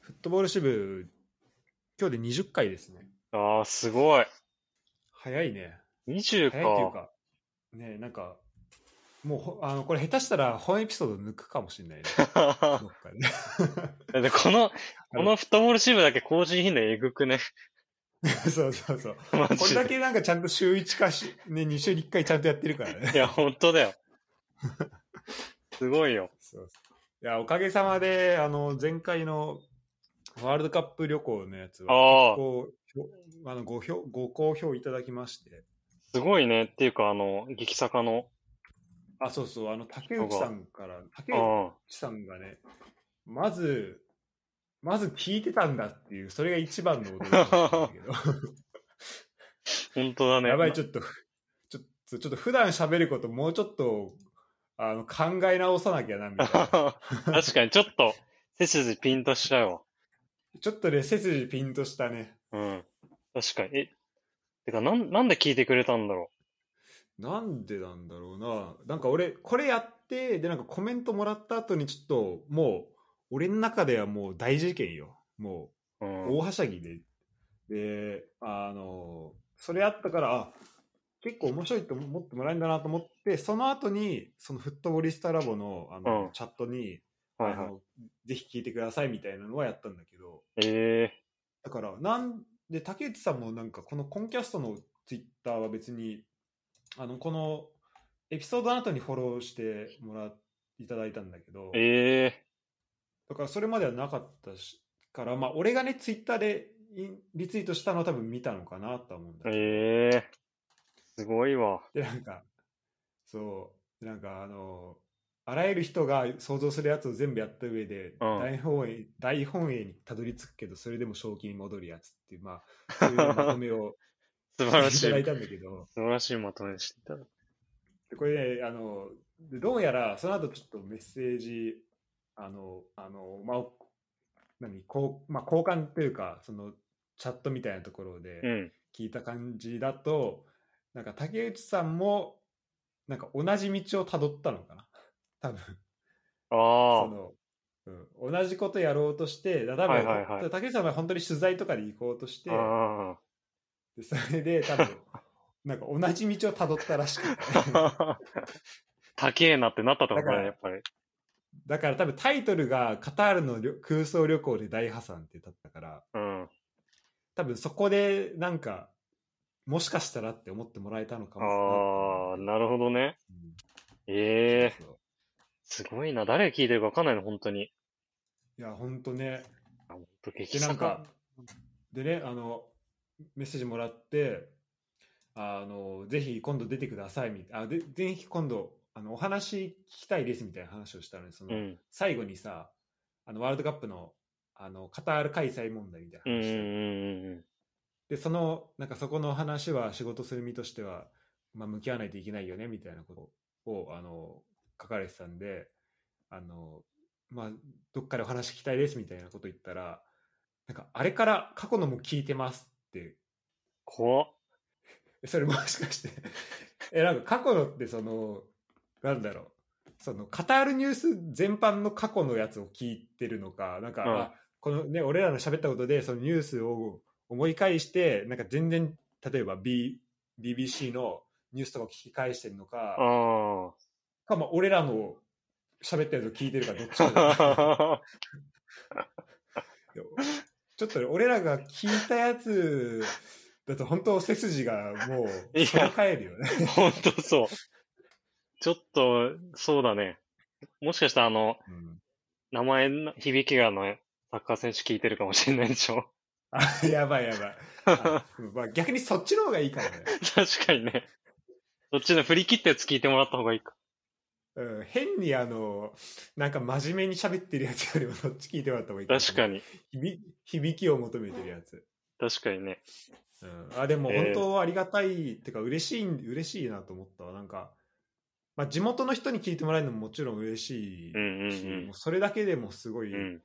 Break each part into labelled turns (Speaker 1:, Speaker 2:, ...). Speaker 1: フットボール支部、今日で20回ですね。
Speaker 2: ああ、すごい。
Speaker 1: 早いね。
Speaker 2: 20
Speaker 1: 早いっていう
Speaker 2: か。
Speaker 1: か、ねなんか、もうほ、あの、これ下手したら本エピソード抜くかもし れないね。 どっかで
Speaker 2: だってこの、このフットボール支部だけ更新頻度えぐくね。
Speaker 1: そうそうそう。
Speaker 2: マ
Speaker 1: これ
Speaker 2: ジ
Speaker 1: だ
Speaker 2: で。
Speaker 1: けなんかちゃんと週1かし、ね、2週に1回ちゃんとやってるからね。
Speaker 2: いや、本当だよ。 すごいよ。
Speaker 1: そうそういや、おかげさまで、あの、前回のワールドカップ旅行のやつは、
Speaker 2: ああ、
Speaker 1: こうひょあのご評ご好評いただきまして、
Speaker 2: すごいね。っていうか、あの、激坂の。
Speaker 1: あ、そうそう、あの、竹内さんから、竹内
Speaker 2: あ
Speaker 1: さんがね、まず、まず聞いてたんだっていう、それが一番の驚きだったんだけど。
Speaker 2: あ、本当だね。
Speaker 1: や ばい、
Speaker 2: ち
Speaker 1: ち
Speaker 2: ょ
Speaker 1: ょっと、ちょっと、ちょっと普段喋ることもうちょっと、あの、考え直さなきゃな、みたい な。
Speaker 2: 確かに、ちょっと、背筋ピンとしちゃうわ。
Speaker 1: ちょっとね、背筋ピンとしたね。
Speaker 2: うん。確かに。え、てか、なん、なんで聞いてくれたんだろ
Speaker 1: なんでなんだろうな。なんか俺、これやって、で、なんかコメントもらった後にちょっと、もう、俺の中ではもう大事件よ。も
Speaker 2: う。う
Speaker 1: う、
Speaker 2: ん。
Speaker 1: 大はしゃぎで。で、あの、それあったから、あ結構面白いと思ってもらえるんだなと思って、その後に、そのフットボリスタラボのあの、
Speaker 2: うん
Speaker 1: チャットに、
Speaker 2: はい
Speaker 1: あ
Speaker 2: はい。
Speaker 1: のぜひ聞いてくださいみたいなのはやったんだけど
Speaker 2: え
Speaker 1: だからなんで竹内さんもなんかこのコンキャストのツイッターは別にあのこのエピソードの後にフォローしてもらいただいたんだけど
Speaker 2: えええ
Speaker 1: だからそれまではなかったしからまあ俺がねツイッターでインリツイートしたのは多分見たのかなとは思うんだけど
Speaker 2: ええすごいわ。
Speaker 1: でなんかそうでなんかあのあらゆる人が想像するやつを全部やった上で、
Speaker 2: うん
Speaker 1: 大本営大本営にたどり着くけどそれでも正気に戻るやつっていうまあそういうまとめ を
Speaker 2: 素
Speaker 1: い
Speaker 2: 晴
Speaker 1: た
Speaker 2: らしい。
Speaker 1: だい
Speaker 2: 素
Speaker 1: たんだけど
Speaker 2: 晴らしいまとめでした。
Speaker 1: でこれねあのでどうやらその後ちょっとメッセージあのあの、まあ、お何こうまあ、交換というかそのチャットみたいなところで、
Speaker 2: うん。
Speaker 1: 聞いた感じだとなんか竹内さんもなんか同じ道をたどったのかな 多分そ
Speaker 2: あ
Speaker 1: の、うん、同じことやろうとしてだ多分、
Speaker 2: はいはいはい
Speaker 1: 竹内さんは本当に取材とかで行こうとして
Speaker 2: あ。あ
Speaker 1: でそれで多分なんか同じ道をたどったらしくて
Speaker 2: あ。 高えなってなったってこ
Speaker 1: だ
Speaker 2: と
Speaker 1: か
Speaker 2: だ
Speaker 1: ら
Speaker 2: ね、やっぱり。
Speaker 1: だから多分タイトルが「カタールの旅空想旅行で大破産」ってだったから
Speaker 2: うん。
Speaker 1: 多分そこでなんかもしかしたらって思ってもらえたのかも
Speaker 2: ああ、なるほどね。
Speaker 1: うん
Speaker 2: ええ
Speaker 1: そうそう
Speaker 2: すごいな。誰聞いてるかわかんないの、本当に。
Speaker 1: いや本当ね
Speaker 2: あほんと激
Speaker 1: でなん
Speaker 2: 坂
Speaker 1: か。でねあのメッセージもらってあのぜひ今度出てくださいみあでぜひ今度あのお話聞きたいですみたいな話をしたのにその、
Speaker 2: うん。
Speaker 1: 最後にさあのワールドカップのあのカタール開催問題みたい
Speaker 2: うん
Speaker 1: な
Speaker 2: うん
Speaker 1: 話
Speaker 2: う
Speaker 1: を
Speaker 2: んうん。
Speaker 1: でそのなんかそこの話は仕事する身としては、まあ、向き合わないといけないよねみたいなことをあの書かれてたんであの、まあ、どっかでお話聞きたいですみたいなこと言ったらなんかあれから過去のも聞いてますって
Speaker 2: 怖っ。
Speaker 1: えそれもしかして えなんか過去のってそのなんだろうそのカタールニュース全般の過去のやつを聞いてるのかなんか、
Speaker 2: うん
Speaker 1: あこのね俺らの喋ったことでそのニュースを思い返してなんか全然例えば、B、BBC のニュースとかを聞き返してるのか
Speaker 2: あ
Speaker 1: か、まあ、俺らの喋ったやつを聞いてるかどっちかだ
Speaker 2: あ。
Speaker 1: でも ちょっとね俺らが聞いたやつだと本当背筋がも
Speaker 2: いうや
Speaker 1: そり返るよね。
Speaker 2: 本当そう。ちょっと、そうだね。もしかしたら、あの、
Speaker 1: うん
Speaker 2: 名前の響きがあのサッカー選手聞いてるかもしれないでしょ。
Speaker 1: あ やばいやばい。あまあ、逆にそっちの方がいいからね。
Speaker 2: 確かにね。そっちの振り切ったやつ聞いてもらった方がいいか。
Speaker 1: うん、変にあの、なんか真面目に喋ってるやつよりもそっち聞いてもらった方がいい
Speaker 2: 確か
Speaker 1: に。
Speaker 2: に。
Speaker 1: 響響きを求めてるやつ。
Speaker 2: 確かにね。
Speaker 1: うん、あでも
Speaker 2: えー
Speaker 1: 本当ありがたい、ってか嬉しい、嬉しいなと思ったわ。なんか、まあ、地元の人に聞いてもらえるのももちろん嬉しいし、
Speaker 2: うんうんうん
Speaker 1: もうそれだけでもすごい
Speaker 2: うん。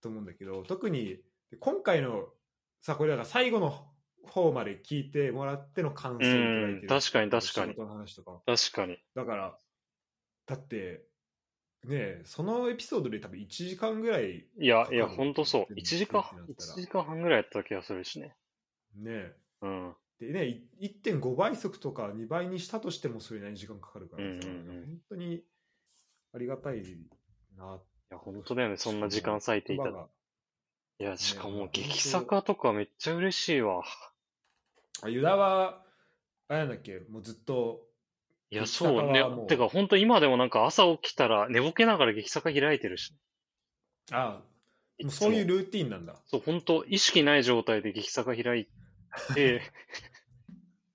Speaker 1: と思うんだけど、特に今回のさ、これだから最後の方まで聞いてもらっての感想をいただいてる
Speaker 2: うん確かに確かに
Speaker 1: 仕事の話とかも
Speaker 2: 確かに。
Speaker 1: だから、だって、ねえそのエピソードで多分1時間ぐらい
Speaker 2: いや
Speaker 1: か、か
Speaker 2: い
Speaker 1: る
Speaker 2: や、
Speaker 1: の
Speaker 2: ほんとそ
Speaker 1: 普通
Speaker 2: う。
Speaker 1: に
Speaker 2: 1時間
Speaker 1: 聞いてな、ったら
Speaker 2: 1時間半ぐらいやった気がするしね。
Speaker 1: ねえ
Speaker 2: うん。
Speaker 1: でねい1.5倍速とか2倍にしたとしてもそれなりに時間かかるからさ、
Speaker 2: うんうんうん
Speaker 1: 本当にありがたいなっ
Speaker 2: いや、ほんとだよね。そんな時間割いていただいて
Speaker 1: が
Speaker 2: いや、しか
Speaker 1: ほん
Speaker 2: も、
Speaker 1: と
Speaker 2: 激坂とかめっちゃ嬉しいわ。
Speaker 1: あユダはあれなんだっけもうずっと
Speaker 2: いや、
Speaker 1: 激
Speaker 2: そ
Speaker 1: 坂
Speaker 2: う
Speaker 1: は
Speaker 2: ね
Speaker 1: もう。
Speaker 2: てか、ほんと今でもなんか朝起きたら、寝ぼけながら激坂開いてるし。
Speaker 1: あ
Speaker 2: い
Speaker 1: もう
Speaker 2: つも
Speaker 1: そういうルーティンなんだ
Speaker 2: そう、ほんと、意識ない状態で激坂開い て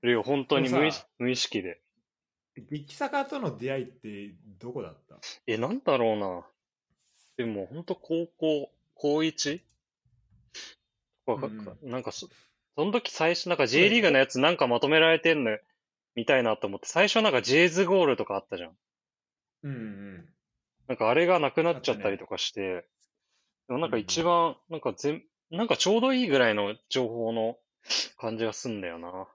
Speaker 2: るよ、本当に
Speaker 1: でもさ
Speaker 2: 無意無意識で。
Speaker 1: 激坂との出会いってどこだった
Speaker 2: え、なんだろうな。でも、ほんと高校、高一とかか
Speaker 1: うん
Speaker 2: なんかそ、その時最初、なんか J リーグのやつなんかまとめられてんの、みたいなと思って、最初なんか J ズゴールとかあったじゃん。
Speaker 1: うんうん
Speaker 2: なんかあれがなくなっちゃったりとかして、でもなんか一番、なんか全、なんかちょうどいいぐらいの情報の感じがすんだよな。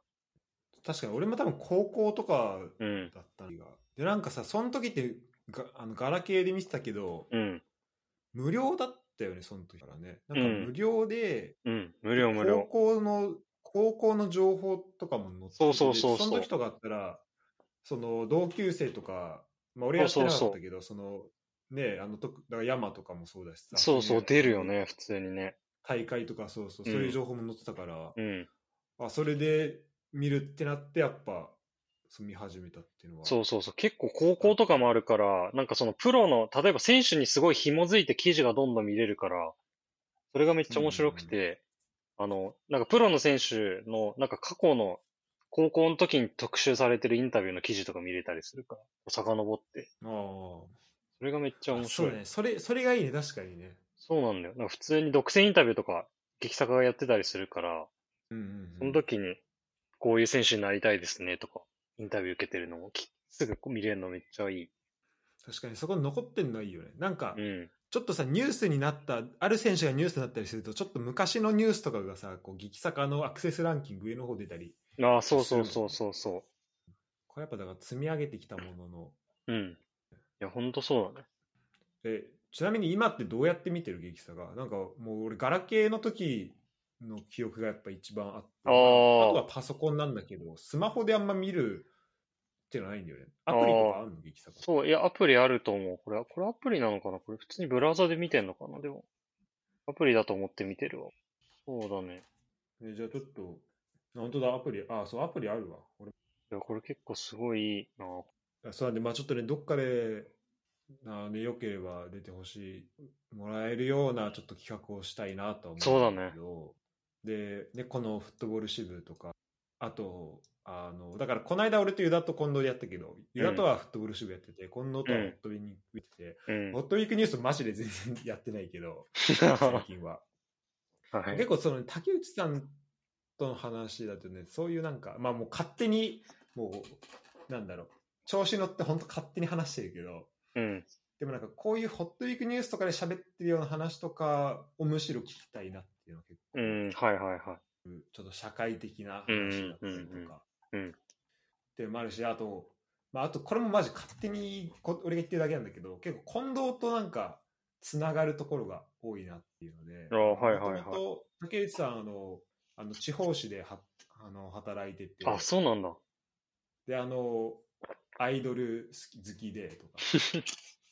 Speaker 1: 確かに俺も多分高校とか
Speaker 2: うん、
Speaker 1: だったりがでなんかさその時ってがあのガラケーで見てたけど
Speaker 2: うん、
Speaker 1: 無料だったよねその時からねなん
Speaker 2: うん
Speaker 1: か無料で、
Speaker 2: うん。無料無料。
Speaker 1: 高校の高校の情報とかも載ってて
Speaker 2: そうそうそうそう
Speaker 1: の時とかあったらその同級生とか、まあ、俺やってなかったけどそのねあのとだから山とかもそうだしさ
Speaker 2: そうそう、出るよね、普通にね。
Speaker 1: 大会とかそうそう
Speaker 2: う
Speaker 1: そ
Speaker 2: ん
Speaker 1: ういう情報も載ってたから、
Speaker 2: うん。
Speaker 1: あそれで見るってなってやっぱそう見始めたっていうのは
Speaker 2: そうそうそう。結構高校とかもあるから、なんかそのプロの、例えば選手にすごい紐づいて記事がどんどん見れるから、それがめっちゃ面白くて、あの、なんかプロの選手の、なんか過去の高校の時に特集されてるインタビューの記事とか見れたりするから、遡って。
Speaker 1: あ
Speaker 2: それがめっちゃ
Speaker 1: あ
Speaker 2: 面
Speaker 1: そ
Speaker 2: 白
Speaker 1: う
Speaker 2: い。
Speaker 1: だねそれそれがいいね確かにね
Speaker 2: そうなんだよ。なんか普通に独占インタビューとか、劇作がやってたりするから、
Speaker 1: うんうん、うん、
Speaker 2: その時に、こういう選手になりたいですねとか、インタビュー受けてるのもき、すぐ見れるのめっちゃいい。
Speaker 1: 確かにそこに残ってんのはいいよねなんか、
Speaker 2: うん。
Speaker 1: ちょっとさニュースになったある選手がニュースになったりするとちょっと昔のニュースとかがさこう激坂のアクセスランキング上の方出たり
Speaker 2: ああ、そうそうそうそうそう。
Speaker 1: これやっぱだから積み上げてきたものの
Speaker 2: うん。いや、ほんとそうだね。
Speaker 1: えちなみに今ってどうやって見てる激坂なんかもう俺ガラケーの時の記憶がやっぱ一番あって
Speaker 2: あー
Speaker 1: あとはパソコンなんだけどスマホであんま見るってのはないんだよねアプリとかあるの激坂
Speaker 2: そう、いや、アプリあると思う。これ、これアプリなのかなこれ普通にブラウザで見てんのかなでも、アプリだと思って見てるわ。そうだね。
Speaker 1: えじゃあちょっと本当だアプリあそうアプリあるわ俺
Speaker 2: いや、これ結構すごいいいな。
Speaker 1: あそうなんで、まあちょっとね、どっかで、あね、良ければ出てほしい、もらえるようなちょっと企画をしたいなとは思んけど。で、ね、このフットボール支部とか、あと、あの、だからこの間俺とユダと近藤でやったけど、ユダとはフットボール支部やってて、近藤とはホットウィークニュースやってて、
Speaker 2: うん。
Speaker 1: ホットウィークニュースマジで全然やってないけど、最
Speaker 2: は
Speaker 1: 近は。
Speaker 2: い
Speaker 1: 結。構その竹内さんとの話だとねそういうなんかまあもう勝手にもうなんだろう調子乗って本当勝手に話してるけど
Speaker 2: うん。
Speaker 1: でもなんかこういうホットウィークニュースとかで喋ってるような話とかをむしろ聞きたいなっていうのは結構、
Speaker 2: うん。はいはいは
Speaker 1: ちょっと社会的な話だったりとか、
Speaker 2: うんうんうんうん
Speaker 1: っていうのもあるしあと、まあ、あとこれもマジ勝手にこ俺が言ってるだけなんだけど結構近藤となんかつながるところが多いなっていうので
Speaker 2: あはいはいはい
Speaker 1: もともと竹内さんあのあの地方紙ではあの働いてて
Speaker 2: い。あ、そうなんだ。
Speaker 1: であのアイドル好き好きでとか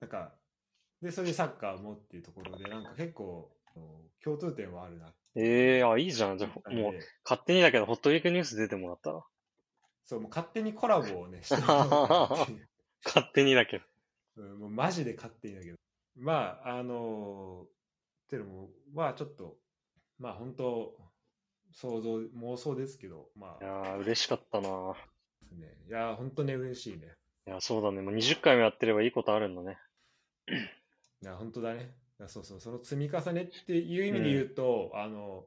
Speaker 1: なんかでそれでサッカーもっていうところでなんか結構あの共通点はあるなって
Speaker 2: ええあ、いいじゃん。じゃ
Speaker 1: 思っ
Speaker 2: あ、
Speaker 1: たんで
Speaker 2: もう、勝手にだけど、ホットウィークニュース出てもらったら。
Speaker 1: そうもう勝手にコラボをねしてもらおうかなって いう
Speaker 2: 勝手にだけど。
Speaker 1: うん、もうマジで勝手にだけど。まあ、あのーっていうのも、まあちょっと、まあ本当、想像、妄想ですけど、まあ、
Speaker 2: いやー、嬉しかったな。い
Speaker 1: ね、いやー、本当ね、嬉しいね。
Speaker 2: や、そうだね。もう20回もやってればいいことあるんだね。
Speaker 1: いや、本当だね。いやそうそう、その積み重ねっていう意味で言うと、あの、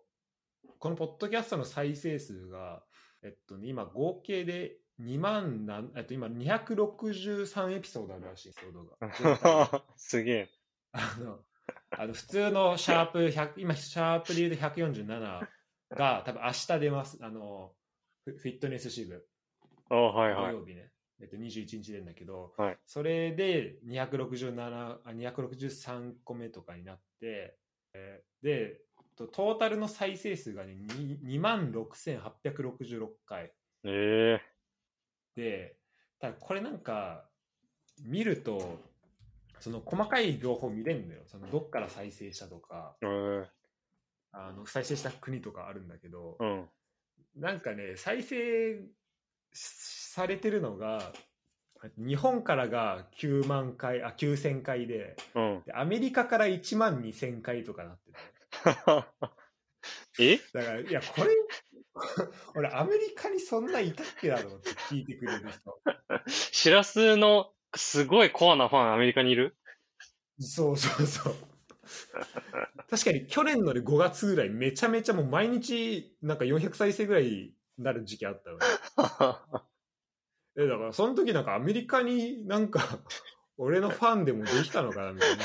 Speaker 1: このポッドキャストの再生数が、えっとね、今合計で2万なん、えっと今263エピソードあるらしい、エピソードが。全体で
Speaker 2: すげえ。
Speaker 1: あの、あの普通のシャープ100、今、シャープで言うと147が、多分明日出ます。あの、フフィットネス支部、
Speaker 2: あはい
Speaker 1: 土
Speaker 2: はい。
Speaker 1: 曜日ね。えっと、21日でんだけど、
Speaker 2: はい
Speaker 1: それで267あ263個目とかになって、えーでとトータルの再生数がね2万6866回
Speaker 2: え
Speaker 1: でただこれなんか見るとその細かい情報見れるのよそのどっから再生したとか
Speaker 2: ええ
Speaker 1: あの再生した国とかあるんだけど、
Speaker 2: えうん。
Speaker 1: なんかね、再生されてるのが、日本からが9万回、あ、9000回で、
Speaker 2: うん。
Speaker 1: でアメリカから1万2000回とかなって
Speaker 2: え
Speaker 1: る。だから、いや、これ、 俺、アメリカにそんないたっけだろうって聞いてくれる人。
Speaker 2: シラスのすごいコアなファンアメリカにいる
Speaker 1: そうそうそう。確かに去年ので5月ぐらいめちゃめちゃもう毎日なんか400再生ぐらいになる時期あったのね。え、だから、その時なんかアメリカになんか、 俺のファンでもできたのかなみたいな。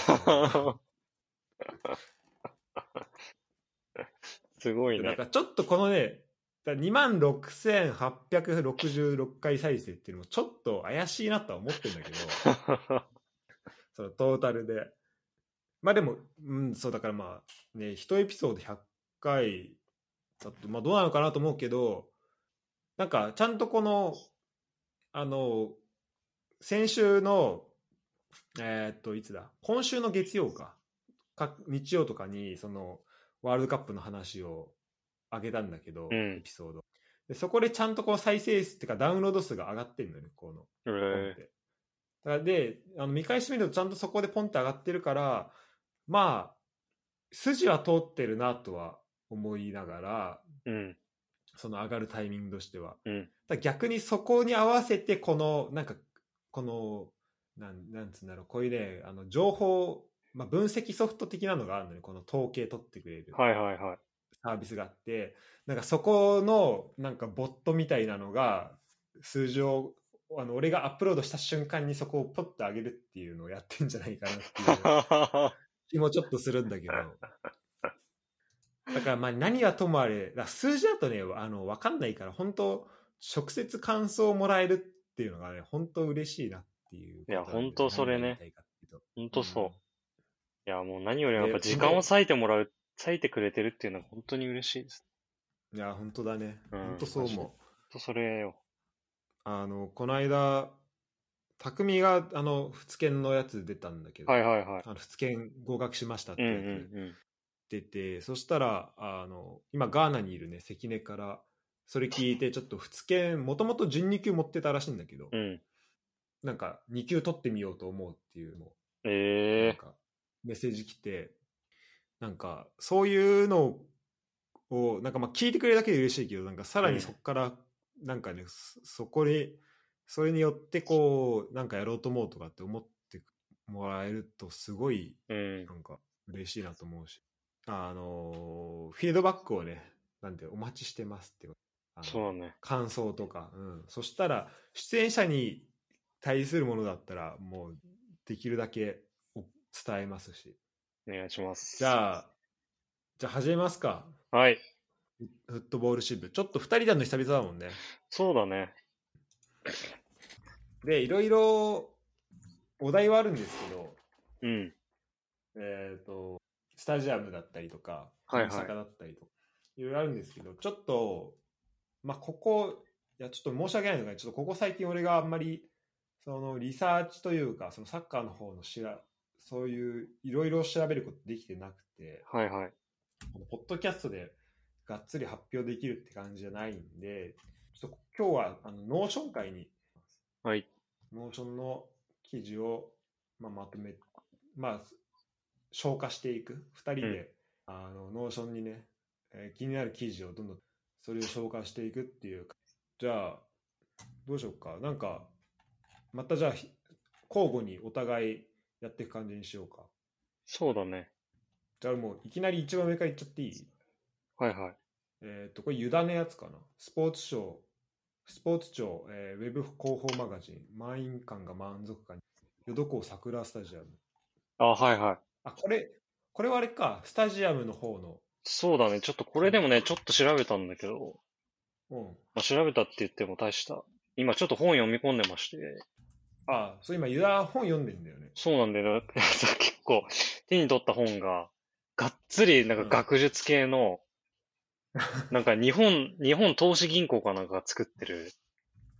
Speaker 2: すご い
Speaker 1: なん
Speaker 2: ね。
Speaker 1: かちょっとこのね、2万6866回再生っていうのもちょっと怪しいなとは思ってるんだけど、そのトータルで。まあでも、うん、そうだからまあ、ね、1エピソード100回だと、まあどうなのかなと思うけど、なんかちゃんとこの、あの、先週の、えーっと、いつだ、今週の月曜か、か日曜とかに、その、ワールドカップの話を上げたんだけど、
Speaker 2: うん
Speaker 1: エピソード。で、そこでちゃんとこの再生数っていうかダウンロード数が上がってんのね、この。ポ
Speaker 2: え
Speaker 1: ンっ
Speaker 2: え
Speaker 1: てだからであの見返してみるとちゃんとそこでポンって上がってるからまあ筋は通ってるなとは思いながら
Speaker 2: うん。
Speaker 1: その上がるタイミングとしては、
Speaker 2: うん
Speaker 1: だから逆にそこに合わせてこのなんかこのなんなんつうんだろうこういうねあの情報、まあ、分析ソフト的なのがあるのねこの統計取ってくれる
Speaker 2: はいはいはい。
Speaker 1: サービスがあってなんかそこのなんかボットみたいなのが数字をあの俺がアップロードした瞬間にそこをポッと上げるっていうのをやってんじゃないかなっていう 気もちょっとするんだけどだからまあ何はともあれだから数字だとねあの分かんないから本当直接感想をもらえるっていうのがね本当嬉しいなっていうことなんだよ
Speaker 2: いや本当それ
Speaker 1: 何が言い
Speaker 2: ね
Speaker 1: たいかっていうと
Speaker 2: ほんとそうう。いや、もう何よりもやっぱ
Speaker 1: で
Speaker 2: 時間を割いてもらう、割いてくれてるっていうのは本当に嬉しいです。
Speaker 1: いや本当だね、
Speaker 2: うん
Speaker 1: 本当そう思う
Speaker 2: ほんとそれよ。
Speaker 1: あの、この間、匠が、あの、仏剣のやつ出たんだけど、
Speaker 2: はいはいはい。
Speaker 1: あの仏剣合格しましたって
Speaker 2: うん
Speaker 1: やつ
Speaker 2: うんうん。
Speaker 1: 出て、そしたら、あの、今、ガーナにいるね、関根から、それ聞いて、ちょっと仏剣、もともと12級持ってたらしいんだけど、
Speaker 2: うん。
Speaker 1: なんか、2級取ってみようと思うっていうのを、
Speaker 2: え
Speaker 1: なんか、メッセージ来て、なんか、そういうのを、なんかまあ聞いてくれるだけで嬉しいけど、なんかさらにそこから、なんかね、そそこに、それによってこう、なんかやろうと思うとかって思ってもらえると、すごい、
Speaker 2: えうん
Speaker 1: な。んか嬉しいなと思うし、あのーフィードバックをね、なんてお待ちしてますってこと。あの
Speaker 2: そうだね。
Speaker 1: 感想とか、うん、そしたら出演者に対するものだったらもうできるだけお伝えますし
Speaker 2: お願いします。
Speaker 1: じゃあじゃあ始めますか
Speaker 2: あ。はい。
Speaker 1: フットボール支部ちょっと2人だの久々だもんね
Speaker 2: そうだね。
Speaker 1: でいろいろお題はあるんですけど
Speaker 2: うん。
Speaker 1: えっ、とスタジアムだったりとか
Speaker 2: はい
Speaker 1: 大
Speaker 2: はい
Speaker 1: 阪だったりとか、いろいろあるんですけどちょっとまあここいやちょっと申し訳ないのがちょっとここ最近俺があんまりそのリサーチというかそのサッカーの方のしらそういういろいろ調べることできてなくて
Speaker 2: はいはい。
Speaker 1: このポッドキャストでがっつり発表できるって感じじゃないんでちょっと今日はあのノーション会に
Speaker 2: はい。
Speaker 1: ノーションの記事を、まあ、まとめ、まあ、消化していく。二人で、あの、ノーションにね、えー気になる記事をどんどん、それを消化していくっていう。じゃあ、どうしようか。なんか、またじゃあ、ひ交互にお互いやっていく感じにしようか。
Speaker 2: そうだね。
Speaker 1: じゃあもう、いきなり一番上からいっちゃっていい
Speaker 2: はいはい。
Speaker 1: えっ、と、これ、委ねやつかな。スポーツ省、スポーツ庁、えーウェブ広報マガジン、満員感が満足感に、淀港桜スタジアム。
Speaker 2: あ、はいはい。
Speaker 1: あ、これ、これはあれか、スタジアムの方の、
Speaker 2: そうだね。ちょっとこれでもね、ちょっと調べたんだけど、
Speaker 1: うん、
Speaker 2: まあ、調べたって言っても大した今ちょっと本読み込んでまして、
Speaker 1: ああ、そう今、ユダ本読んでんだよね。
Speaker 2: そうなんだ よ、ね。結構、手に取った本が、がっつり、なんか学術 系の、なんか日本、日本投資銀行かなんかが作ってる、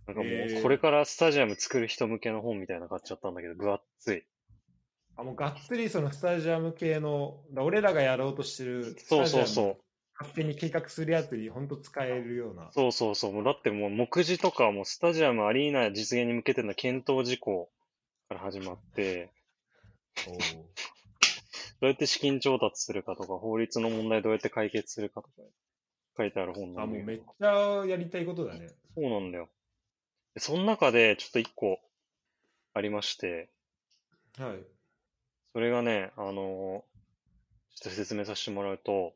Speaker 2: なんかも
Speaker 1: へ
Speaker 2: う、
Speaker 1: ー
Speaker 2: これからスタジアム作る人向けの本みたいなの買っちゃったんだけど、分厚い。
Speaker 1: あ、もうがっつりそのスタジアム系の、だ俺らがやろうとしてる、
Speaker 2: そうそうそう。
Speaker 1: 勝手に計画するやつに本当使えるような。
Speaker 2: そうそうそう。もうだってもう、目次とかもスタジアム、アリーナ実現に向けての検討事項から始まって、
Speaker 1: おー
Speaker 2: どうやって資金調達するかとか、法律の問題どうやって解決するかとか、書いてある本な
Speaker 1: あ、
Speaker 2: ん
Speaker 1: も
Speaker 2: だけ
Speaker 1: う
Speaker 2: ど
Speaker 1: めっちゃやりたいことだね。
Speaker 2: そうなんだよ。でその中で、ちょっと一個ありまして、
Speaker 1: はい。
Speaker 2: それがね、あのーちょっと説明させてもらうと、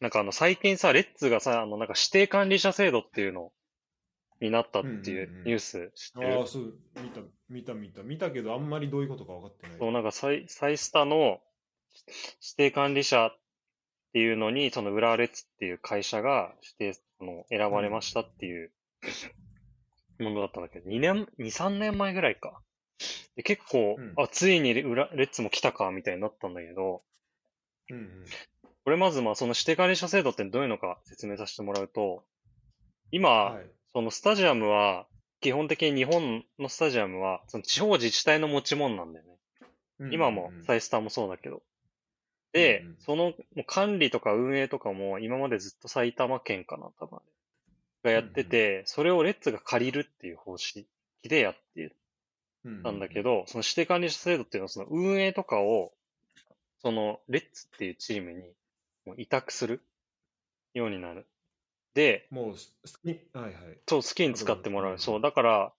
Speaker 2: なんかあの、最近さ、レッツがさ、あの、なんか指定管理者制度っていうのになったってい
Speaker 1: んうんう
Speaker 2: うんニュース知ってる、
Speaker 1: ああ、そう、見た、見た、見た、見たけど、あんまりどういうことか分かってない。
Speaker 2: そう、なんかサイ、サイスタの指定管理者っていうのに、その浦和レッツっていう会社が指定、あの、選ばれましたっていうものだったんだけど、2年、2、3年前ぐらいか。で結構、
Speaker 1: うん
Speaker 2: あ、ついに浦レッツも来たか、みたいになったんだけど、
Speaker 1: うんうん。
Speaker 2: これまず、まあ、その指定管理者制度ってどういうのか説明させてもらうと、今、
Speaker 1: はい。
Speaker 2: そのスタジアムは、基本的に日本のスタジアムは、その地方自治体の持ち物なんだよね。今も
Speaker 1: うんうん
Speaker 2: サイスターもそうだけど。で、
Speaker 1: うんうん
Speaker 2: そのもう管理とか運営とかも今までずっと埼玉県かな、多分あれ。がやってて、それをレッツが借りるっていう方式でやってたんだけ、ど、その指定管理者制度っていうのはその運営とかを、そのレッツっていうチームにもう委託するようになる。で、
Speaker 1: うんうんもうす、すにはいはい。
Speaker 2: そう、好きに使ってもら
Speaker 1: う
Speaker 2: う。
Speaker 1: ん
Speaker 2: そう、だから、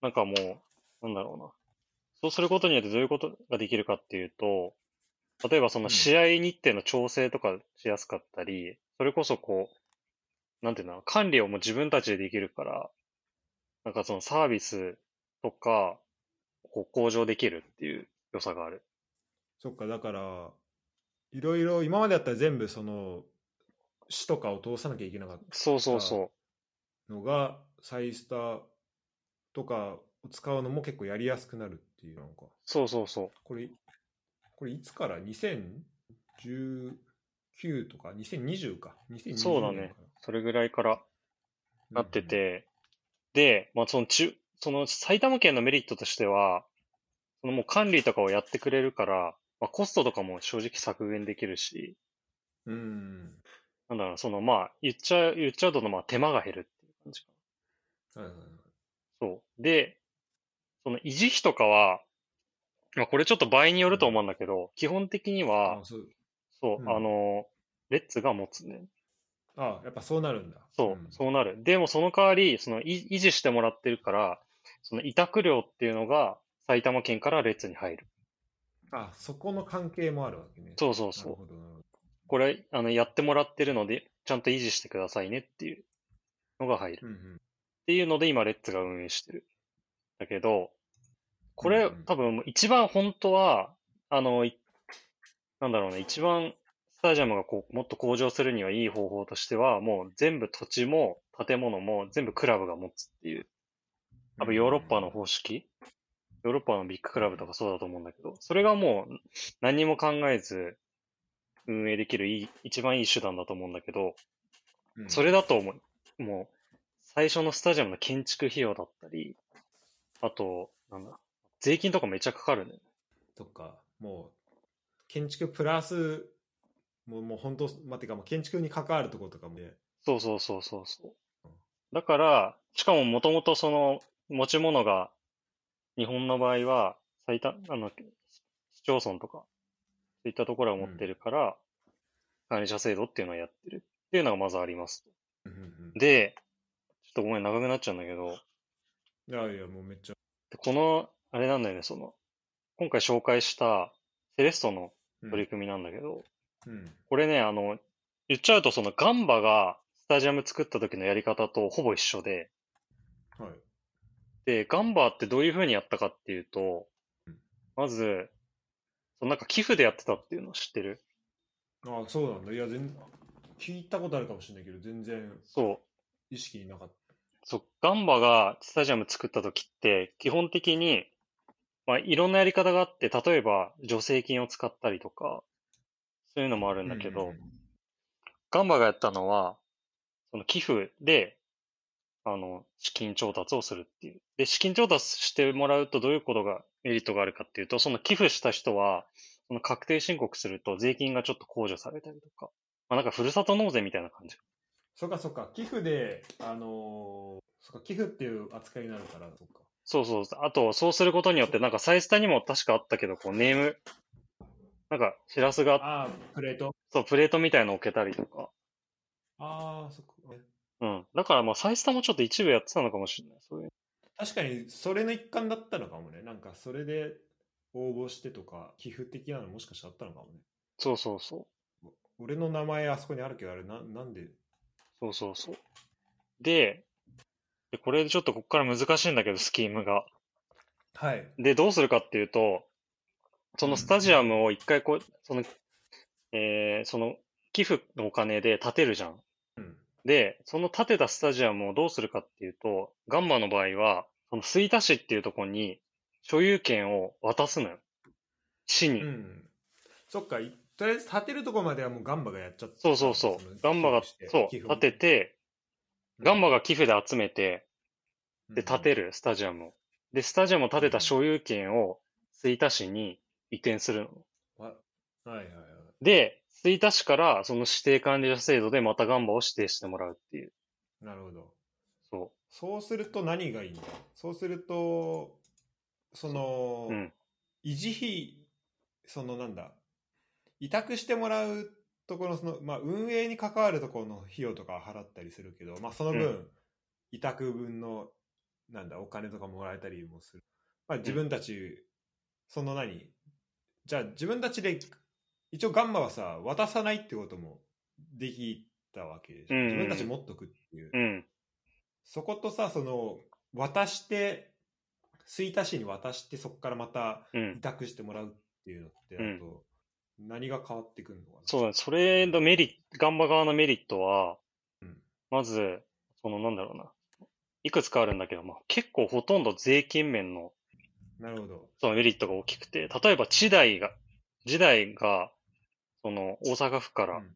Speaker 2: なんかもう、なんだろうな。そうすることによってどういうことができるかっていうと、例えばそ
Speaker 1: う
Speaker 2: の
Speaker 1: ん
Speaker 2: 試合日程の調整とかしやすかったり、それこそこう、なんていうの、管理をもう自分たちでできるから、なんかそのサービスとか、こう向上できるっていう良さがある。
Speaker 1: そっか、だから、いろいろ、今までだったら全部、その、市とかを通さなきゃいけなかっ
Speaker 2: そうそうそ
Speaker 1: たのが、サイスターとかを使うのも結構やりやすくなるっていう、なんか、
Speaker 2: う。そうそうそう。
Speaker 1: これ、これいつから ?2019 とか、2020か。2020
Speaker 2: そうだね
Speaker 1: 年から。
Speaker 2: それぐらいから
Speaker 1: うん
Speaker 2: なって。て、で、まあ、その中、その埼玉県のメリットとしては、そのもう管理とかをやってくれるから、まあ、コストとかも正直削減できるし、
Speaker 1: うん。
Speaker 2: なんだろう、そのまあ、言っちゃう、言っちゃうと、まあ、手間が減るっていう感じか
Speaker 1: はいはいはい
Speaker 2: な。そう。で、その維持費とかは、まあ、これちょっと倍によると思うんだけど、基本的に
Speaker 1: あ
Speaker 2: は、
Speaker 1: そう
Speaker 2: そう、
Speaker 1: うん
Speaker 2: あの、レッツが持つね。
Speaker 1: あ、やっぱそうなるんだ。
Speaker 2: そう、
Speaker 1: ん
Speaker 2: そうなる。でもその代わり、そのい維持してもらってるから、その委託料っていうのが埼玉県から列に入る。
Speaker 1: あ、そこの関係もあるわけね。
Speaker 2: そうそうそ
Speaker 1: なる
Speaker 2: う。
Speaker 1: ほどなるほど
Speaker 2: これ、あの、やってもらってるので、ちゃんと維持してくださいねっていうのが入る。っ
Speaker 1: うんうん。
Speaker 2: ていうので、今、レッツが運営してる。だけど、こ
Speaker 1: う
Speaker 2: れ、
Speaker 1: んうん
Speaker 2: 多分、一番本当は、あの、いなんだろうね、一番、スタジアムがこう、もっと向上するにはいい方法としては、もう全部土地も建物も全部クラブが持つっていう。多分ヨーロッパの方式ヨーロッパのビッグクラブとかそうだと思うんだけど、それがもう何にも考えず運営できるいい一番いい手段だと思うんだけど、
Speaker 1: うん
Speaker 2: それだと思う。もう、最初のスタジアムの建築費用だったり、あと、なんだ、税金とかめっちゃかかるね。
Speaker 1: とか、もう、建築プラス、もう、もう本当、まあ、てか、もう建築に関わるところとかもね、。
Speaker 2: そうそうそうそうそううんだから、しかももともとその持ち物が、日本の場合は、最多、あの、市町村とか、そういったところは持ってるから、管理者制度っていうのをやってるっていうのがまずあります。
Speaker 1: うんうん
Speaker 2: で、ちょっとごめん、長くなっちゃうんだけど、
Speaker 1: うん、いやいや、もうめっちゃ、
Speaker 2: でこの、あれなんだよね、その、今回紹介したセレストの
Speaker 1: うん
Speaker 2: 取り組みなんだけど、
Speaker 1: うん、
Speaker 2: これね、あの、言っちゃうと、そのガンバがスタジアム作った時のやり方とほぼ一緒で、
Speaker 1: はい。
Speaker 2: で、ガンバーってどういう風にやったかっていうと
Speaker 1: うん、
Speaker 2: まず、そのなんか寄付でやってたっていうの知ってる
Speaker 1: ああ、そうなんだ。いや、全聞いたことあるかもしれないけど、全然
Speaker 2: そ
Speaker 1: 意識になかっ
Speaker 2: そう、ガンバがスタジアム作った時って、基本的に、まあ、いろんなやり方があって、例えば助成金を使ったりとか、そういうのもあるんだけど、
Speaker 1: うん
Speaker 2: ガンバがやったのは、その寄付で、あの、資金調達をするっていう。で、資金調達してもらうとどういうことが、メリットがあるかっていうと、その寄付した人は、その確定申告すると税金がちょっと控除されたりとか、まあ、なんかふるさと納税みたいな感じ。
Speaker 1: そっかそっか、寄付で、あのーそっか、寄付っていう扱いになるから、そっか。
Speaker 2: そうそう。あと、そうすることによって、なんか再スタにも確かあったけど、こう、ネーム、なんか、シラスがあっ
Speaker 1: ああ、プレート。
Speaker 2: そう、プレートみたいの置けたりとか。
Speaker 1: ああ、そっか。
Speaker 2: うん。だから、まあ、再スタもちょっと一部やってたのかもしれない。そういう。
Speaker 1: 確かに、それの一環だったのかもね。なんか、それで応募してとか、寄付的なのもしかしたらあったのかもね。
Speaker 2: そうそうそう。
Speaker 1: 俺の名前あそこにあるけど、あれな、なんで
Speaker 2: そうそうそう。で、でこれでちょっとここから難しいんだけど、スキームが。
Speaker 1: はい。
Speaker 2: で、どうするかっていうと、そのスタジアムを一回こう、その、えー、その寄付のお金で建てるじゃん。
Speaker 1: うん。
Speaker 2: で、その建てたスタジアムをどうするかっていうと、ガンバの場合は、その吹田市っていうところに所有権を渡すのよ。市に。
Speaker 1: うん。そっか、いとりあえず建てるとこまではもうガンバがやっちゃった。
Speaker 2: そうそうそう
Speaker 1: の。
Speaker 2: ガンバが、
Speaker 1: 寄付して
Speaker 2: そう、
Speaker 1: 寄
Speaker 2: 建
Speaker 1: 付を
Speaker 2: てて、ガンバ
Speaker 1: が、
Speaker 2: が寄付で集めて、で、建て
Speaker 1: る。
Speaker 2: る、スタジアムを。で、スタジアムを建てた所有権を、吹田市に移転するの。
Speaker 1: わはいはいはい。
Speaker 2: で、吹田市から、その指定管理者制度でまたガンバを指定してもらうっていう。
Speaker 1: なるほど。
Speaker 2: そ
Speaker 1: そうすると何がいいんだそうすると、その、
Speaker 2: う。うん。
Speaker 1: 維持費、そのなんだ、委託してもらうところのその、まあ、運営に関わるところの費用とかは払ったりするけど、まあ、その分、
Speaker 2: う
Speaker 1: 委託分の、なんだ、お金とかもらえたりもする。まあ、自分たち、その何じゃあ自分たちで、一応ガンマはさ、渡さないってこともできたわけでしょ
Speaker 2: うんうん
Speaker 1: 自分たち持っとくっていう。
Speaker 2: うん。
Speaker 1: そことさ、その、渡して、吹田市に渡して、そこからまた、
Speaker 2: うん
Speaker 1: 委。託してもらうっていうのってなると、何が変わってくるのかな
Speaker 2: そうだね。それのメリット、ガンバ側のメリットは
Speaker 1: うん、
Speaker 2: まず、そのなんだろうな。いくつかあるんだけど、まあ、結構ほとんど税金面の
Speaker 1: なるほど。
Speaker 2: そのメリットが大きくて、例えば、地代が、時代が、その、大阪府から、
Speaker 1: うん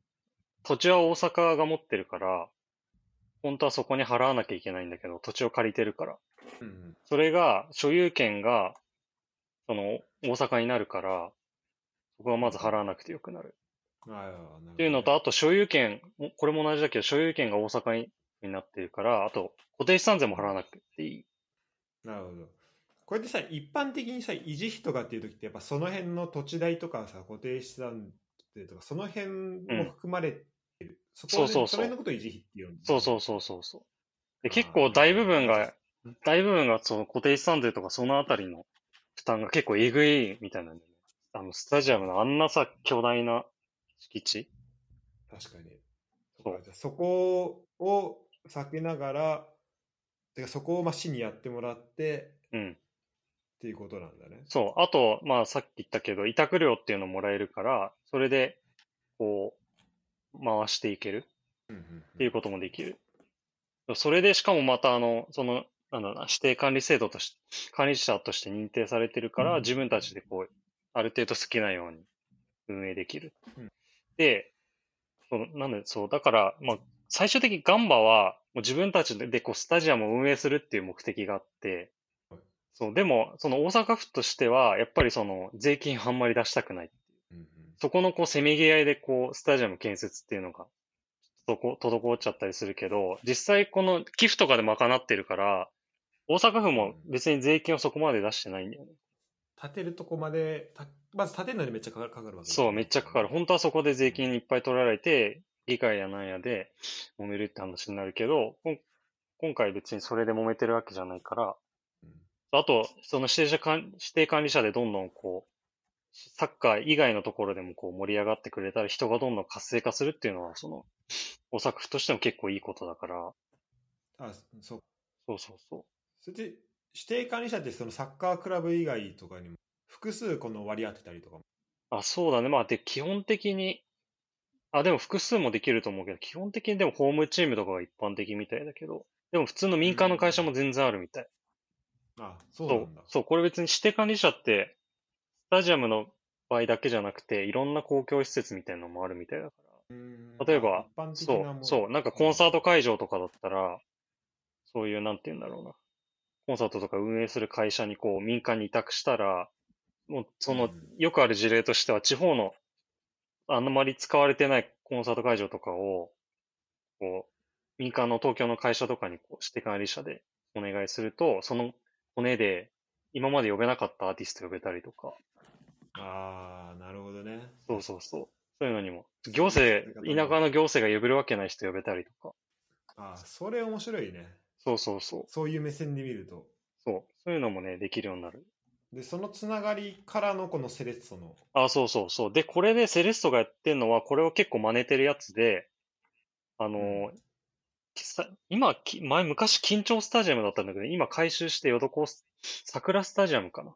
Speaker 2: 土地は大阪が持ってるから、本当はそこに払わなきゃいけないんだけど、土地を借りてるから。
Speaker 1: うん
Speaker 2: それが、所有権が、その、大阪になるから、そこはまず払わなくてよくなる。
Speaker 1: うん。ああ、なるほどね
Speaker 2: っていうのと、あと所有権、もこれも同じだけど、所有権が大阪にになってるから、あと固定資産税も払わなくていい。
Speaker 1: なるほど。これでさ、一般的にさ、維持費とかっていう時って、やっぱその辺の土地代とかさ、固定資産税とか、その辺も含まれてる。そこ
Speaker 2: そうそうそう
Speaker 1: でそれのことを維持費っていうんだ
Speaker 2: そうそうそうそうそう。で
Speaker 1: あー
Speaker 2: 結構大部分が、大部分がその固定資産税とかそのあたりの負担が結構えぐいみたいなんだよね。あの、スタジアムのあんなさ、巨大な敷地。
Speaker 1: 確かに。そ
Speaker 2: そう
Speaker 1: かじゃあそこを避けながら、てかそこをまあ市にやってもらって
Speaker 2: うん。
Speaker 1: っていうことなんだね。
Speaker 2: そう。あと、まあさっき言ったけど、委託料っていうのもらえるから、それで、こう、回していける。
Speaker 1: うんうんうん
Speaker 2: っていうこともできる。それで、しかもまた、あの、その、なんだろうな、指定管理制度として、管理者として認定されてるから、自分たちでこう、ある程度好きなように運営できる。
Speaker 1: うん
Speaker 2: で、そのなんで、そう、だから、まあ、最終的にガンバは、もう自分たちでこう、スタジアムを運営するっていう目的があって
Speaker 1: はい、
Speaker 2: そう、でも、その大阪府としては、やっぱりその、税金あんまり出したくない。
Speaker 1: うんうん
Speaker 2: そこのこうせめぎ合いでこうスタジアム建設っていうのが滞滞っちゃったりするけど、実際この寄付とかで賄ってるから、大阪府も別に税金をそこまで出してないんだよね。
Speaker 1: 建てるとこまでたまず建てるのにめっちゃかかるかかるわけ
Speaker 2: そう、めっちゃかかる。本当はそこで税金いっぱい取られて、議会やなんやで揉めるって話になるけど、こん今回別にそれで揉めてるわけじゃないから、あと、その指定者管指定管理者でどんどんこう、サッカー以外のところでもこう盛り上がってくれたら人がどんどん活性化するっていうのは、その、お作府としても結構いいことだから、
Speaker 1: あそう
Speaker 2: そうそうそ
Speaker 1: それで指定管理者ってそのサッカークラブ以外とかにも複数この割り当てたりとかも
Speaker 2: う。あ、そうだね。まあ、で、基本的に、あ、でも複数もできると思うけど、基本的にでもホームチームとかが一般的みたいだけど、でも普通の民間の会社も全然あるみたい。
Speaker 1: あ、そう
Speaker 2: そ
Speaker 1: な
Speaker 2: うん
Speaker 1: だ。
Speaker 2: そう、これ別に指定管理者って、スタジアムの場合だけじゃなくて、いろんな公共施設みたいなのもあるみたいだか
Speaker 1: うん
Speaker 2: 例えば、
Speaker 1: 一般
Speaker 2: ら。
Speaker 1: 的
Speaker 2: そ
Speaker 1: なもの
Speaker 2: う、そう、なんかコンサート会場とかだったら、そういう、なんて言うんだろうな。コンサートとか運営する会社にこう民間に委託したら、もうその
Speaker 1: うん
Speaker 2: よくある事例としては地方のあんまり使われてないコンサート会場とかを、こう、民間の東京の会社とかにこう指定管理者でお願いすると、その骨で今まで呼べなかったアーティスト呼べたりとか、
Speaker 1: ああ、なるほどね。
Speaker 2: そうそうそう、そういうのにも、行政、田舎の行政が呼べるわけない人呼べたりとか、
Speaker 1: あーそれ面白いね。
Speaker 2: そうそうそう、
Speaker 1: そういう目線で見ると。
Speaker 2: そう、そういうのもね、できるようになる。
Speaker 1: で、そのつながりからのこのセレッソの。
Speaker 2: あ、そうそうそう。で、これでセレストがやってるのは、これを結構真似てるやつで、あの
Speaker 1: う
Speaker 2: ー
Speaker 1: ん
Speaker 2: さ今、き前、昔、緊張スタジアムだったんだけど、今改修して、ヨドコス、桜スタジアムかなっ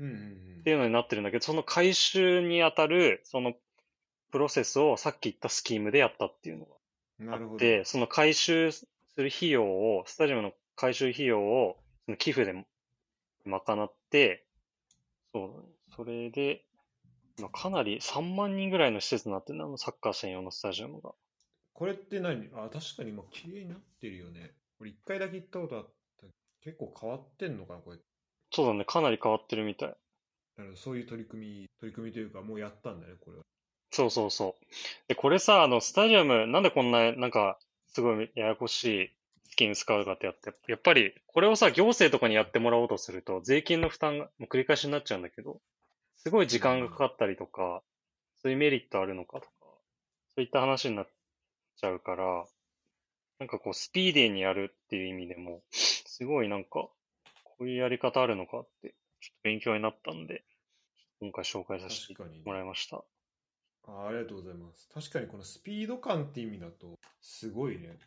Speaker 1: うんうん
Speaker 2: ていうのになってるんだけど、その改修にあたる、その、プロセスをさっき言ったスキームでやったっていうのが
Speaker 1: うん。
Speaker 2: あ
Speaker 1: なる
Speaker 2: っ
Speaker 1: ほど。
Speaker 2: て、その改修する費用を、スタジアムの改修費用を、その寄付で賄って、そうだね、それで、まあかなり3万人ぐらいの施設になってるの、あのサッカー専用のスタジアムが。
Speaker 1: これって何あ、確かに今綺麗になってるよね。俺一回だけ行ったことあったけど結構変わってんのかな、これ。
Speaker 2: そうだね、かなり変わってるみたい。
Speaker 1: なるほどそういう取り組み、取り組みというか、もうやったんだね、これは。
Speaker 2: そうそうそう。で、これさ、あの、スタジアム、なんでこんな、なんか、すごいややこしいスキーム使うかってやって、やっぱり、これをさ、行政とかにやってもらおうとすると、税金の負担が、もう繰り返しになっちゃうんだけど、すごい時間がかかったりとか、そういうメリットあるのかとか、そういった話になっちゃうから、なんかこう、スピーディーにやるっていう意味でも、すごいなんか、こういうやり方あるのかって、ちょっと勉強になったんで、今回紹介させて
Speaker 1: 確かに。
Speaker 2: もらいました。
Speaker 1: あありがとうございます。確かにこのスピード感って意味だと、すごいね。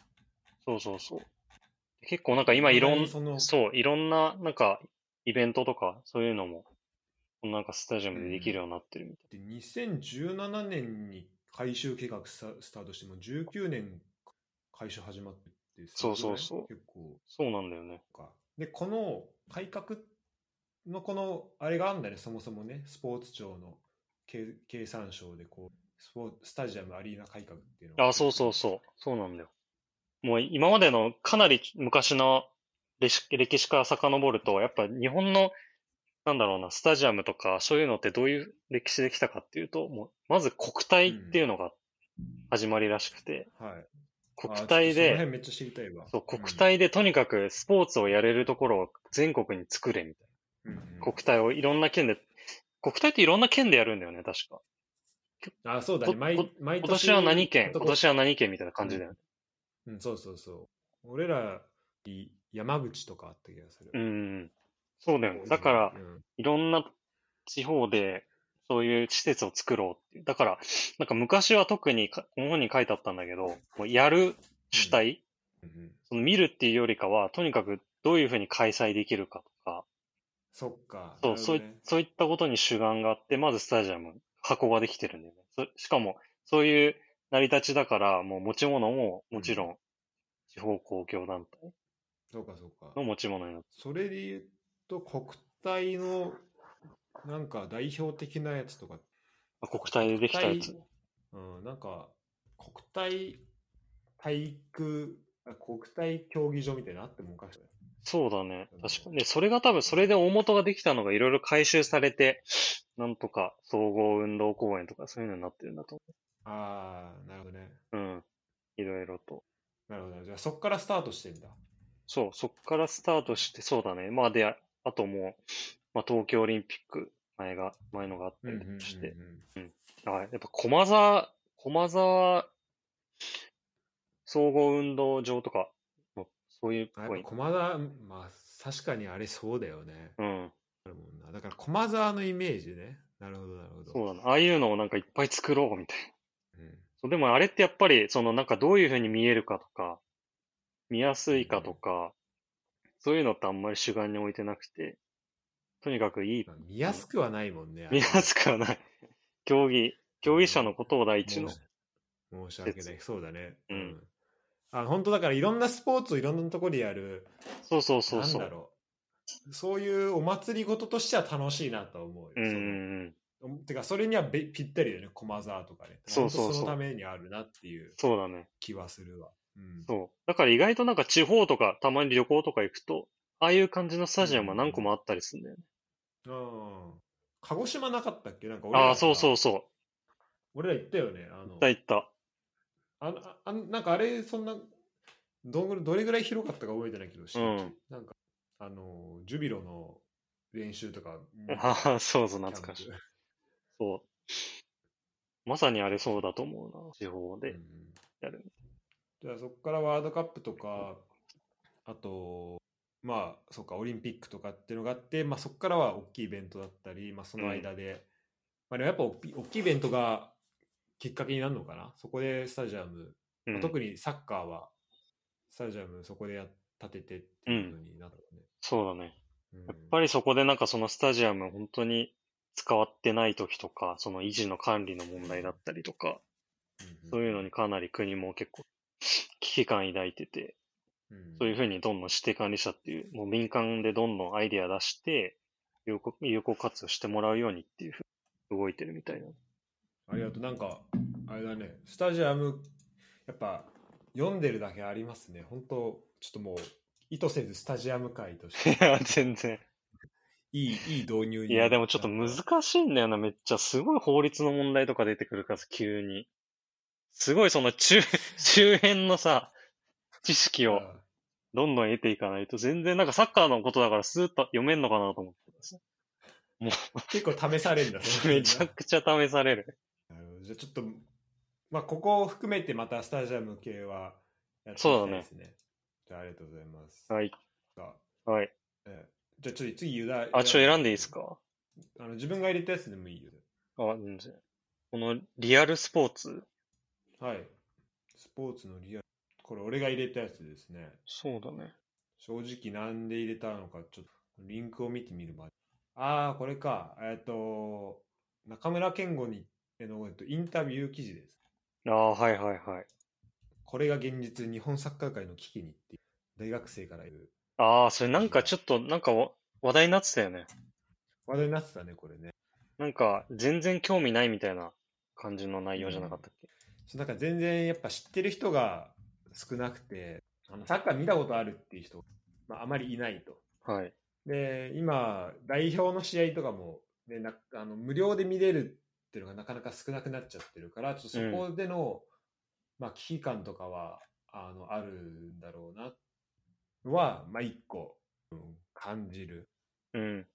Speaker 2: そうそうそう。結構なんか今いろん、
Speaker 1: その
Speaker 2: そう、いろんななんかイベントとかそういうのも、なんかスタジアムでできるようになってるみたい。
Speaker 1: で2017年に改修計画スタスタートしても19年改修始まってってすごくない
Speaker 2: そうそうそう
Speaker 1: 結構
Speaker 2: そうなんだよね。
Speaker 1: かでこの改革のこのあれがあんだねそもそもねスポーツ庁の経経産省でこうスポースタジアムアリーナ改革っていうのが
Speaker 2: あ、そうそうそう。そうなんだよ。もう今までのかなり昔の歴史歴史から遡ると、やっぱ日本の、なんだろうな、スタジアムとかそういうのってどういう歴史できたかっていうと、もうまず国体っていうのが始まりらしくて、
Speaker 1: はい
Speaker 2: 国
Speaker 1: あ
Speaker 2: 体
Speaker 1: ちょっとその
Speaker 2: で、
Speaker 1: 辺めっちゃ知りたいわ
Speaker 2: そう、国、体でとにかくスポーツをやれるところを全国に作れみたい
Speaker 1: うんうんうん
Speaker 2: な。国体をいろんな県で、国体っていろんな県でやるんだよね、確か。
Speaker 1: あそうだね
Speaker 2: こ
Speaker 1: 毎
Speaker 2: こ
Speaker 1: 毎
Speaker 2: 今年は何県、
Speaker 1: と
Speaker 2: 今
Speaker 1: こ
Speaker 2: 年は何県みたいな感じだよね。
Speaker 1: うん、そうそうそう俺らい山口とかあった気がする、
Speaker 2: うん、そうだよね。だから
Speaker 1: う、ん
Speaker 2: いろんな地方で、そういう施設を作ろうっていう。だから、なんか昔は特にか、この本に書いてあったんだけど、もうやる主体、
Speaker 1: うんうん
Speaker 2: その見るっていうよりかは、とにかくどういうふうに開催できるかとか、
Speaker 1: そっか。
Speaker 2: そう、
Speaker 1: なる
Speaker 2: そ
Speaker 1: ほ
Speaker 2: う
Speaker 1: ど
Speaker 2: い
Speaker 1: ね、
Speaker 2: そういったことに主眼があって、まずスタジアム、箱ができてるんだよね。そしかも、そういう成り立ちだから、もう持ち物も、もちろん、地方公共団体
Speaker 1: そうか、そう
Speaker 2: の
Speaker 1: か。
Speaker 2: 持ち物になって
Speaker 1: それで言うと、国体の、なんか代表的なやつとか、
Speaker 2: まあ国体でできたやつ
Speaker 1: 国。うん、なんか、国体体育、あ国体競技場みたいなのあってもおかしくない。
Speaker 2: そうだね
Speaker 1: う。ん
Speaker 2: 確かに。で、それが多分、それで大元ができたのがいろいろ回収されて、なんとか総合運動公園とかそういうのになってるんだと
Speaker 1: あー、なるほどね。
Speaker 2: 思う。うん。いろいろと。
Speaker 1: なるほど。じゃあ、そっからスタートしてんだ。
Speaker 2: そう、そっからスタートして、そうだね。まあで、ああともう、まあ東京オリンピック、前が、前のがあったりとかして。あ、やっぱ駒沢、駒沢総合運動場とかも、そういう
Speaker 1: あや
Speaker 2: こ
Speaker 1: っぱ駒沢、まあ、確かにあれそうだよね。
Speaker 2: うん、
Speaker 1: あるもんな。だから、駒沢のイメージね。なるほど、なるほど。
Speaker 2: そうだな。ああいうのをなんかいっぱい作ろうみたいな。
Speaker 1: うん
Speaker 2: そうでもあれってやっぱり、そのなんかどういう風に見えるかとか、見やすいかとか、そういうのってあんまり主眼に置いてなくて、とにかくいい
Speaker 1: ま、あ見やすくはないもんね。
Speaker 2: 見やすく はない。競技、競技者のことを第一の
Speaker 1: 申し訳ない。そうだね。
Speaker 2: うん。
Speaker 1: あ本当だからいろんなスポーツをいろんなところでやる
Speaker 2: そうそうそうそ
Speaker 1: なんだ
Speaker 2: う。
Speaker 1: ろうそういうお祭りごととしては楽しいなと思うよ、
Speaker 2: うんうんうん。
Speaker 1: そのてかそれにはべぴったりだよね駒沢とかね
Speaker 2: そうそうそう
Speaker 1: 本当そのためにあるなっていう
Speaker 2: そうだね。
Speaker 1: 気はするわ、うん、
Speaker 2: そう。だから意外となんか地方とか、たまに旅行とか行くと、ああいう感じのスタジアムは何個もあったりするんだよね。
Speaker 1: うん鹿児島なかったっけなんか
Speaker 2: ああ、そうそううそう。
Speaker 1: 俺ら行ったよねあの
Speaker 2: 行った行った。
Speaker 1: あのあのなんかあれそんなどんぐらいどれぐらい広かったか覚えてないけど、
Speaker 2: うん
Speaker 1: なんかあのジュビロの練習とか
Speaker 2: ああ、そうそう、懐かしい。そう。まさにあれそうだと思うな。地方
Speaker 1: キャ
Speaker 2: で
Speaker 1: ンプうん
Speaker 2: やる。
Speaker 1: じゃあそこからワールドカップとかあとまあそっかオリンピックとかっていうのがあって、まあ、そこからは大きいイベントだったり、まあ、その間で、まあ、でもやっぱ大きい大きいイベントがきっかけになるのかなそこでスタジアム、
Speaker 2: う
Speaker 1: まあ
Speaker 2: ん、
Speaker 1: 特にサッカーはスタジアムそこでやっ建ててっていう風になったのね、
Speaker 2: そうだね。
Speaker 1: うん
Speaker 2: やっぱりそこでなんかそのスタジアム本当に使わってない時とか、その維持の管理の問題だったりとか、
Speaker 1: うん
Speaker 2: そういうのにかなり国も結構危機感抱いてて、
Speaker 1: うん
Speaker 2: そういうふうにどんどん指定管理者っていう、もう民間でどんどんアイデア出して、有効有効活用してもらうようにっていうふうに動いてるみた いな。
Speaker 1: ありがとうなんかあれだねスタジアムやっぱ読んでるだけありますね本当ちょっともう意図せずスタジアム会として
Speaker 2: い や、全然。
Speaker 1: いい、いい導入に
Speaker 2: いや、でもちょっと
Speaker 1: なた
Speaker 2: 難しいんだよな、めっちゃ。すごい法律の問題とか出てくるからさ、急に。すごいその 中、周辺のさ、知識を
Speaker 1: あ
Speaker 2: どんどん得ていかないと、全然なんかサッカーのことだからスーッと読めんのかなと思ってさ。も
Speaker 1: 結構試されるんだ、
Speaker 2: う、 め ちゃくちゃ試される。
Speaker 1: なるほどじゃあちょっと、まあ、ここを含めてまたスタジアム系はやっていきたいですね。じゃあ、ありがとうございます。
Speaker 2: はい。
Speaker 1: さあ
Speaker 2: はい。
Speaker 1: えじゃあ、ちょっと次、ユダ。
Speaker 2: あ、ちょ、選んでいいですか
Speaker 1: あの自分が入れたやつでもいいよ。
Speaker 2: あ、全然。このリアルスポーツ。
Speaker 1: はい。スポーツのリアル。これ、俺が入れたやつですね。
Speaker 2: そうだね。
Speaker 1: 正直なんで入れたのか、ちょっとリンクを見てみるまで。ああ、これか。えっと、中村健吾に、えの、えっと、インタビュー記事です。
Speaker 2: ああ、はいはいはい。
Speaker 1: これが現実日本サッカー界の危機にっていう大学生から言う
Speaker 2: ああ、それなんかちょっと、なんかわ話題になってたよね。
Speaker 1: 話題になってたねこれね
Speaker 2: なんか、全然興味ないみたいな感じの内容じゃなかったっけ、
Speaker 1: そうなんか全然やっぱ知ってる人が少なくてあのサッカー見たことあるっていう人、まあ、あまりいないと
Speaker 2: はい。
Speaker 1: で今代表の試合とかも、ね、なあの無料で見れるっていうのがなかなか少なくなっちゃってるからちょっとそこでの、まあ、危機感とかはあのあるんだろうなは、まあ、一個、うん感じる
Speaker 2: うん。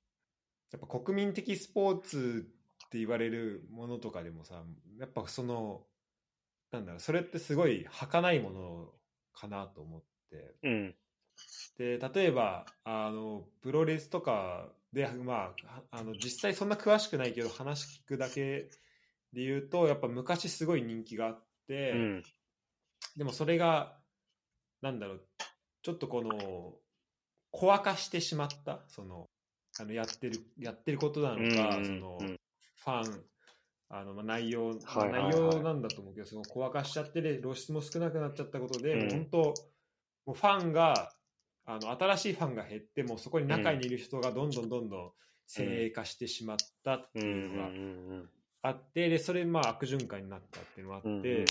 Speaker 1: やっぱ国民的スポーツって言われるものとかでもさやっぱそのなんだろうそれってすごい儚いものかなと思って
Speaker 2: うん。
Speaker 1: で例えばあのプロレスとかでまああの実際そんな詳しくないけど話聞くだけで言うとやっぱ昔すごい人気があって、
Speaker 2: うん。
Speaker 1: でもそれがなんだろうちょっとこの小化してしまったそのあのやってるやってることなのか、
Speaker 2: うん
Speaker 1: その
Speaker 2: うん
Speaker 1: ファンあの、まあ、内容、
Speaker 2: はいはいはい
Speaker 1: 内容なんだと思うけどその小化しちゃってで露出も少なくなっちゃったことで、
Speaker 2: うん
Speaker 1: 本当もうファンがあの新しいファンが減ってもうそこに中にいる人がどんどんどんどん精鋭化してしまったって
Speaker 2: うん。うん
Speaker 1: いうのが
Speaker 2: うんうん。
Speaker 1: あって、でそれまあ悪循環になったっていうのがあって。
Speaker 2: うんうん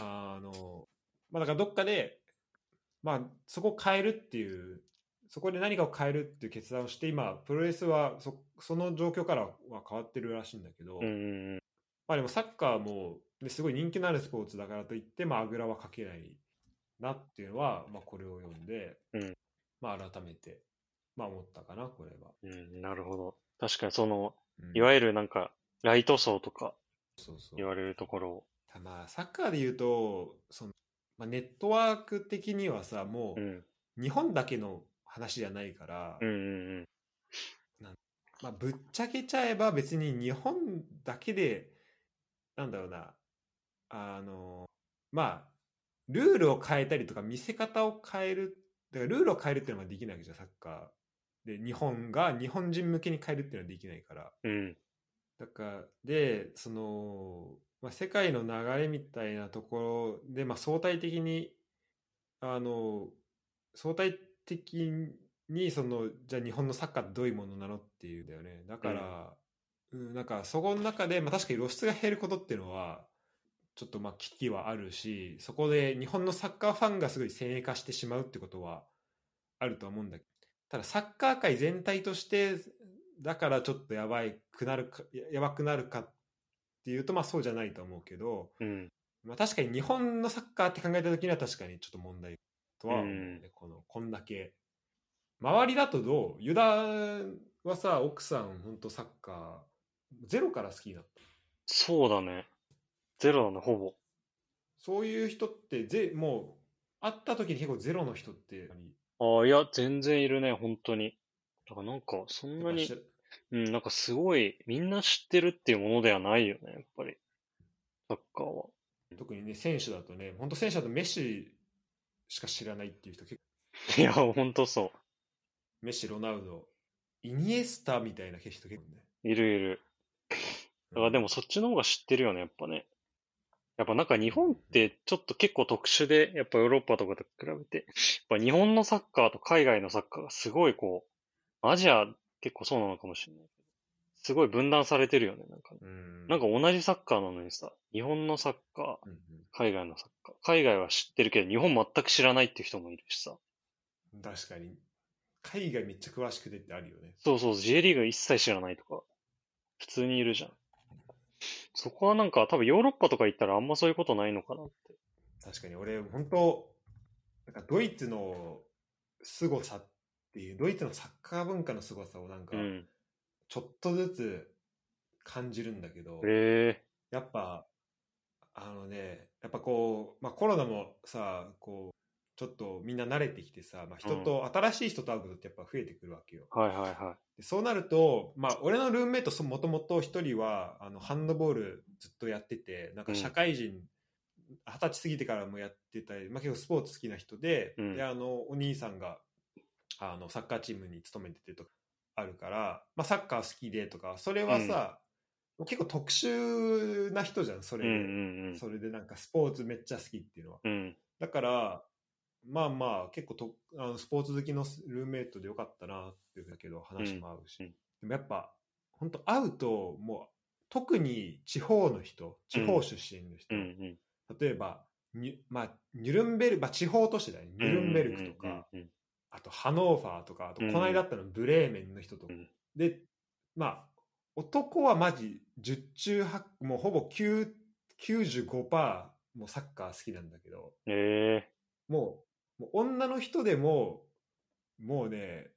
Speaker 1: あの、まあ、だからどっかで、まあ、そこを変えるっていう、そこで何かを変えるっていう決断をして、今、プロレスはそその状況からは変わってるらしいんだけど、
Speaker 2: うんうんうん
Speaker 1: まあでもサッカーも、ね、すごい人気のあるスポーツだからといって、まあ、あぐらはかけないなっていうのは、まあ、これを読んで、
Speaker 2: うん
Speaker 1: まあ、改めて、まあ、思ったかな、これは。
Speaker 2: うん。なるほど。確かにその、
Speaker 1: うん
Speaker 2: いわゆるなんか、ライト層とか
Speaker 1: そうそう
Speaker 2: 言われるところを。
Speaker 1: まあ、サッカーで言うと、そのまあ、ネットワーク的にはさ、もう、
Speaker 2: うん。
Speaker 1: 日本だけの話じゃないから、
Speaker 2: うんうんうん。
Speaker 1: まあ、ぶっちゃけちゃえば別に日本だけでなんだろうなあのまあルールを変えたりとか見せ方を変えるだからルールを変えるっていうのはできないわけじゃんサッカーで日本が日本人向けに変えるっていうのはできないから
Speaker 2: うん。
Speaker 1: だからでその、まあ、世界の流れみたいなところで、まあ、相対的にあの相対的にそのじゃあ日本のサッカーってどういうものなのっていうんだよねだから、うんなんかそこの中で、まあ、確かに露出が減ることっていうのはちょっとまあ危機はあるしそこで日本のサッカーファンがすごい先鋭化してしまうってことはあるとは思うんだけどただサッカー界全体としてだからちょっとやばいくなるかややばくなるかっていうとまあそうじゃないと思うけど、
Speaker 2: うん。
Speaker 1: まあ、確かに日本のサッカーって考えた時には確かにちょっと問題とは思うね、
Speaker 2: うん
Speaker 1: このこんだけ周りだとどうユダはさ奥さん本当サッカーゼロから好きになった
Speaker 2: そうだね。ゼロだね、ほぼ。
Speaker 1: そういう人ってぜもう会った時に結構ゼロの人ってやっぱり
Speaker 2: ああ、いや、全然いるね、本当に。だからなんか、そんな
Speaker 1: やっぱ
Speaker 2: に
Speaker 1: し、
Speaker 2: うん、なんかすごい、みんな知ってるっていうものではないよね、やっぱり。サッカーは。
Speaker 1: 特にね選手だとね本当選手だとメッシしか知らないっていう人結構
Speaker 2: いや、本当そ
Speaker 1: メッシロナウドイニエスタみたいな人結構いるね
Speaker 2: う。いるいる。だからでもそっちの方が知ってるよね、やっぱね。やっぱなんか日本ってちょっと結構特殊で、やっぱヨーロッパとかと比べて、やっぱ日本のサッカーと海外のサッカーがすごいこう、アジア結構そうなのかもしれない。すごい分断されてるよね、なんかね。
Speaker 1: うん
Speaker 2: なんか同じサッカーなのにさ、日本のサッカー、
Speaker 1: うん
Speaker 2: 海外のサッカー。海外は知ってるけど、日本全く知らないっていう人もいるしさ。
Speaker 1: うん確かに海外めっちゃ詳しくてってあるよね
Speaker 2: そうそう、J リーグ一切知らないとか、普通にいるじゃん。そこはなんか、多分ヨーロッパとか行ったらあんまそういうことないのかなって。
Speaker 1: 確かに俺本当なんかドイツの凄さっていうドイツのサッカー文化の凄さをなんか
Speaker 2: うん。
Speaker 1: ちょっとずつ感じるんだけど、
Speaker 2: へえ
Speaker 1: やっぱあのねやっぱこう、まあ、コロナもさこうちょっとみんな慣れてきてさ、まあ、人と、新しい人と会うことってやっぱ増えてくるわけよ
Speaker 2: はいはいは
Speaker 1: でそうなると、まあ、俺のルームメイトそもともと一人はあのハンドボールずっとやっててなんか社会人二十、歳過ぎてからもやってたり、まあ、結構スポーツ好きな人で,、
Speaker 2: うん
Speaker 1: であのお兄さんがあのサッカーチームに勤めててとかあるから、まあ、サッカー好きでとかそれはさ、結構特殊な人じゃんそ
Speaker 2: い。
Speaker 1: れ
Speaker 2: うん
Speaker 1: で、
Speaker 2: うん
Speaker 1: それでなんかスポーツめっちゃ好きっていうのは。
Speaker 2: うん。うん。
Speaker 1: だから、まあまあ、結構とあのスポーツ好きのルーメイトでよかったなっていうだけど、話も合うし、
Speaker 2: うんうん
Speaker 1: でもやっぱ、本当会うと、もう、特に地方の人、地方出身の人、
Speaker 2: うんうん。
Speaker 1: 例えば、ニュまあ、ニュルンベルク、まあ、地方都市だよね、ニュルンベルクとか、
Speaker 2: うんうん
Speaker 1: あとハノーファーとか、あと
Speaker 2: うん
Speaker 1: この間あったのブレーメンの人とか、
Speaker 2: うん
Speaker 1: で、まあ、男はマジ10中8、もうほぼ9 95%もうサッカー好きなんだけど、
Speaker 2: うん。へ
Speaker 1: もう、もう女の人でも、もうね、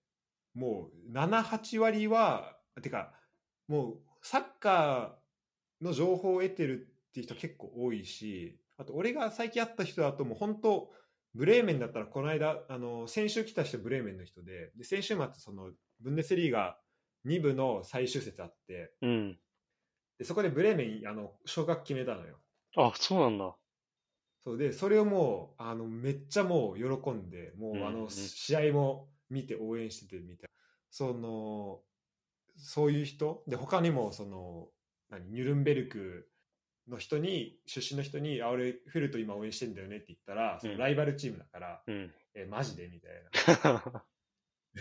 Speaker 1: もう7、8割は、てか、もうサッカーの情報を得てるっていう人結構多いし、あと俺が最近会った人だともう本当、ブレーメンだったらこの間、あの、先週来た人ブレーメンの人で、で先週末その、ブンデスリーガ2部の最終節あって、
Speaker 2: えうん。
Speaker 1: でそこでブレーメン、あの、昇格決めたのよ。
Speaker 2: あ、そうなんだ。
Speaker 1: そうで、それをもう、あの、めっちゃもう喜んで、も
Speaker 2: うん
Speaker 1: うあ
Speaker 2: うん
Speaker 1: の、試合も見て応援しててみたいな。その、そういう人で、他にも、その、何、ニュルンベルクの人に、出身の人に、あ、俺、フルト今応援してんだよねって言ったら、そのライバルチームだから、
Speaker 2: うん。
Speaker 1: え、マジでみたいな。ち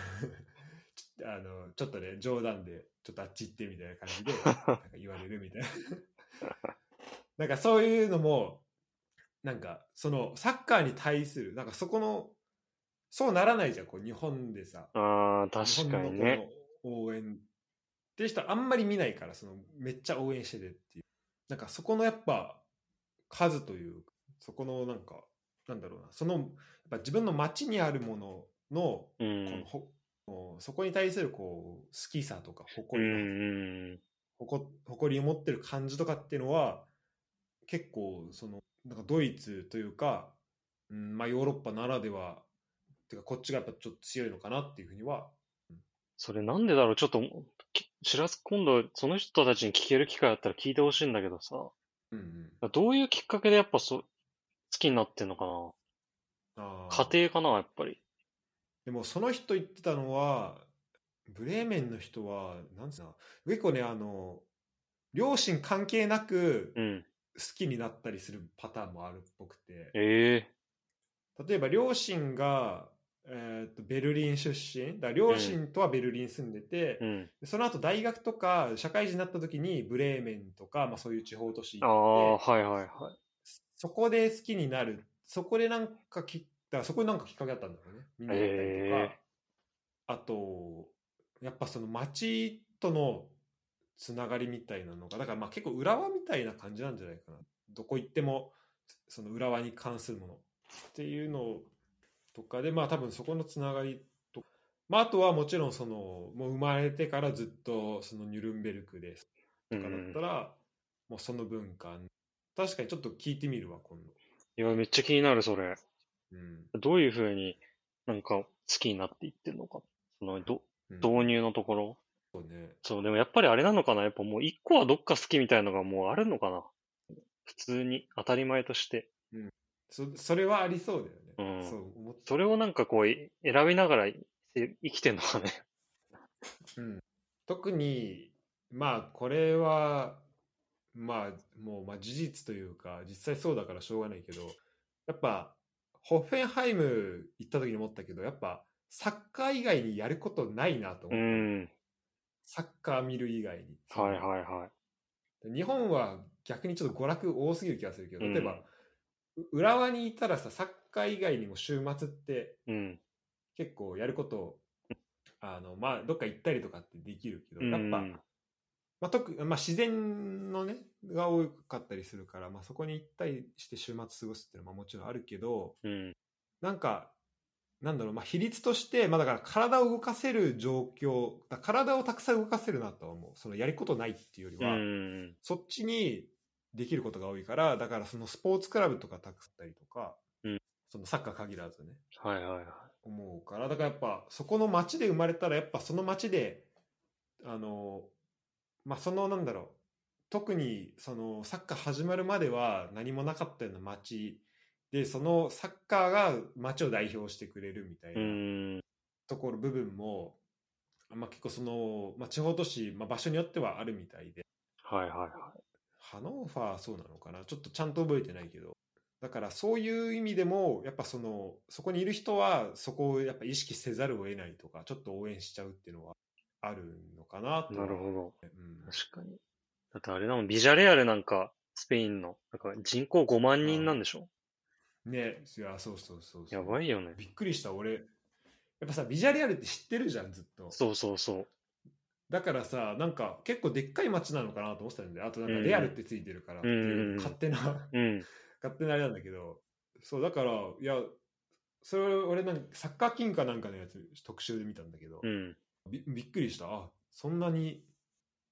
Speaker 1: ょあの、ちょっとね、冗談で、ちょっとあっち行ってみたいな感 じで、なんか言われるみたいな。 なんかそういうのも、なんか、その、サッカーに対する、なんかそこの、そうならないじゃん、こう、日本でさ、
Speaker 2: ああ、
Speaker 1: 日本
Speaker 2: 確か
Speaker 1: の
Speaker 2: に
Speaker 1: こ
Speaker 2: ね。
Speaker 1: の応援っていう人あんまり見ないから、その、めっちゃ応援しててっていう。なんかそこのやっぱ、数というか、そこのなんか、なんだろうな、その、やっぱ自分の街にあるものの、こ
Speaker 2: う
Speaker 1: の
Speaker 2: ん。
Speaker 1: ほこうそこに対するこう好きさとか
Speaker 2: うん
Speaker 1: 誇
Speaker 2: う
Speaker 1: り,、
Speaker 2: んうん。
Speaker 1: 誇誇りを持ってる感じとかっていうのは結構そのなんかドイツというか、うんまあ、ヨーロッパならではっていうかこっちがやっぱちょっと強いのかなっていうふうには
Speaker 2: それなんでだろうちょっと、き知らず、今度、その人たちに聞ける機会あったら聞いてほしいんだけどさ。
Speaker 1: うんうん
Speaker 2: どういうきっかけでやっぱそう、好きになってんのか
Speaker 1: あ
Speaker 2: な
Speaker 1: ー
Speaker 2: 家庭かなやっぱり。
Speaker 1: でもその人言ってたのはブレーメンの人はなんつうの結構ねあの両親関係なく
Speaker 2: うん。
Speaker 1: 好きになったりするパターンもあるっぽくて。
Speaker 2: ええ
Speaker 1: 例えば両親が、えー、とベルリン出身だから両親とはベルリン住んでて、
Speaker 2: うん。
Speaker 1: その後大学とか社会人になった時にブレーメンとか、まあ、そういう地方都市
Speaker 2: あ
Speaker 1: 行
Speaker 2: あ、
Speaker 1: って
Speaker 2: はいはいはい。
Speaker 1: そこで好きになるそこでなんかきだからそこでなんかきっかけあったんだろうねみんなだったりとか、
Speaker 2: へえ
Speaker 1: あとやっぱその町とのつながりみたいなのがだからまあ結構浦和みたいな感じなんじゃないかなどこ行ってもその浦和に関するものっていうのとかでまあ多分そこのつながりとまああとはもちろんそのもう生まれてからずっとそのニュルンベルクでと
Speaker 2: う
Speaker 1: かだっ
Speaker 2: ん
Speaker 1: た。ら、もうその文化確かにちょっと聞いてみるわ今度、
Speaker 2: いや、めっちゃ気になる、それ。
Speaker 1: うん
Speaker 2: どういうふうになんか好きになっていってるのか。その、ど、
Speaker 1: うん
Speaker 2: 導入のところ。
Speaker 1: そうね
Speaker 2: そう、でもやっぱりあれなのかな。やっぱもう一個はどっか好きみたいのがもうあるのかな。普通に、当たり前として。
Speaker 1: そそれはありそうだよね、
Speaker 2: うん
Speaker 1: そう思っ
Speaker 2: それをなんかこう、い選びながらい生きてんのかね。
Speaker 1: 特にまあこれはまあもうまあ事実というか実際そうだからしょうがないけどやっぱホッフェンハイム行った時に思ったけどやっぱサッカー以外にやることないなと
Speaker 2: う
Speaker 1: 思って、
Speaker 2: ん。
Speaker 1: サッカー見る以外に、
Speaker 2: はいはいはい。
Speaker 1: 日本は逆にちょっと娯楽多すぎる気がするけど例え
Speaker 2: うん
Speaker 1: ば、う浦和にいたらさサッカー以外にも週末って
Speaker 2: うん。
Speaker 1: 結構やることあのまあどっか行ったりとかってできるけどやっぱ、
Speaker 2: うん
Speaker 1: まあ、特まあ自然のねが多かったりするから、まあ、そこに行ったりして週末過ごすっていうのはまあもちろんあるけど
Speaker 2: うん。
Speaker 1: なんかなんだろう、まあ、比率として、まあ、だから体を動かせる状況だ体をたくさん動かせるなとは思うそのやることないっていうより
Speaker 2: う
Speaker 1: は、
Speaker 2: ん。
Speaker 1: そっちにできることが多いからだからそのスポーツクラブとかたくさんったりとか、
Speaker 2: うん
Speaker 1: そのサッカー限らずね
Speaker 2: はいはいはい。。
Speaker 1: 思うからだからやっぱそこの町で生まれたらやっぱその町であのまあそのなんだろう特にそのサッカー始まるまでは何もなかったような町でそのサッカーが町を代表してくれるみたいうなんところ部分も、まあ、結構その、まあ、地方都市、まあ、場所によってはあるみたいで
Speaker 2: はいはいはい。
Speaker 1: ハノーファーそうなのかなちょっとちゃんと覚えてないけど。だからそういう意味でも、やっぱその、そこにいる人はそこをやっぱ意識せざるを得ないとか、ちょっと応援しちゃうっていうのはあるのかなと。
Speaker 2: なるほど。
Speaker 1: うん。
Speaker 2: 確かに。だってあれだもん、ビジャレアルなんか、スペインの、なんか人口5万人なんでしょ
Speaker 1: ね、いや、そうそうそうそう
Speaker 2: やばいよね。
Speaker 1: びっくりした、俺。やっぱさ、ビジャレアルって知ってるじゃん、ずっと。
Speaker 2: そうそうそう。
Speaker 1: だからさ、なんか結構でっかい街なのかなと思ってたんで、あとなんかレアルってついてるからって
Speaker 2: うんう
Speaker 1: い
Speaker 2: ん
Speaker 1: ううん勝手な。
Speaker 2: うん。
Speaker 1: 勝手なあれなんだけどそうだからいやそれ俺なんかサッカー金貨なんかのやつ特集で見たんだけど、
Speaker 2: うん。
Speaker 1: びびっくりしたあそんなに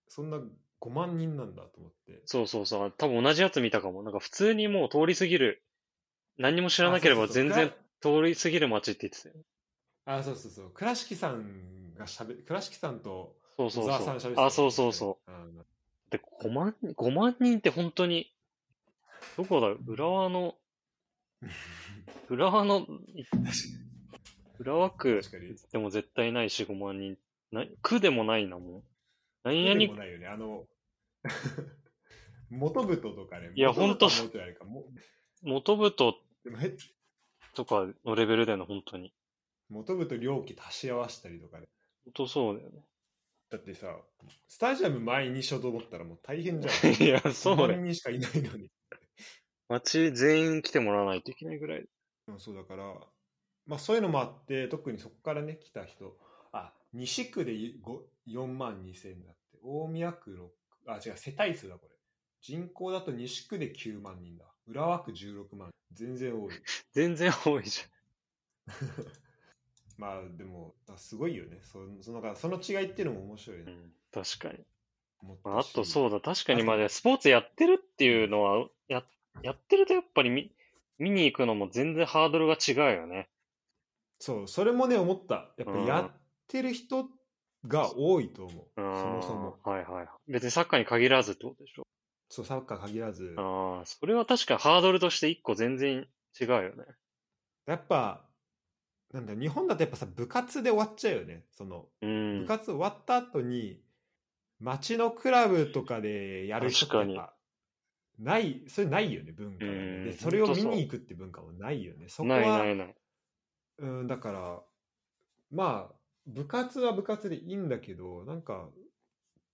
Speaker 1: そんな5万人なんだと思って
Speaker 2: そうそうそう。あ多分同じやつ見たかも。なんか普通にもう通り過ぎる。何にも知らなければ
Speaker 1: あそうそう
Speaker 2: 全
Speaker 1: そう
Speaker 2: 然通り過ぎる街って言ってたよ。
Speaker 1: 倉あそうそうそう倉敷さんがしゃべ倉敷さんと
Speaker 2: そ
Speaker 1: 小
Speaker 2: うそう
Speaker 1: 沢さんしゃ
Speaker 2: そ
Speaker 1: べ
Speaker 2: う
Speaker 1: っ。て、
Speaker 2: あ、そうそうそう
Speaker 1: うん
Speaker 2: う。で、5万、5万人って本当に、どこだ浦和 の、浦和の、浦和区、
Speaker 1: 確かに
Speaker 2: でも絶対ないし、5万人。な区でもないな、もう。何
Speaker 1: 何も
Speaker 2: 々
Speaker 1: ないよねあの 元部ととかね
Speaker 2: いや
Speaker 1: 元部とは
Speaker 2: ほ
Speaker 1: も
Speaker 2: んと
Speaker 1: うちょいあれかも
Speaker 2: 元部と
Speaker 1: でもえ
Speaker 2: とかのレベルだよね、本当に。
Speaker 1: 元部と両機足し合わせたりとかね
Speaker 2: 本当そうだよね。
Speaker 1: だってさスタジアム前にしようと思ったらもう大変じゃん
Speaker 2: いや、 そうだ
Speaker 1: 5
Speaker 2: よ。
Speaker 1: 人しかいないのに。
Speaker 2: 街全員来てもらわないといけないぐらい。
Speaker 1: うん、そうだから、まあそういうのもあって、特にそこからね、来た人、あ、西区でご4万2千だって、大宮区6、あ、違う、世帯数だこれ。人口だと西区で9万人だ。浦和区16万。全然多い。
Speaker 2: 全然多いじ
Speaker 1: まあでも、あすごいよね。そそのその違いっていうのも面白い
Speaker 2: ゃん。う
Speaker 1: ね。
Speaker 2: ん、確かに。
Speaker 1: 思った
Speaker 2: まあ、あ
Speaker 1: し
Speaker 2: とそうだ、確かに、
Speaker 1: あ
Speaker 2: まあ、スポーツやってるっていうのは、や、やってるとやっぱり見、見に行くのも全然ハードルが違うよね。
Speaker 1: そう、それもね、思った。やっぱ
Speaker 2: うん
Speaker 1: やってる人が多いと思う。
Speaker 2: う
Speaker 1: そ
Speaker 2: ん。
Speaker 1: もそも。
Speaker 2: はいはい。別にサッカーに限らずってことでしょ。
Speaker 1: そう、サッカー限らず。
Speaker 2: ああ、それは確かにハードルとして一個全然違うよね。
Speaker 1: やっぱ、なんだろう日本だとやっぱさ、部活で終わっちゃうよね。その、
Speaker 2: うん。
Speaker 1: 部活終わった後に、街のクラブとかでやる人ってやっ
Speaker 2: 確
Speaker 1: ぱ、ない、それないよね、文化がね、
Speaker 2: うん
Speaker 1: で、
Speaker 2: うん
Speaker 1: それを
Speaker 2: ほんと
Speaker 1: 見
Speaker 2: そう
Speaker 1: に行くって文化もないよね。そこは
Speaker 2: ないないない。
Speaker 1: うん、だから、まあ、部活は部活でいいんだけど、なんか、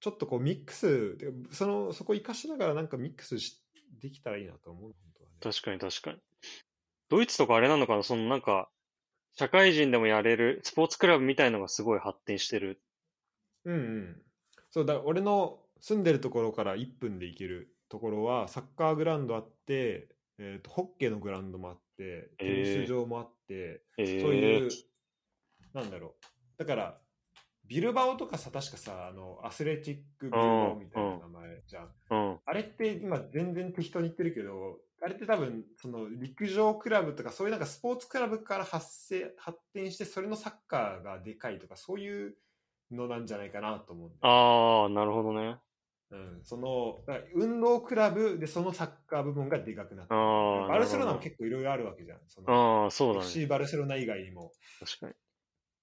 Speaker 1: ちょっとこうミックス、てかその、そこ活かしながらなんかミックスしできたらいいなと思う、本当はね。
Speaker 2: 確かに確かに。ドイツとかあれなのかなそのなんか、社会人でもやれるスポーツクラブみたいのがすごい発展してる。
Speaker 1: うんうん。そうだ、俺の住んでるところから1分で行けるところは、サッカーグラウンドあって、えーと、ホッケーのグラウンドもあって、テニス場もあって、
Speaker 2: え
Speaker 1: そうい
Speaker 2: え
Speaker 1: う、なんだろう。だから、ビルバオとかさ、確かさ、あの、アスレチックビルバオみたいな名前じゃん。
Speaker 2: うん。
Speaker 1: あれって今全然適当に言ってるけど、あれって多分、その陸上クラブとかそういうなんかスポーツクラブから発生、発展して、それのサッカーがでかいとか、そういうのなんじゃないかなと思うんだよ
Speaker 2: ああ、なるほどね。
Speaker 1: うん、その、だから運動クラブでそのサッカー部門がでかくなってる。
Speaker 2: ああ。
Speaker 1: バルセロナ
Speaker 2: なる
Speaker 1: も
Speaker 2: ほど
Speaker 1: 結構いろいろあるわけじゃん。その
Speaker 2: ああ、そうだね。
Speaker 1: FC バルセロナ以外にも。
Speaker 2: 確かに。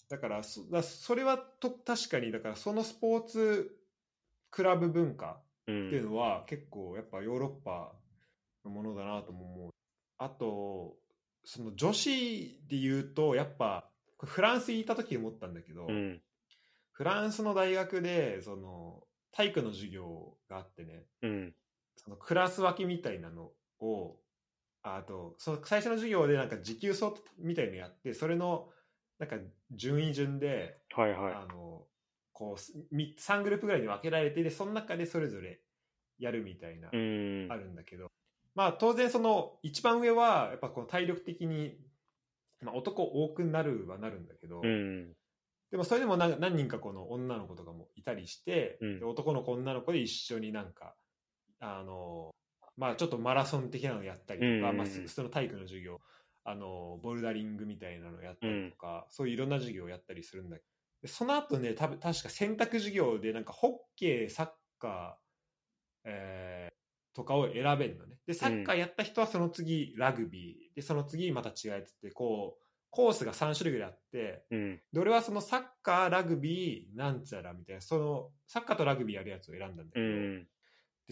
Speaker 1: だから、そだそれはと確かに、だからそのスポーツクラブ文化
Speaker 2: う。
Speaker 1: っていうんのは結構やっぱヨーロッパのものだなとも思う。あと、その女子で言うと、やっぱ、これフランスにいた時思ったんだけど、
Speaker 2: うん。
Speaker 1: フランスの大学で、その、体育の授業があってね、
Speaker 2: うん。
Speaker 1: そのクラス分けみたいなのを、ああと、その最初の授業でなんか時給走みたいのやって、それの、なんか順位順で、
Speaker 2: はいはい。
Speaker 1: あの、こう、み3グループぐらいに分けられて、で、その中でそれぞれやるみたいな
Speaker 2: う、ん。
Speaker 1: あるんだけど、まあ当然その一番上はやっぱこの体力的に、まあ、男多くなるはなるんだけど、
Speaker 2: うん。
Speaker 1: でもそれでもな何人かこの女の子とかもいたりして、
Speaker 2: うん
Speaker 1: で男の子女の子で一緒になんかあのまあちょっとマラソン的なのやったりとか、
Speaker 2: うん
Speaker 1: まあ、すその体育の授業あのボルダリングみたいなのやったりとか、そういういろんな授業をやったりするんだけどでその後ね多分確か選択授業でなんかホッケーサッカー、えーとかを選べるのねでサッカーやった人はその次ラグビーでその次また違うやつってこうコースが3種類ぐらいあって
Speaker 2: うん。
Speaker 1: で、俺はそのサッカー、ラグビー、なんちゃらみたいな、その、サッカーとラグビーやるやつを選んだんだけ
Speaker 2: う
Speaker 1: ど、
Speaker 2: ん。
Speaker 1: で、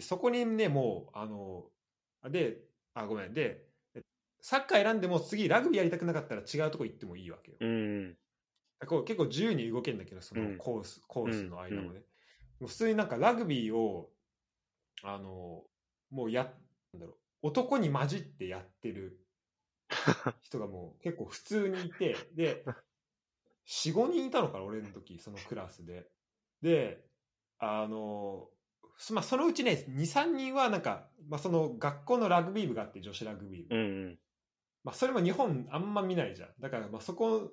Speaker 1: そこにね、もう、あの、で、あ、ごめん、で、サッカー選んでも次ラグビーやりたくなかったら違うとこ行ってもいいわけよ。
Speaker 2: うん。
Speaker 1: こう結構自由に動けるんだけど、そうの
Speaker 2: ん
Speaker 1: コース、コースの間もね。
Speaker 2: うんうん
Speaker 1: でも普通になんかラグビーを、あの、もうや、なんだろう、男に混じってやってる人がもう結構普通にいて、で、4、5人いたのかな、俺の時、そのクラスで。で、あの、そまあ、そのうちね、2、3人はなんか、まあ、その学校のラグビー部があって、女子ラグビー部。
Speaker 2: うん。
Speaker 1: まあ、それも日本あんま見ないじゃん。だから、まあ、そこ、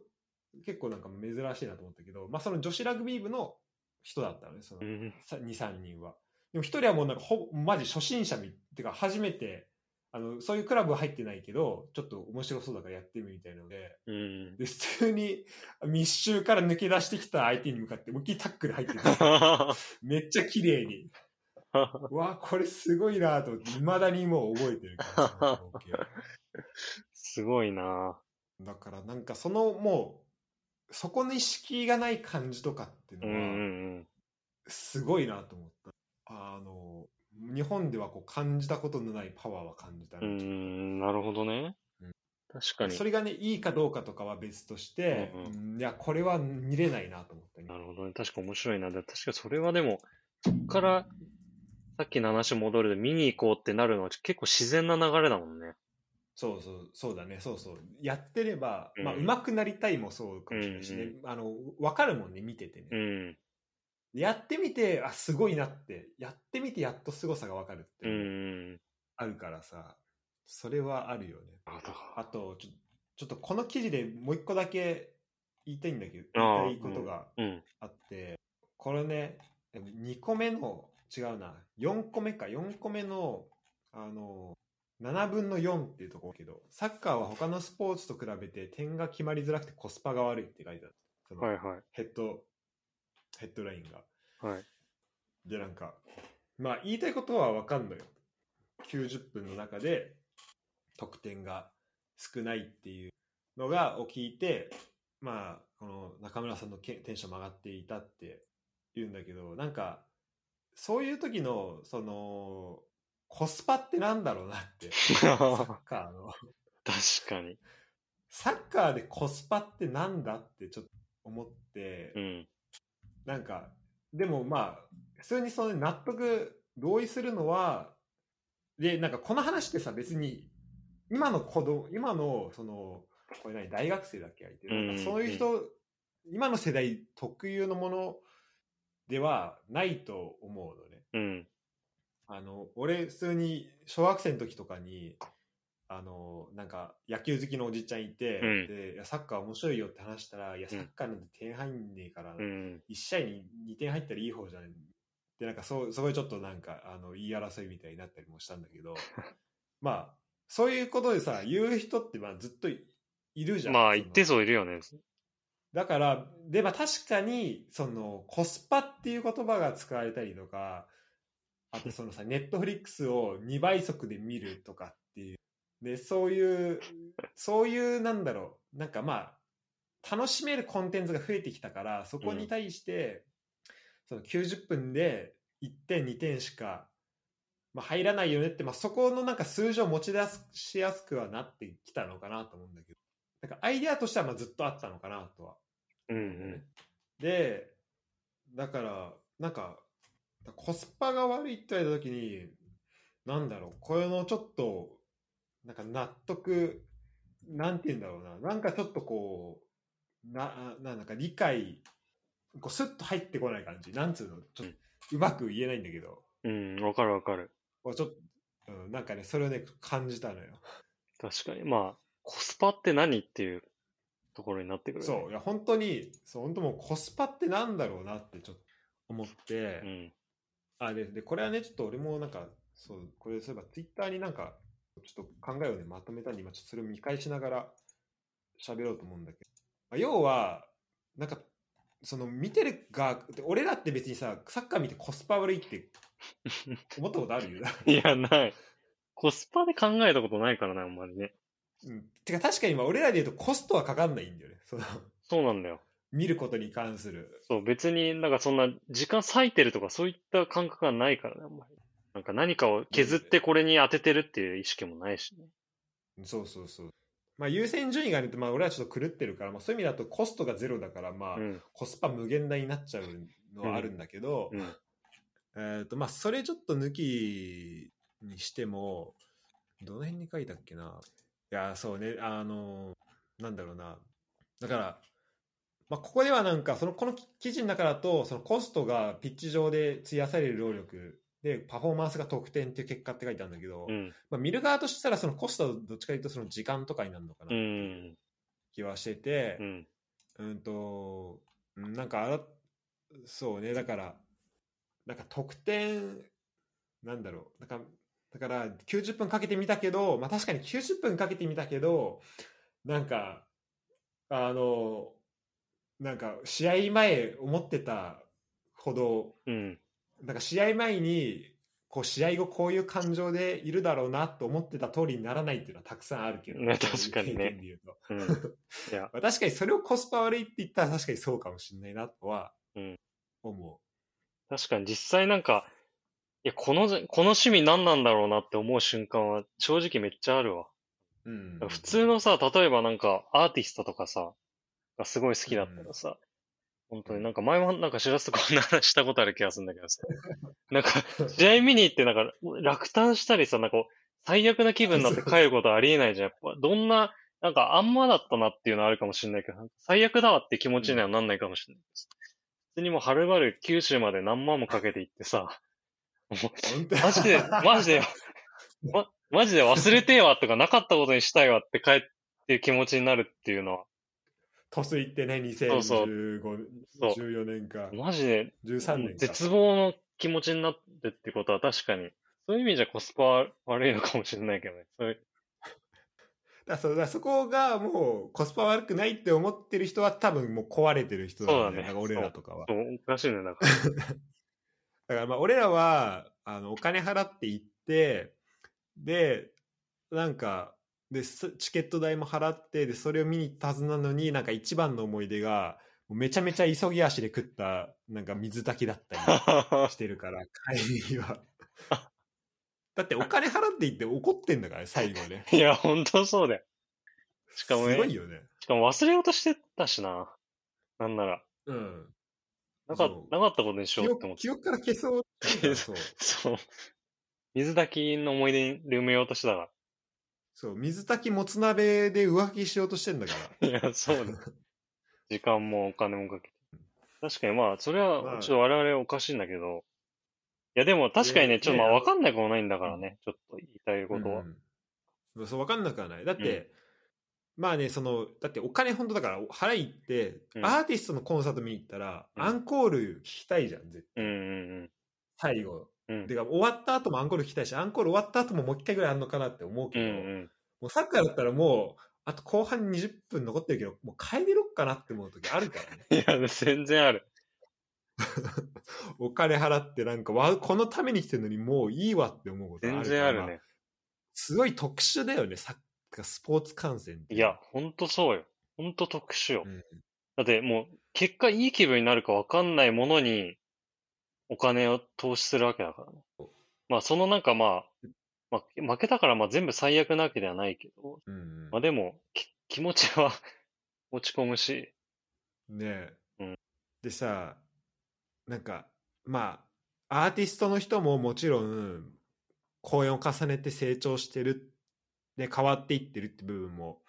Speaker 1: 結構なんか珍しいなと思ったけど、まあ、その女子ラグビー部の人だったのね、その
Speaker 2: う
Speaker 1: 2、
Speaker 2: ん。
Speaker 1: 3人は。でも一人はもうなんかほ、マジ初心者み、ってか初めて、あの、そういうクラブは入ってないけど、ちょっと面白そうだからやってみるみたいなので、
Speaker 2: うん。
Speaker 1: で、普通に密集から抜け出してきた相手に向かって、思いっきりタックル入って
Speaker 2: は
Speaker 1: た。
Speaker 2: は
Speaker 1: めっちゃ綺麗に。
Speaker 2: は
Speaker 1: うわ、これすごいなと思って、未だにもう覚えてる感じの光景。
Speaker 2: すごいな
Speaker 1: だからなんかそのもうそこに敷居がない感じとかっていう
Speaker 2: うんう
Speaker 1: のは
Speaker 2: んうん。
Speaker 1: すごいなと思った、あの日本ではこう感じたことのないパワーは感じた
Speaker 2: うー
Speaker 1: ね、
Speaker 2: ん、なるほどね
Speaker 1: うん。
Speaker 2: 確かに
Speaker 1: そ。れがねいいかどうかとかは別として、
Speaker 2: うんう
Speaker 1: うんいやこれは見れないなと思ったね
Speaker 2: なるほどね。確か面白いな。で確かそれはでも、そっから、さっきの話戻るで見に行こうってなるのは結構自然な流れだもんね。
Speaker 1: そうそうそうだねそうそうやってれば、
Speaker 2: うん
Speaker 1: まあ上手くなりたいもそうかもしれないしね、
Speaker 2: うん
Speaker 1: あの分かるもんね見ててね、
Speaker 2: うん。
Speaker 1: やってみてあすごいなってやってみてやっと凄さが分かるって
Speaker 2: う
Speaker 1: いうの
Speaker 2: ん。
Speaker 1: あるからさ、それはあるよね。
Speaker 2: あだから
Speaker 1: あとちょ、ちょっとこの記事でもう一個だけ言いたいんだけど、言
Speaker 2: ああ
Speaker 1: いたいことが
Speaker 2: うん。
Speaker 1: あって、これね、2個目の、違うな、4個目か、4個目の、あの、7分の4っていうところだけど、サッカーは他のスポーツと比べて点が決まりづらくてコスパが悪いって書いてある。その
Speaker 2: はいはい。
Speaker 1: ヘッド、ヘッドラインが。
Speaker 2: はい。
Speaker 1: で、なんか、まあ言いたいことはわかんのよ。90分の中で得点が少ないっていうのがを聞いて、まあ、この中村さんのけテンションも上がっていたって言うんだけど、なんか、そういう時の、その、コスパってなんだろうな って。サッ
Speaker 2: 確
Speaker 1: カーの。
Speaker 2: かに。
Speaker 1: サッカーでコスパってなんだってちょっと思って、
Speaker 2: うん。
Speaker 1: なんか、でもまあ、普通にその納得、同意するのは、で、なんかこの話ってさ、別に、今の子供、今の、その、これ何、大学生だっけ相手。なんかそういう人、今の世代特有のものではないと思うのね。
Speaker 2: うん。
Speaker 1: あの俺普通に小学生の時とかにあのなんか野球好きのおじちゃんいて、
Speaker 2: うん
Speaker 1: でいやサッカー面白いよって話したら「いや
Speaker 2: う
Speaker 1: サ
Speaker 2: ん
Speaker 1: ッカーなんて点入んねえから、
Speaker 2: うん。
Speaker 1: 1試合に2点入ったらいい方じゃん」でなんかそうそこでちょっとなんかあの言い争いみたいになったりもしたんだけ どまあそういうことでさ言う人ってまあずっといいるじゃん。
Speaker 2: まあ、
Speaker 1: その
Speaker 2: 一定数いるよね。
Speaker 1: だから、で、まあ確かに、その、コスパっていう言葉が使われたりとか、あとそのさ、ネットフリックスを2倍速で見るとかっていう、で、そういう、そういう、なんだろう、なんかまあ、楽しめるコンテンツが増えてきたから、そこに対して、その90分で1点、2点しか、まあ入らないよねって、まあそこのなんか数字を持ち出すしやすくはなってきたのかなと思うんだけど、なんかアイデアとしてはまあずっとあったのかなとは
Speaker 2: うん
Speaker 1: でだからなんかコスパが悪いって言われた時になんだろうこれのちょっとなんか納得なんて言うんだろうななんかちょっとこうなななんか理解こうスッと入ってこない感じなんつうのちょっとうまく言えないんだけど
Speaker 2: うん。うん。わかるわかる。
Speaker 1: こうちょっと、うん、なんかねそれをね感じたのよ。
Speaker 2: 確かに。まあ、コスパって何っていうところになってくる、ね。
Speaker 1: そういや本当にそう本当もうコスパってなんだろうなってちょっと思って。
Speaker 2: うん。
Speaker 1: あででこれはねちょっと俺もなんかそうこれそういえばツイッターになんかちょっと考えをねまとめたんで今ちょっとそれを見返しながら喋ろうと思うんだけど、まあ、要はなんかその見てる側で俺らって別にさサッカー見てコスパ悪いって思ったことあるよ
Speaker 2: いや、ない。コスパで考えたことないからね、あんまりね。
Speaker 1: うん、てか確かに今俺らで言うとコストはかかんないんだよねその
Speaker 2: そうなんだよ。
Speaker 1: 見ることに関する
Speaker 2: そう、別になんかそんな時間割いてるとかそういった感覚がないからね、あんまり。なんか何かを削ってこれに当ててるっていう意識もないしね。
Speaker 1: そうそうそうまあ優先順位がね、まあ、俺らちょっと狂ってるから、まあ、そういう意味だとコストがゼロだからまあ、
Speaker 2: うん。
Speaker 1: コスパ無限大になっちゃうのはあるんだけど、
Speaker 2: うん。
Speaker 1: えっ、と、まあ、それちょっと抜きにしても、どの辺に書いたっけな。いや、そうね、あの、なんだろうな。だから、まあ、ここではなんか、その、この記事の中だと、そのコストがピッチ上で費やされる労力で、パフォーマンスが得点っていう結果って書いてあるんだけど、
Speaker 2: うん。
Speaker 1: まあ、見る側としたら、そのコストはどっちかというと、その時間とかになるのかなっ
Speaker 2: う。
Speaker 1: ていうん気はしてて、
Speaker 2: うん。
Speaker 1: うんと、うんなんかあら、そうね、だから、なんか得点、なんだろう、なんか、だから90分かけてみたけど、まあ確かに90分かけてみたけど、なんか、あの、なんか試合前思ってたほど、
Speaker 2: うん。
Speaker 1: なんか試合前に、こう試合後こういう感情でいるだろうなと思ってた通りにならないっていうのはたくさんあるけど、
Speaker 2: ね確かに
Speaker 1: 経
Speaker 2: ね
Speaker 1: 験で言うと
Speaker 2: うん。いや、
Speaker 1: まあ、確かにそれをコスパ悪いって言ったら確かにそうかもしれないなとは
Speaker 2: うん
Speaker 1: 思
Speaker 2: 確かに実際なんか、いや、この、この趣味何なんだろうなって思う瞬間は正直めっちゃあるわ。
Speaker 1: う。うん
Speaker 2: 普通のさ、例えばなんかアーティストとかさ、がすごい好きだったらさ、本当になんか前もなんか知らすとこんな話したことある気がするんだけ どさ、なんか試合見に行ってなんか落胆したりさ、なんか最悪な気分になって帰ることありえないじゃん。やっぱどんな、なんかあんまだったなっていうのはあるかもしれないけど、なんか最悪だわって気持ちにはなんないかもしれないです。普通にもうはるばる九州まで何万もかけて行ってさ、
Speaker 1: 本当
Speaker 2: マ ジで、マジで、ま、マジで忘れてえわとかなかったことにしたいわって帰ってる気持ちになるっていうのは、
Speaker 1: とすいってね、
Speaker 2: うそう
Speaker 1: 2015、
Speaker 2: そう
Speaker 1: 14年か、
Speaker 2: マジで
Speaker 1: 13年か。
Speaker 2: 絶望の気持ちになってってことは確かに、そういう意味じゃコスパは悪いのかもしれないけどね。それ
Speaker 1: だからそだからそこがもうコスパ悪くないって思ってる人は多分もう壊れてる人
Speaker 2: そうだ
Speaker 1: ん
Speaker 2: ね
Speaker 1: よなんか俺らとかは。
Speaker 2: おかしいね、なんか。
Speaker 1: だからまあ俺らはあのお金払って行ってでなんかですチケット代も払ってでそれを見に行ったはずなのになんか一番の思い出がもうめちゃめちゃ急ぎ足で食 ったなんか水炊きだったりしてるから帰りは。だだってお金払って言って怒ってんだから、最後ね。
Speaker 2: いや、本当そうだよ。 しかもね
Speaker 1: すごいよね。
Speaker 2: しかも忘れようとしてたしな。なんなら。
Speaker 1: うん。
Speaker 2: なか
Speaker 1: そう
Speaker 2: なかったことにし
Speaker 1: 記
Speaker 2: ようって
Speaker 1: 憶
Speaker 2: 思って。
Speaker 1: 記憶から消そう。
Speaker 2: 消
Speaker 1: そう。
Speaker 2: そう。水炊きの思い出に埋めようとしてたか。
Speaker 1: そう。水炊きもつ鍋で浮気しようとしてんだから
Speaker 2: いや、そうだ。時間もお金もかけて。確かにまあ、それ
Speaker 1: ま
Speaker 2: は
Speaker 1: あ
Speaker 2: ちょっと我々おかしいんだけど。いや、でも確かに
Speaker 1: いや
Speaker 2: ね、ちょっとま
Speaker 1: い
Speaker 2: あ
Speaker 1: や
Speaker 2: わかんないことないんだからね。ちょっと言いたい
Speaker 1: ら。
Speaker 2: ことは。
Speaker 1: うん、そう、わかんなくはない。だって、まあね、その、だってお金本当だから、払いって、
Speaker 2: うん
Speaker 1: アーティストのコンサート見に行ったら、
Speaker 2: うん
Speaker 1: アンコール聞きたいじゃん、絶対
Speaker 2: うんうん
Speaker 1: 最後。
Speaker 2: うん。うん。
Speaker 1: てか、終わった後もアンコール聞きたいし、アンコール終わった後ももう一回ぐらいあんのかなって思うけ
Speaker 2: う
Speaker 1: ど、
Speaker 2: んうん。
Speaker 1: もうサッカーだったらもう、あと後半20分残ってるけど、もう帰りろっかなって思う時あるからね。
Speaker 2: いや、全然ある。
Speaker 1: お金払ってなんか、わ、このために来てるのにもういいわって思うことあるか
Speaker 2: 全
Speaker 1: ら。
Speaker 2: 然ある
Speaker 1: ま
Speaker 2: ね。
Speaker 1: すごい特殊だよね、サッカー、スポーツ観戦って。
Speaker 2: いや、、ほんとそうよ。ほんと特殊よ。
Speaker 1: うん
Speaker 2: だってもう、結果いい気分になるかわかんないものに、お金を投資するわけだからね。まあ、そのなんかまあ、まあ、負けたからまあ全部最悪なわけではないけど、
Speaker 1: うんうん
Speaker 2: まあでも、き気持ちは 落ち込むし、
Speaker 1: ねえ、
Speaker 2: うん
Speaker 1: でさなんかまあアーティストの人ももちろん公演を重ねて成長してるで変わっていってるって部分も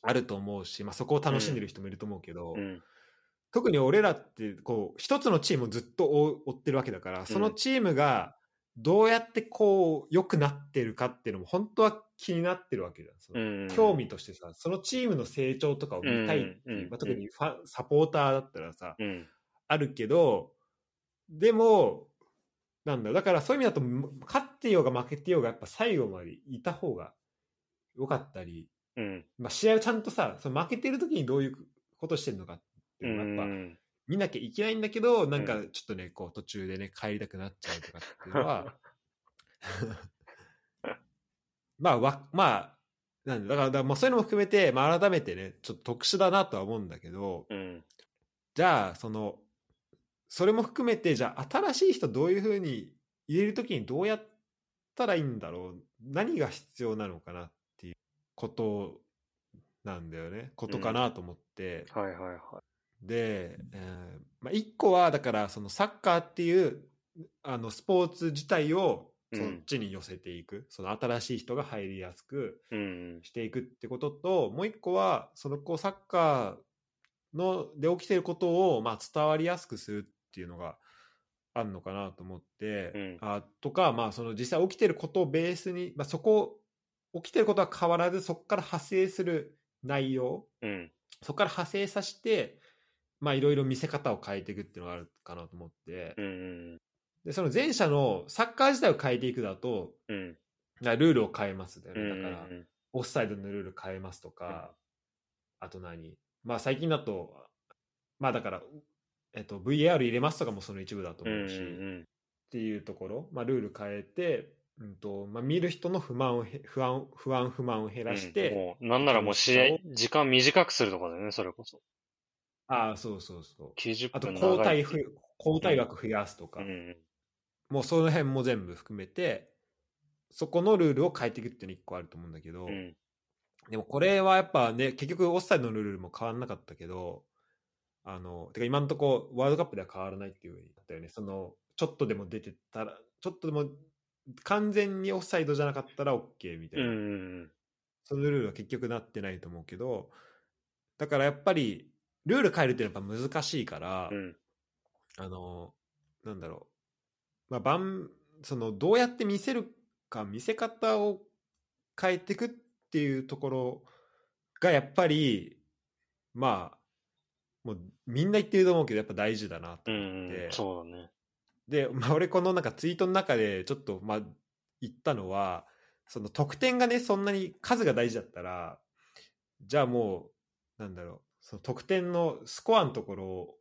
Speaker 1: あると思うし、まあ、そこを楽しんでる人もいると思うけど、
Speaker 2: うん、
Speaker 1: 特に俺らってこう一つのチームをずっと追う追ってるわけだからそのチームがどうやってこう良くなってるかっていうのも本当は気になってるわけじゃん。その
Speaker 2: うん。
Speaker 1: 興味としてさそのチームの成長とかを見たいって
Speaker 2: うんうん
Speaker 1: いううんまあ特にファンサポーターだったらさ
Speaker 2: うん。
Speaker 1: あるけどでもなんだろうだからそういう意味だと勝ってようが負けてようがやっぱ最後までいた方が良かったり、
Speaker 2: うん。
Speaker 1: まあ、試合をちゃんとさその負けてる時にどういうことしてるのかって
Speaker 2: う
Speaker 1: いうのがやっぱ
Speaker 2: ん。
Speaker 1: 見なきゃいけないんだけどなんかちょっとねこう途中でね帰りたくなっちゃうとかっていうのは まあわまあなんだだからだからまあそういうのも含めて、まあ、改めてねちょっと特殊だなとは思うんだけど
Speaker 2: うん。
Speaker 1: じゃあそのそれも含めてじゃあ新しい人どういうふうに入れる時にどうやったらいいんだろう何が必要なのかなっていうことなんだよねことかなと思って。
Speaker 2: はいはいはい。
Speaker 1: で、えーまあ、1個はだからそのサッカーっていうあのスポーツ自体を
Speaker 2: うん
Speaker 1: そっちに寄せていく、その新しい人が入りやすく
Speaker 2: うん。
Speaker 1: していくってことともう1個はそのこうサッカーので起きていることをまあ伝わりやすくするっていうのがあるのかなと思って、
Speaker 2: うん
Speaker 1: あとか、まあ、その実際起きていることをベースに、まあ、そこ起きていることは変わらずそこから派生する内容
Speaker 2: うん。
Speaker 1: そこから派生させて、まあいろいろ見せ方を変えていくっていうのがあるかなと思って、
Speaker 2: うん。
Speaker 1: で、その前者のサッカー自体を変えていくだと、
Speaker 2: うん。
Speaker 1: だからルールを変えますだよ
Speaker 2: う
Speaker 1: ね。
Speaker 2: ん。
Speaker 1: だから、オフサイドのルール変えますとか、あと何まあ最近だと、まあだから、えっと、VAR 入れますとかもその一部だと
Speaker 2: うん。う
Speaker 1: 思うし、っ
Speaker 2: ん。
Speaker 1: ていうところ、まあルール変えて、うんと、まあ見る人の不満をへ、不安、不安、不満を減らして、
Speaker 2: うんもう、なんならもう試合
Speaker 1: 楽し、
Speaker 2: 時間短くするとかだよね、それこそ。
Speaker 1: ああ、そうそうそう。
Speaker 2: 90
Speaker 1: あと
Speaker 2: 分
Speaker 1: 交
Speaker 2: 長
Speaker 1: 代
Speaker 2: いっていう
Speaker 1: ふ、交代枠増やすとか、
Speaker 2: うん。
Speaker 1: もうその辺も全部含めて、そこのルールを変えていくっていうの一個あると思うんだけど、
Speaker 2: うん。
Speaker 1: でもこれはやっぱね、結局オフサイドのルールも変わんなかったけど、あの、てか今のとこワールドカップでは変わらないっていうふうになったよね。その、ちょっとでも出てたら、ちょっとでも完全にオフサイドじゃなかったら OK みた
Speaker 2: う
Speaker 1: い
Speaker 2: ん
Speaker 1: な。
Speaker 2: うん
Speaker 1: そのルールは結局なってないと思うけど、だからやっぱり、ルール変えるってやっぱ難しいから、
Speaker 2: うん。
Speaker 1: あの、なんだろう。まあ、番、その、どうやって見せるか、見せ方を変えていくっていうところが、やっぱり、まあ、もう、みんな言ってると思うけど、やっぱ大事だな
Speaker 2: う
Speaker 1: と
Speaker 2: ん
Speaker 1: 思っ
Speaker 2: う
Speaker 1: て
Speaker 2: ん。。そうだね。
Speaker 1: で、まあ、俺、このなんかツイートの中で、ちょっと、まあ、言ったのは、その得点がね、そんなに数が大事だったら、じゃあもう、なんだろう、その得点のスコアのとこ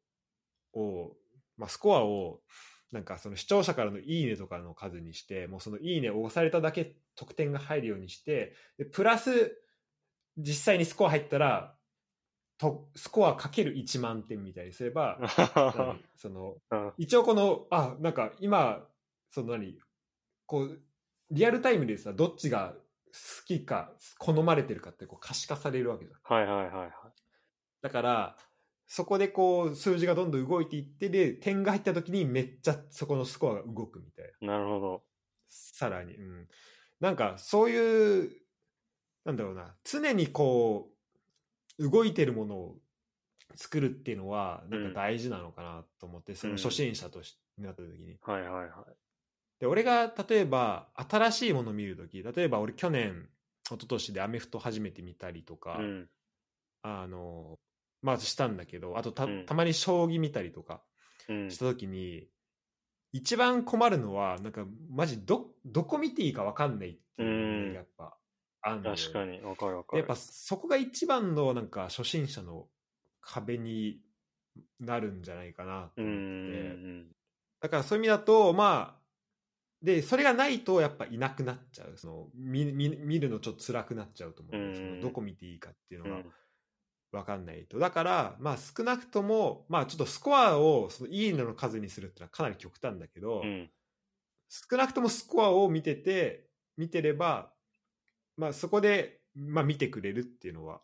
Speaker 1: ろを、まあ、スコアを、なんかその視聴者からのいいねとかの数にして、もうそのいいねを押されただけ得点が入るようにして、でプラス、実際にスコア入ったら、とスコアかける1万点みたいにすれば、何 その
Speaker 2: うん
Speaker 1: 一応このあなんか今その何こうリアルタイムでさ、どっちが好きか、好まれてるかってこう可視化されるわけじゃん。
Speaker 2: はいはいはいはい。
Speaker 1: だから、そこでこう、数字がどんどん動いていって、で、点が入った時にめっちゃそこのスコアが動くみたいな。
Speaker 2: なるほど。
Speaker 1: さらに。うん。なんか、そういう、なんだろうな、常にこう、動いてるものを作るっていうのは、なんか大事なのかなと思って、その初心者とし、になった時に。
Speaker 2: はいはいはい。
Speaker 1: で、俺が例えば、新しいものを見る時、例えば俺去年、一昨年でアメフト初めて見たりとか、
Speaker 2: うん。
Speaker 1: あの、まあしたんだけど、あとた
Speaker 2: うん
Speaker 1: たまに将棋見たりとか、
Speaker 2: うん
Speaker 1: し。た時に、一番困るのはなんかマジどどこ見ていいか分かんないっていうの
Speaker 2: うん
Speaker 1: がやっぱあるのよ
Speaker 2: 確かに、わかるわか
Speaker 1: で
Speaker 2: る。
Speaker 1: やっぱそこが一番のなんか初心者の壁になるんじゃないかなと
Speaker 2: う
Speaker 1: 思
Speaker 2: んう
Speaker 1: って、
Speaker 2: ん
Speaker 1: だからそういう意味だとまあでそれがないとやっぱいなくなっちゃうその見見見るのちょっと辛くなっちゃうと思う、
Speaker 2: うん
Speaker 1: そのどこ見ていいかっていう
Speaker 2: うん。
Speaker 1: の
Speaker 2: う
Speaker 1: が
Speaker 2: ん
Speaker 1: 分かんないと、だからまあ少なくともまあちょっとスコアをそのいいのの数にするってのはかなり極端だけど、
Speaker 2: うん。
Speaker 1: 少なくともスコアを見てて見てれば、まあ、そこで、まあ、見てくれるっていうのは、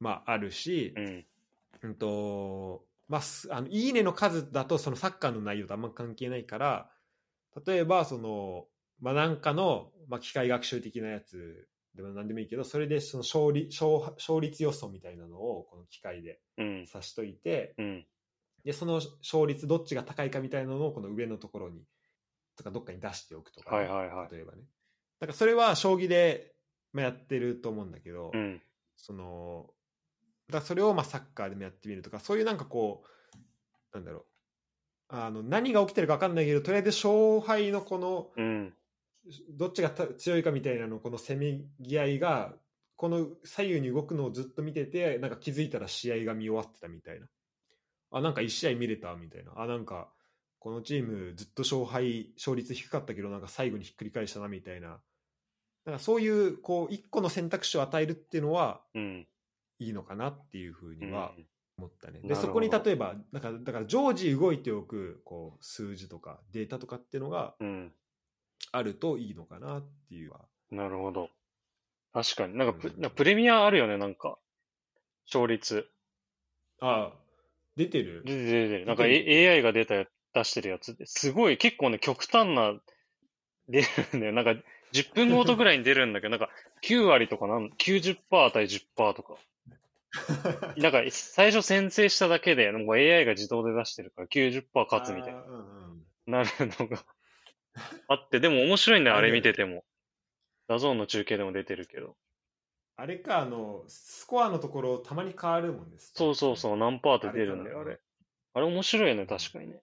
Speaker 1: まあ、あるし
Speaker 2: う、ん。
Speaker 1: うんとまあ、すあのいいねの数だとそのサッカーの内容とあんま関係ないから例えばその、まあ、なんかの、まあ、機械学習的なやつでも何でもいいけどそれでその勝利勝勝率予想みたいなのをこの機械で
Speaker 2: うん。
Speaker 1: 差しといて、
Speaker 2: うん。
Speaker 1: でその勝率どっちが高いかみたいなのをこの上のところにとかどっかに出しておくとか、
Speaker 2: はいはいはい。
Speaker 1: 例えばねだからそれは将棋でまあやってると思うんだけど、
Speaker 2: うん。
Speaker 1: そのだからそれをまあサッカーでもやってみるとかそういうなんかこうなんだろうあの何が起きてるか分かんないけどとりあえず勝敗のこの
Speaker 2: うん。
Speaker 1: どっちがた強いかみたいなのこのせめぎ合いがこの左右に動くのをずっと見ててなんか気づいたら試合が見終わってたみたいなあなんか1試合見れたみたいなあなんかこのチームずっと勝敗勝率低かったけどなんか最後にひっくり返したなみたいななんかそういうこう1個の選択肢を与えるっていうのは
Speaker 2: うん。
Speaker 1: いいのかなっていうふう
Speaker 2: う
Speaker 1: に
Speaker 2: ん
Speaker 1: は思ったね、
Speaker 2: なる
Speaker 1: で
Speaker 2: ほど
Speaker 1: そこに例えばなんかだから常時動いておくこう数字とかデータとかっていうのが
Speaker 2: うん。
Speaker 1: あるといいのかなっていうのは
Speaker 2: なるほど。確かに。なんかプ、
Speaker 1: うん
Speaker 2: なんかプレミアあるよね、なんか。勝率。
Speaker 1: あ出てる
Speaker 2: 出てる出てる。なんか、
Speaker 1: 出てる
Speaker 2: A、AI が出たや出してるやつですごい、結構ね、極端な、出るんだよ。なんか、10分ごとぐらいに出るんだけど、なんか、9割とかなん、90%対10%とか。なんか、最初先制しただけで、もう AI が自動で出してるから90%勝つみたい
Speaker 1: あーうんうん
Speaker 2: な、なるのが あって、でも面白いんだよ、あれ見てても。ダゾーンの中継でも出てるけど。
Speaker 1: あれか、あの、スコアのところ、たまに変わるもんです。
Speaker 2: そうそうそう、何パーって出るんだよ、
Speaker 1: あ
Speaker 2: あ
Speaker 1: れかな
Speaker 2: れ。あれ面白いよね、確かにね。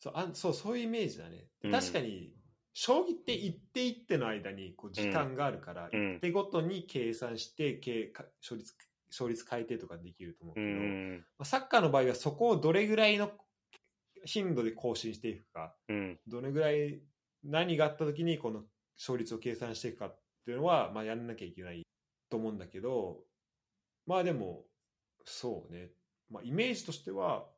Speaker 1: そうあそう、そういうイメージだね。
Speaker 2: うん
Speaker 1: 確かに、将棋って一手一手の間にこう時間があるから、
Speaker 2: うん
Speaker 1: 一手ごとに計算して、計か勝率、勝率改定とかできると思う
Speaker 2: う
Speaker 1: けど、ま
Speaker 2: ん。
Speaker 1: あ、サッカーの場合はそこをどれぐらいの頻度で更新していくか、
Speaker 2: うん。
Speaker 1: どれぐらい何があった時にこの勝率を計算していくかっていうのは、まあ、やんなきゃいけないと思うんだけどまあでもそうね、まあ、イメージとしては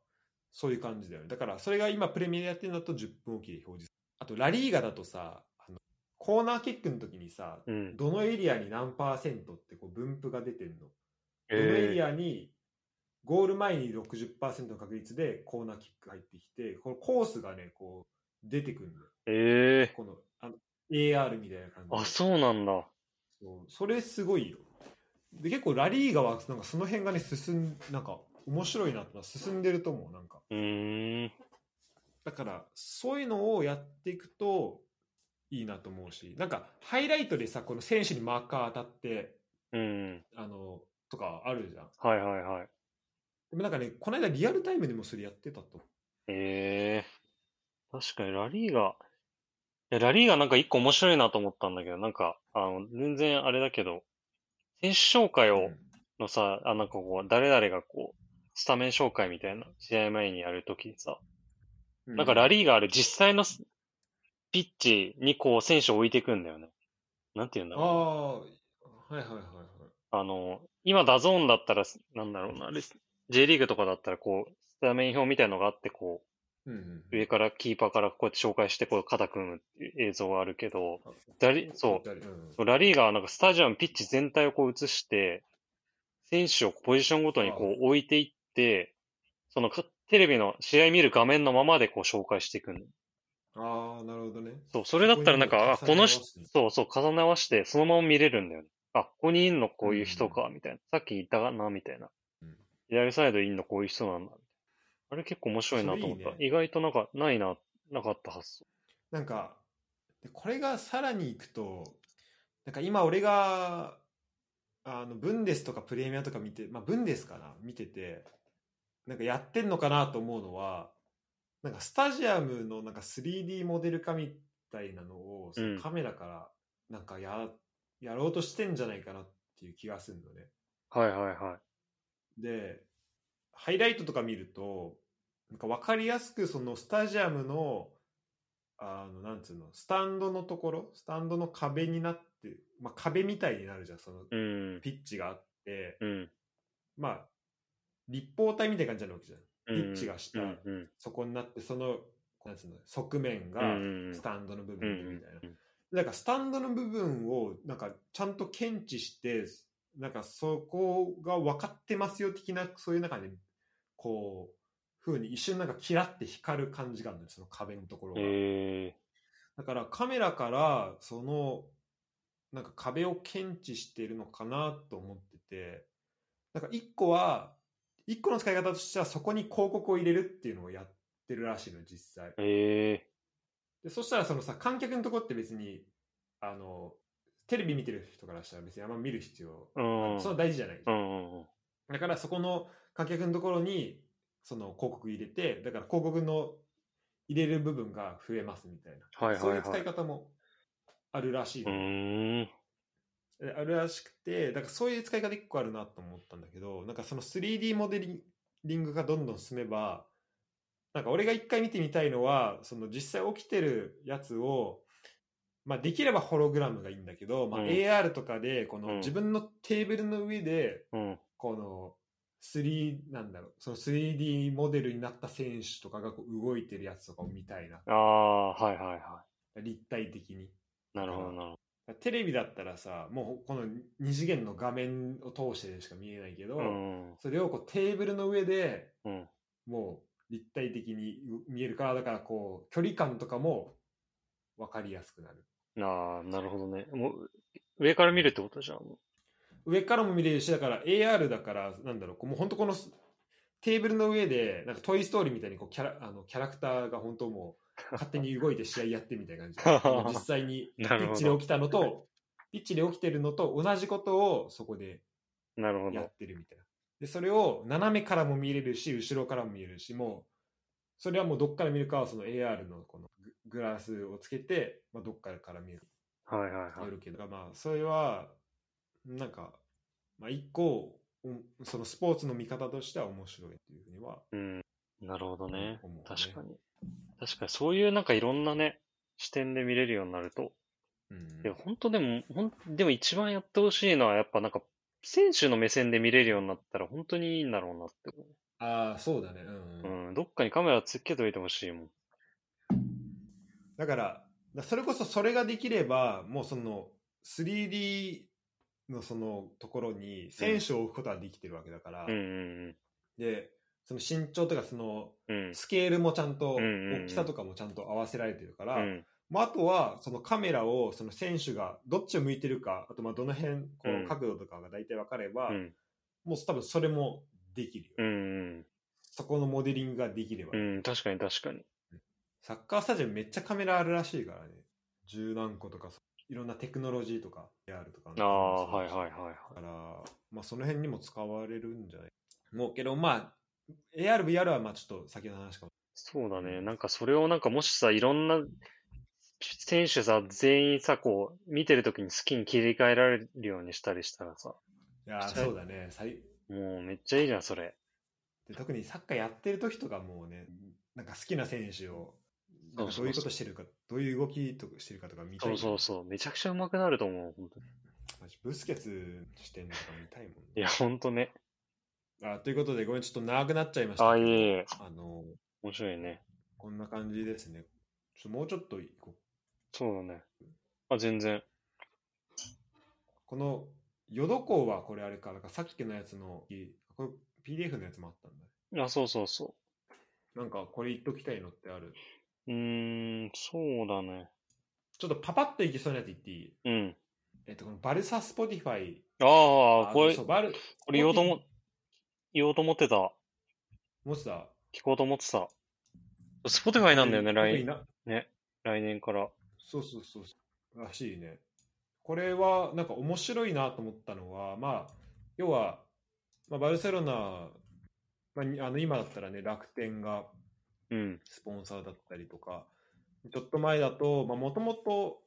Speaker 1: そういう感じだよねだからそれが今プレミアでやってるんだと10分おきで表示するあとラリーガだとさあのコーナーキックの時にさ
Speaker 2: うん。
Speaker 1: どのエリアに何パーセントってこう分布が出てるのどのエ
Speaker 2: え
Speaker 1: リ
Speaker 2: え
Speaker 1: アにゴール前に60%の確率でコーナーキック入ってきてこのコースがねこう出てくるのよ
Speaker 2: ええ
Speaker 1: このあの AR みたいな感じで
Speaker 2: あ、そうなんだ。
Speaker 1: そうそれすごいよで結構ラリーガはなんかその辺がね進んなんか面白いなってのは進んでると思うなんか
Speaker 2: うーん。
Speaker 1: だからそういうのをやっていくといいなと思うしなんかハイライトでさこの選手にマーカー当たって
Speaker 2: うん。
Speaker 1: あのとかあるじゃん
Speaker 2: はいはいはい。
Speaker 1: でもなんかねこの間リアルタイムでもそれやってたと
Speaker 2: ええ確かにラリーが、いやラリーがなんか一個面白いなと思ったんだけど、なんか、あの、全然あれだけど、選手紹介
Speaker 1: う
Speaker 2: を、
Speaker 1: ん
Speaker 2: のさ、あ、なんかこう、誰々がこう、スタメン紹介みたいな、試合前にやるときにさ、
Speaker 1: うん
Speaker 2: なんかラリーがある実際のスピッチにこう選手を置いていくんだよね。なんて言うんだ
Speaker 1: あ
Speaker 2: ろう。
Speaker 1: あはいはいはいはい
Speaker 2: あの、今ダゾーンだったら、なんだろうな、あれ J リーグとかだったらこう、スタメン表みたいのがあってこう、
Speaker 1: うんうん
Speaker 2: 上からキーパーからこうやって紹介して、こう肩組む映像があるけど、
Speaker 1: あ
Speaker 2: ラリそ
Speaker 1: 誰うん
Speaker 2: う、ラリーがなんかスタジアム、ピッチ全体をこう映して、選手をポジションごとにこう置いていって、そのかテレビの試合見る画面のままでこう紹介していくの
Speaker 1: ああ、なるほどね。
Speaker 2: そう、それだったらなんか、あ、
Speaker 1: そこ
Speaker 2: こ
Speaker 1: に
Speaker 2: の
Speaker 1: 重ね合わせ
Speaker 2: 人
Speaker 1: て、
Speaker 2: そうそう、重ね合わせて、そのまま見れるんだよね。あ、ここにいんのこういう人か、みたいな。さっきいたな、みたいな
Speaker 1: うん。
Speaker 2: 左サイドいんのこういう人なんだ。あれ結構面白いなと思
Speaker 1: そ
Speaker 2: っ
Speaker 1: れい
Speaker 2: た
Speaker 1: い。ね
Speaker 2: 意外となんか、ないな、なかった発想。
Speaker 1: なんか、でこれがさらにいくと、なんか今俺が、あの、ブンデスとかプレミアとか見て、まあ、ブンデスかな見てて、なんかやってんのかなと思うのは、なんかスタジアムのなんか 3D モデル化みたいなのを、そのカメラからなんかや、やろうとしてんじゃないかなっていう気がするのね。
Speaker 2: はいはいはい。
Speaker 1: で、ハイライトとか見ると、なんか分かりやすくそのスタジアムの、あの、なんつうの、スタンドのところ、スタンドの壁になって、まあ壁みたいになるじゃん、その
Speaker 2: うん。
Speaker 1: ピッチがあって、
Speaker 2: うん。
Speaker 1: まあ、立方体みたいな感じになるわけじゃん。
Speaker 2: うん
Speaker 1: ピッチが下
Speaker 2: うん。うん
Speaker 1: そこになって、その、なんつうの、側面が
Speaker 2: うんうんうん
Speaker 1: スタンドの部
Speaker 2: うん。
Speaker 1: 分みたいな。
Speaker 2: うん
Speaker 1: なんかスタンドの部分をなんかちゃんと検知してなんかそこが分かってますよ的なそういう中でこう風に一瞬なんかキラって光る感じがあるのよその壁のところが、
Speaker 2: え
Speaker 1: だからカメラからそのなんか壁を検知しているのかなと思っててなんか一個は一個の使い方としてはそこに広告を入れるっていうのをやってるらしいのよ実際
Speaker 2: ー、え
Speaker 1: でそしたらそのさ観客のとこって別にあのテレビ見てる人からしたら別にあんま見る必要、
Speaker 2: ー、うん。
Speaker 1: それは大事じゃない、
Speaker 2: うんうんうん。
Speaker 1: だからそこの観客のところにその広告入れてだから広告の入れる部分が増えますみたいな、
Speaker 2: はい
Speaker 1: そう
Speaker 2: はい
Speaker 1: いう使
Speaker 2: はいい。
Speaker 1: 方もあるらしい、
Speaker 2: うーん。
Speaker 1: であるらしくてだからそういう使い方一個あるなと思ったんだけどなんかその 3D モデリングがどんどん進めばなんか俺が一回見てみたいのはその実際起きてるやつを、まあ、できればホログラムがいいんだけど、まあ、
Speaker 2: うん
Speaker 1: AR とかでこ
Speaker 2: う
Speaker 1: の
Speaker 2: ん
Speaker 1: 自分のテーブルの上で
Speaker 2: うん。
Speaker 1: この 3D なんだろうその 3D モデルになった選手とかがこう動いてるやつとかを見たいな
Speaker 2: ああ、はいはいは
Speaker 1: 立体的に。
Speaker 2: い。なるほどなるほ
Speaker 1: テレビだったらさもうこの2次元の画面を通してしか見えないけど、
Speaker 2: ど。うん。
Speaker 1: それをこうテーブルの上で
Speaker 2: うん。
Speaker 1: もう立体的に見えるからだからこう距離感とかも分かりやすくなる
Speaker 2: ああ、なるほどね。もう、上から見るってことじゃん。
Speaker 1: 上からも見れるしだから AR だからなんだろうこうもう本当このすテーブルの上でなんかトイ・ストーリーみたいにこうキャラあのキャラクターが本当もう勝手に動いて試合やってみたいな感じ 実際にピ
Speaker 2: なる
Speaker 1: ッ
Speaker 2: ほ
Speaker 1: チで
Speaker 2: ど。
Speaker 1: 起きたのとピッチで起きてるのと同じことをそこで
Speaker 2: なるほ
Speaker 1: や
Speaker 2: ど。
Speaker 1: ってるみたいな。で、それを斜めからも見れるし、後ろからも見れるし、もう、それはもうどっから見るかはその AR のこのググラスをつけて、まあ、どっからから見る
Speaker 2: はいはいはい
Speaker 1: かよ。るけど、まあ、それは、なんか、まあ、一個、おそのスポーツの見方としては面白いっていうふうには
Speaker 2: うん。なるほどね。
Speaker 1: 思うね
Speaker 2: 確かに。確かに、そういうなんかいろんなね、視点で見れるようになると。
Speaker 1: うん
Speaker 2: いや、本当でも、ほん、でも一番やってほしいのは、やっぱなんか、選手の目線で見れるようになったら本当にいいんだろうなって思
Speaker 1: ああ、そうだね。
Speaker 2: う。
Speaker 1: うん
Speaker 2: うん。どっかにカメラつけといてほしいもん。
Speaker 1: だから、だからそれこそそれができれば、もうその 3D のそのところに選手を置くことはできてるわけだから、
Speaker 2: うんうん
Speaker 1: で、その身長とかその
Speaker 2: うん。うん。
Speaker 1: スケールもちゃんと、
Speaker 2: うんうんうん
Speaker 1: 大きさとかもちゃんと合わせられてるから、
Speaker 2: うん。
Speaker 1: まあ、あとはそのカメラをその選手がどっちを向いてるか、あとまあどの辺、こ
Speaker 2: うん
Speaker 1: の角度とかが大体分かれば、
Speaker 2: うん。
Speaker 1: もう多分それもできるよ。
Speaker 2: うん
Speaker 1: そこのモデリングができれば、
Speaker 2: うん。うん。確かに確かに。
Speaker 1: サッカースタジアムめっちゃカメラあるらしいからね。十何個とか、いろんなテクノロジーとか、AR とかの
Speaker 2: ああ、はいはいはいはい。
Speaker 1: だから、まあ、その辺にも使われるんじゃないもうけど、まあ、AR、VR はまあちょっと先の話かも。
Speaker 2: そうだね。なんかそれをなんかもしさ、いろんな選手さ、全員さ、こう、見てるときに好きに切り替えられるようにしたりしたらさ、
Speaker 1: い やー
Speaker 2: したい
Speaker 1: そうだね最
Speaker 2: もうめっちゃいいじゃん、それ。
Speaker 1: で。特にサッカーやってる時とかもうね、なんか好きな選手を、なんかど
Speaker 2: そうそうそう
Speaker 1: ういうことしてるか、どういう動きとかしてるかとか見たい
Speaker 2: そ
Speaker 1: も。
Speaker 2: うんそうそう。めちゃくちゃ上手くなると思う、本当に。
Speaker 1: マジブスケツしてんのとか見たいもん、
Speaker 2: いや、ほんとね。
Speaker 1: あということで、ごめん、ちょっと長くなっちゃいました
Speaker 2: あ、
Speaker 1: け
Speaker 2: い
Speaker 1: ど。
Speaker 2: えいえ。
Speaker 1: あの、
Speaker 2: 面白いね。
Speaker 1: こんな感じですね。ちょっともうちょっといこう
Speaker 2: そうだね。あ、全然。
Speaker 1: この、淀港はこれあれか、なんかさっきのやつの、いこれ PDF のやつもあったんだね。
Speaker 2: あ、そうそうそ
Speaker 1: なんかこれ言っときたいのってある。
Speaker 2: う。うーん、そうだね。
Speaker 1: ちょっとパパッといきそうなやつ言っていい
Speaker 2: うん。
Speaker 1: えっと、このバルサスポティファイ。
Speaker 2: ああ、これ
Speaker 1: そ、うバル、
Speaker 2: これ言おうとも、言おうと思ってた。
Speaker 1: もしさ、
Speaker 2: 聞こうと思ってた。Spotify なんだよね、
Speaker 1: 特に
Speaker 2: 来
Speaker 1: な
Speaker 2: 来年から。
Speaker 1: そうそうそうそう。らしいね。これはなんか面白いなと思ったのは、まあ、要は、まあ、バルセロナ、まあに、あの今だったらね、楽天が
Speaker 2: うん。
Speaker 1: スポンサーだったりとか、ちょっと前だと、もともと、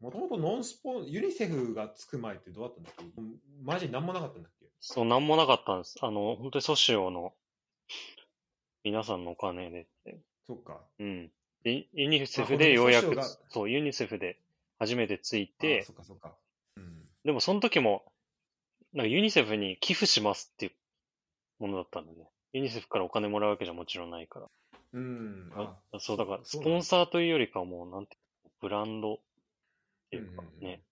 Speaker 1: もともとノンスポン、ユニセフがつく前ってどうだったんだっけマジなんもなかったんだっけ
Speaker 2: そう、なんもなかったんです。あの、本当にソシオの、皆さんのお金でって。
Speaker 1: そっか。
Speaker 2: うん。ユユニセフ
Speaker 1: あ
Speaker 2: で
Speaker 1: このソ
Speaker 2: ようや
Speaker 1: シオ
Speaker 2: く
Speaker 1: が、
Speaker 2: そう、ユニセフで初めてつい
Speaker 1: あ
Speaker 2: て、
Speaker 1: そっかそっか。うん。
Speaker 2: でもその時も、なんかユニセフに寄付しますっていうものだったんだよね。ユニセフからお金もらうわけじゃもちろんないから。
Speaker 1: うん。
Speaker 2: あそう、だから、ス
Speaker 1: そう
Speaker 2: ポンサーというよりかはもう、なんていうの、ブランドっていうか
Speaker 1: うんうんうん
Speaker 2: ね。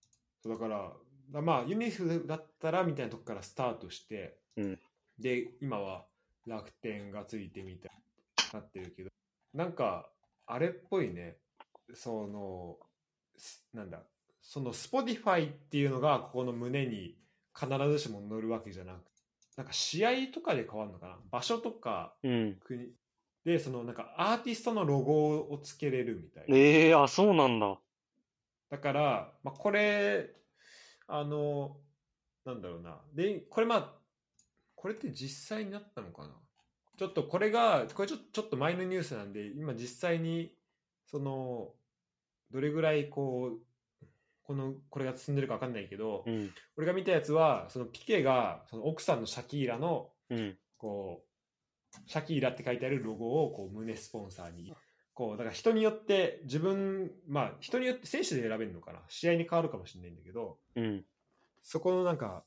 Speaker 1: そうだから、だまあ、ユニセフだったらみたいなとこからスタートして、
Speaker 2: うん
Speaker 1: で、今は楽天がついてみたいになってるけど、なんか、あれっぽいね、その、すなんだ、その Spotify っていうのが、ここの胸に必ずしも乗るわけじゃなくなんか試合とかで変わるのかな場所とか
Speaker 2: うん。
Speaker 1: 国で、そのなんかアーティストのロゴをつけれるみたいな。
Speaker 2: ええあ、そうなんだ。
Speaker 1: だから、まあ、これ、あの、なんだろうな。で、これまあ、これって実際になったのかなちょっとこれが、これちょちょっと前のニュースなんで、今実際に、その、どれぐらいこう、この、これが進んでるかわかんないけど、
Speaker 2: うん。
Speaker 1: 俺が見たやつは、そのピケが、その奥さんのシャキーラの、
Speaker 2: うん。
Speaker 1: こう、シャキーラって書いてあるロゴをこう胸スポンサーに。こう、だから人によって自分、まあ人によって選手で選べるのかな。試合に変わるかもしれないんだけど、
Speaker 2: うん。
Speaker 1: そこのなんか、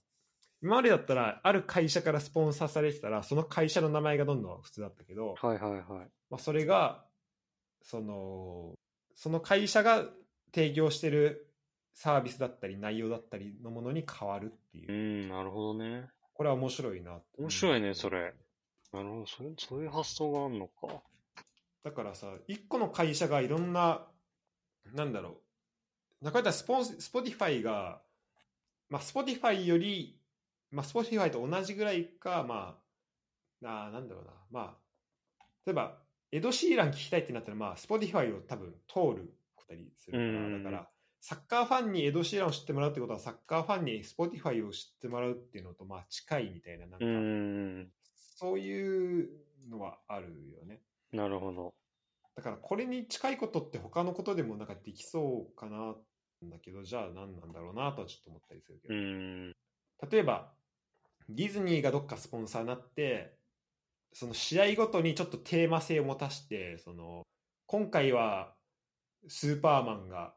Speaker 1: 今までだったらある会社からスポンサーされてたら、その会社の名前がどんどん普通だったけど、
Speaker 2: はいはいはい。
Speaker 1: まあそれが、その、その会社が提供してるサービスだったり内容だったりのものに変わるっていうう。
Speaker 2: ん、なるほどね。
Speaker 1: これは面白いな。
Speaker 2: 面白いねそれ。なるほど、それそういう発想があるのか。
Speaker 1: だからさ、一個の会社がいろんな、なんだろう、中田スポンス、スポティファイが、まあ、スポティファイより、まあ、スポティファイと同じぐらいか、まあ、あーなんだろうな、まあ、例えば、エド・シーラン聞きたいってなったら、まあ、スポティファイを多分通ることにする
Speaker 2: う
Speaker 1: か
Speaker 2: んう
Speaker 1: ら、
Speaker 2: ん
Speaker 1: だから、サッカーファンにエド・シーランを知ってもらうってことは、サッカーファンにスポティファイを知ってもらうっていうのと、まあ、近いみたいな、なん
Speaker 2: う
Speaker 1: か、
Speaker 2: ん。
Speaker 1: そういうのはあるよね。
Speaker 2: なるほど。
Speaker 1: だからこれに近いことって他のことでもなんかできそうかななんだけどじゃあ何なんだろうなとはちょっと思ったりするけ
Speaker 2: う
Speaker 1: ど、
Speaker 2: ん。
Speaker 1: 例えばディズニーがどっかスポンサーになってその試合ごとにちょっとテーマ性を持たしてその今回はスーパーマンが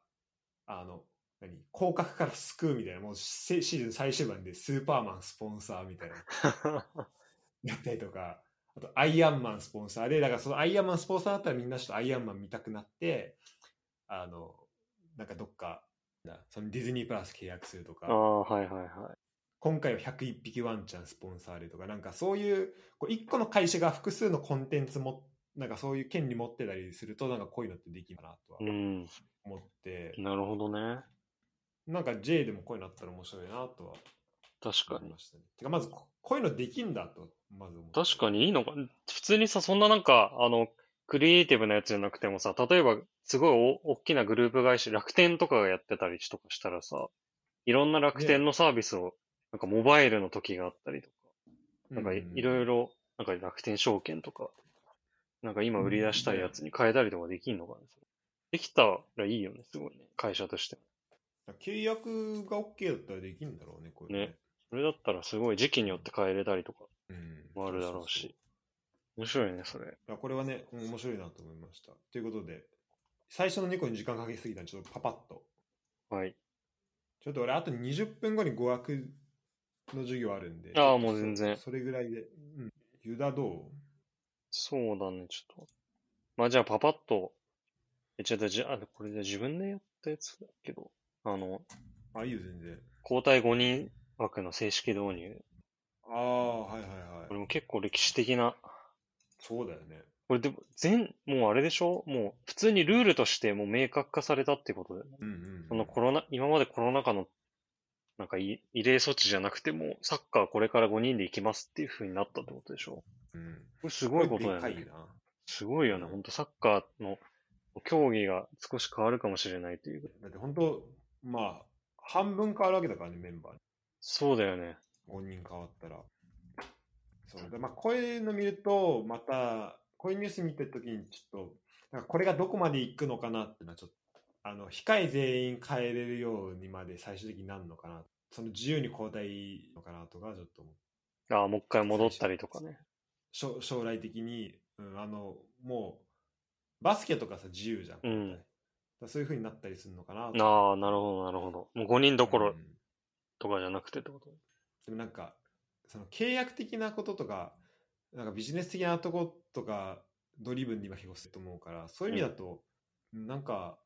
Speaker 1: あの何降格から救うみたいなもうシシーズン最終盤でスーパーマンスポンサーみたいなだったりとか、あとアイアンマンスポンサーで、だからそのアイアンマンスポンサーだったらみんなちょっとアイアンマン見たくなって、あの、なんかどっか、なそのディズニープラス契約すると
Speaker 2: あ
Speaker 1: か、
Speaker 2: あ、はいはいは。
Speaker 1: 今回は101匹ワンちゃんスポンサーでとか、なんかそういう、こう一個の会社が複数のコンテンツも、なんかそういう権利持ってたりすると、なんかこういうのってできるかなとはい
Speaker 2: うん。
Speaker 1: 思って、
Speaker 2: なるほどね。
Speaker 1: なんか J でもこういうのあったら面白いなとは
Speaker 2: 確か
Speaker 1: 思い
Speaker 2: に。
Speaker 1: ましたね。てかまずここういうのできんだと、まず思って
Speaker 2: 確かにいいのか。普通にさ、そんななんか、あの、クリエイティブなやつじゃなくてもさ、例えば、すごいお大きなグループ会社、楽天とかがやってたりとかしたらさ、いろんな楽天のサービスを、なんかモバイルの時があったりとか、なんかいいろ
Speaker 1: ろ。
Speaker 2: いろ、なんか楽天証券とか、なんか今売り出したいやつに変えたりとかできんのかな。できたらいいよね、すごいね。会社としても。
Speaker 1: 契約が OK だったらできるんだろうね、こういうの
Speaker 2: ねそれだったらすごい時期によって変えれたりとか
Speaker 1: うん
Speaker 2: もあるだろう
Speaker 1: そそ
Speaker 2: し。面白いね、それ。
Speaker 1: そういやこれはね、うん面白いなと思いました。ということで、最初の2個に時間かけすぎたんで、ちょっとパパッと。
Speaker 2: はい。
Speaker 1: ちょっと俺、あと20分後に語学の授業あるんで。
Speaker 2: あー
Speaker 1: ちょっと
Speaker 2: もう全然
Speaker 1: そそれぐらいで。うん。ユダどう
Speaker 2: そうだね、ちょっと。まあじゃあパパッと、え、ちょっとじゃあ、これじゃ自分でやったやつだけど、あの、
Speaker 1: あ、いいよ、全然。
Speaker 2: 交代5人枠の正式導入。
Speaker 1: ああ、はいはい
Speaker 2: こ
Speaker 1: は
Speaker 2: れ
Speaker 1: い。
Speaker 2: も結構歴史的な。
Speaker 1: そうだよね。
Speaker 2: これでも、全、もうあれでしょもう普通にルールとしてもう明確化されたってことだよね。
Speaker 1: うんうん。
Speaker 2: そのコロナ、今までコロナ禍の、なんかい異例措置じゃなくても、サッカーはこれから5人で行きますっていう風になったってことでしょ
Speaker 1: うん。す
Speaker 2: これすごいことだよ
Speaker 1: でかい
Speaker 2: ね。
Speaker 1: な。
Speaker 2: すごいよね。ほんとサッカーの競技が少し変わるかもしれないという。
Speaker 1: だって本当、まあ、半分変わるわけだからね、メンバー。
Speaker 2: そうだよね。
Speaker 1: 5人変わったら。そうでまあ、こういうの見ると、また、こういうニュース見てるときに、ちょっと、なんかこれがどこまでいくのかなっていうのは、ちょっと、あの、控え全員変えれるようにまで最終的になるのかな。その自由に交代のかなとか、ちょっと思う
Speaker 2: ああ、もう一回戻ったりとかね。
Speaker 1: 将将来的に、うん、あの、もう、バスケとかさ、自由じゃん。
Speaker 2: うん
Speaker 1: だからそういう風になったりするのかな。
Speaker 2: ああ、なるほど、なるほど。もう5人どこ
Speaker 1: う
Speaker 2: ろ
Speaker 1: ん
Speaker 2: とかじゃなくてってこと、
Speaker 1: でもなんかその契約的なこととかなんかビジネス的なとことかドリブンに今結構すると思うからそういう意味だと、なんか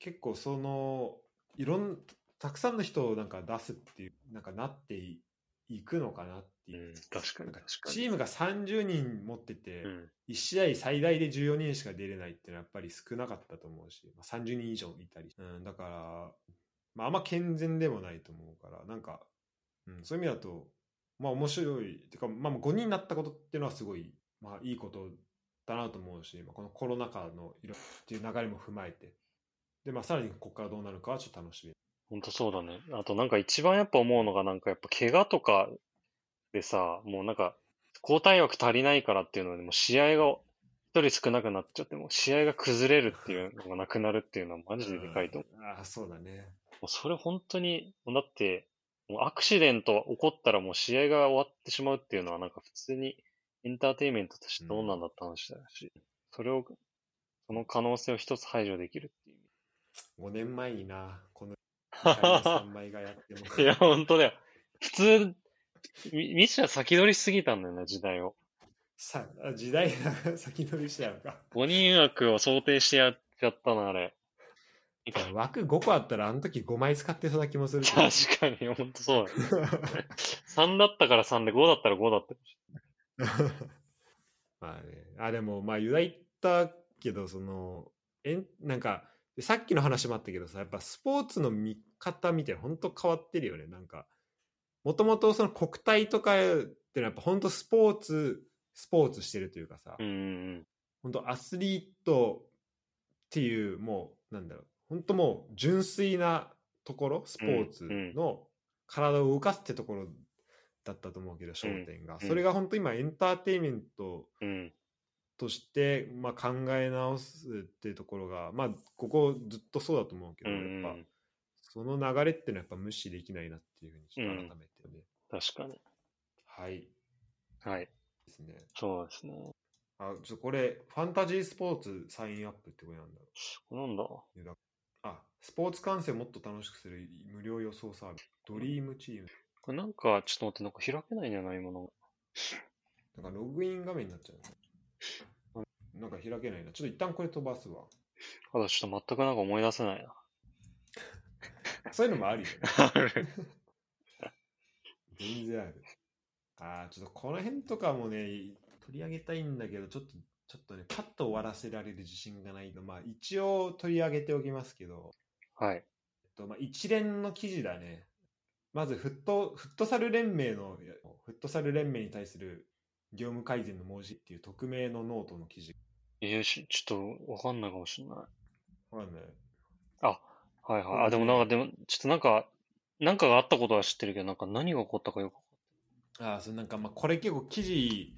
Speaker 1: 結構そのいろんたくさんの人をなんか出すっていうなんかなっていいくのかなって
Speaker 2: う
Speaker 1: いう、
Speaker 2: ん、確か
Speaker 1: な
Speaker 2: に、
Speaker 1: んか
Speaker 2: 確か
Speaker 1: チ
Speaker 2: に。
Speaker 1: ームが30人持ってて、
Speaker 2: うん、
Speaker 1: 1試合最大で14人しか出れないっていうのはやっぱり少なかったと思うし、まあ、30人以上いたり、うん、だから、まあ、あんま健全でもないと思うからなんか、うん、そういう意味だとまあ面白いてか、まあ、5人になったことっていうのはすごい、まあ、いいことだなと思うし、まあ、このコロナ禍のいろっていう流れも踏まえてで、まあ、さらにここからどうなるかはちょっと楽しみ
Speaker 2: ほんとそうだね。あとなんか一番やっぱ思うのがなんかやっぱ怪我とかでさ、もうなんか交代枠足りないからっていうので、もう試合が一人少なくなっちゃって、もう試合が崩れるっていうのがなくなるっていうのはマジででかいと思う。
Speaker 1: うんああそうだね
Speaker 2: もうそれ本当に、だって、もうアクシデント起こったらもう試合が終わってしまうっていうのはなんか普通にエンターテインメントとしてどうなんだって話だし、それを、その可能性を一つ排除できるっていう
Speaker 1: 5年前になこの
Speaker 2: 意味。
Speaker 1: 3倍がやっても
Speaker 2: いや、本当だよ。普通、みミシは先取りしすぎたんだよな、時代を。
Speaker 1: さあ時代が先取りしちゃうか
Speaker 2: 5人枠を想定してやっちゃったな、あれ。
Speaker 1: 枠5個あったらあの時5枚使ってそうな気もするけど
Speaker 2: 確かに、本当そうだよ。3だったから3で、5だったら5だった。
Speaker 1: まあねあでもまあユダ言ったけどそのえんなんかさっきの話もあったけどさやっぱスポーツの見方みたいな本当変わってるよねなんかもともとその国体とかってのはやっぱ本当スポーツスポーツしてるというかさ、
Speaker 2: うんうん
Speaker 1: 本当アスリートっていうもうなんだろう本当もう純粋なところスポーツの体を動かすってところだったと思うけど焦点が
Speaker 2: うん
Speaker 1: それが本当今エンターテインメント
Speaker 2: うん。うん。
Speaker 1: としてまあ考え直すっていうところがまあここずっとそうだと思うけど
Speaker 2: う
Speaker 1: や
Speaker 2: んう
Speaker 1: っぱ
Speaker 2: ん。
Speaker 1: その流れってのはやっぱ無視できないなっていうふうにちょっと改めてね
Speaker 2: 確かに。
Speaker 1: はいで
Speaker 2: はい。
Speaker 1: すね
Speaker 2: そうですね。
Speaker 1: あちょっとこれファンタジースポーツサインアップってこれなんだろう
Speaker 2: なんだ
Speaker 1: あ、スポーツ観戦もっと楽しくする無料予想サービス。ドリームチーム。
Speaker 2: これなんか、ちょっと待って、なんか開けないんだよな、今の。
Speaker 1: なんかログイン画面になっちゃうね。なんか開けないな。ちょっと一旦これ飛ばすわ。
Speaker 2: ただちょっと全くなんか思い出せないな。
Speaker 1: そういうのもありよね。
Speaker 2: ある
Speaker 1: 全然ある。あーちょっとこの辺とかもね、取り上げたいんだけど、ちょっと、ちょっとね、パッと終わらせられる自信がないの。まあ一応取り上げておきますけど、
Speaker 2: はい。
Speaker 1: えっとまあ、一連の記事だね。まずフット、フットサル連盟の、いやフットサル連盟に対する業務改善の文字っていう匿名のノートの記事。
Speaker 2: えー、しちょっとわかんないかもしれない。
Speaker 1: わかんない。
Speaker 2: あ、はい
Speaker 1: そう
Speaker 2: はい。
Speaker 1: で
Speaker 2: あ、
Speaker 1: す
Speaker 2: でもなんか、でも、ちょっとなんか、なんかがあったことは知ってるけど、なんか何が起こったかよく。
Speaker 1: ああ、そうなんか、まあ、これ結構記事、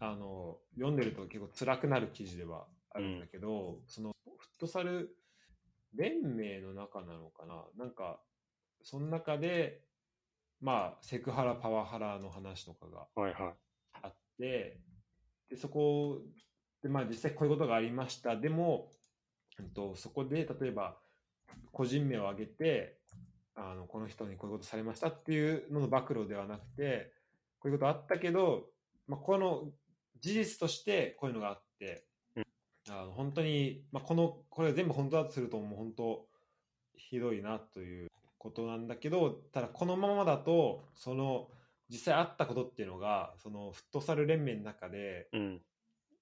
Speaker 1: あの、読んでると結構辛くなる記事ではあるんだけど、その、フットサル連盟の中なのかななんか、その中で、まあ、セクハラ、パワハラの話とかが
Speaker 2: はいは
Speaker 1: あって、でそこで、まあ、実際こういうことがありました。でも、うんと、そこで例えば個人名を挙げてあの、この人にこういうことされましたっていうのの暴露ではなくて、こういうことあったけど、まあ、この事実としてこういうのがあって、あの本当に、まあ、このこれ全部本当だとするともう本当ひどいなということなんだけどただこのままだとその実際あったことっていうのがそのフットサル連盟の中で
Speaker 2: うん。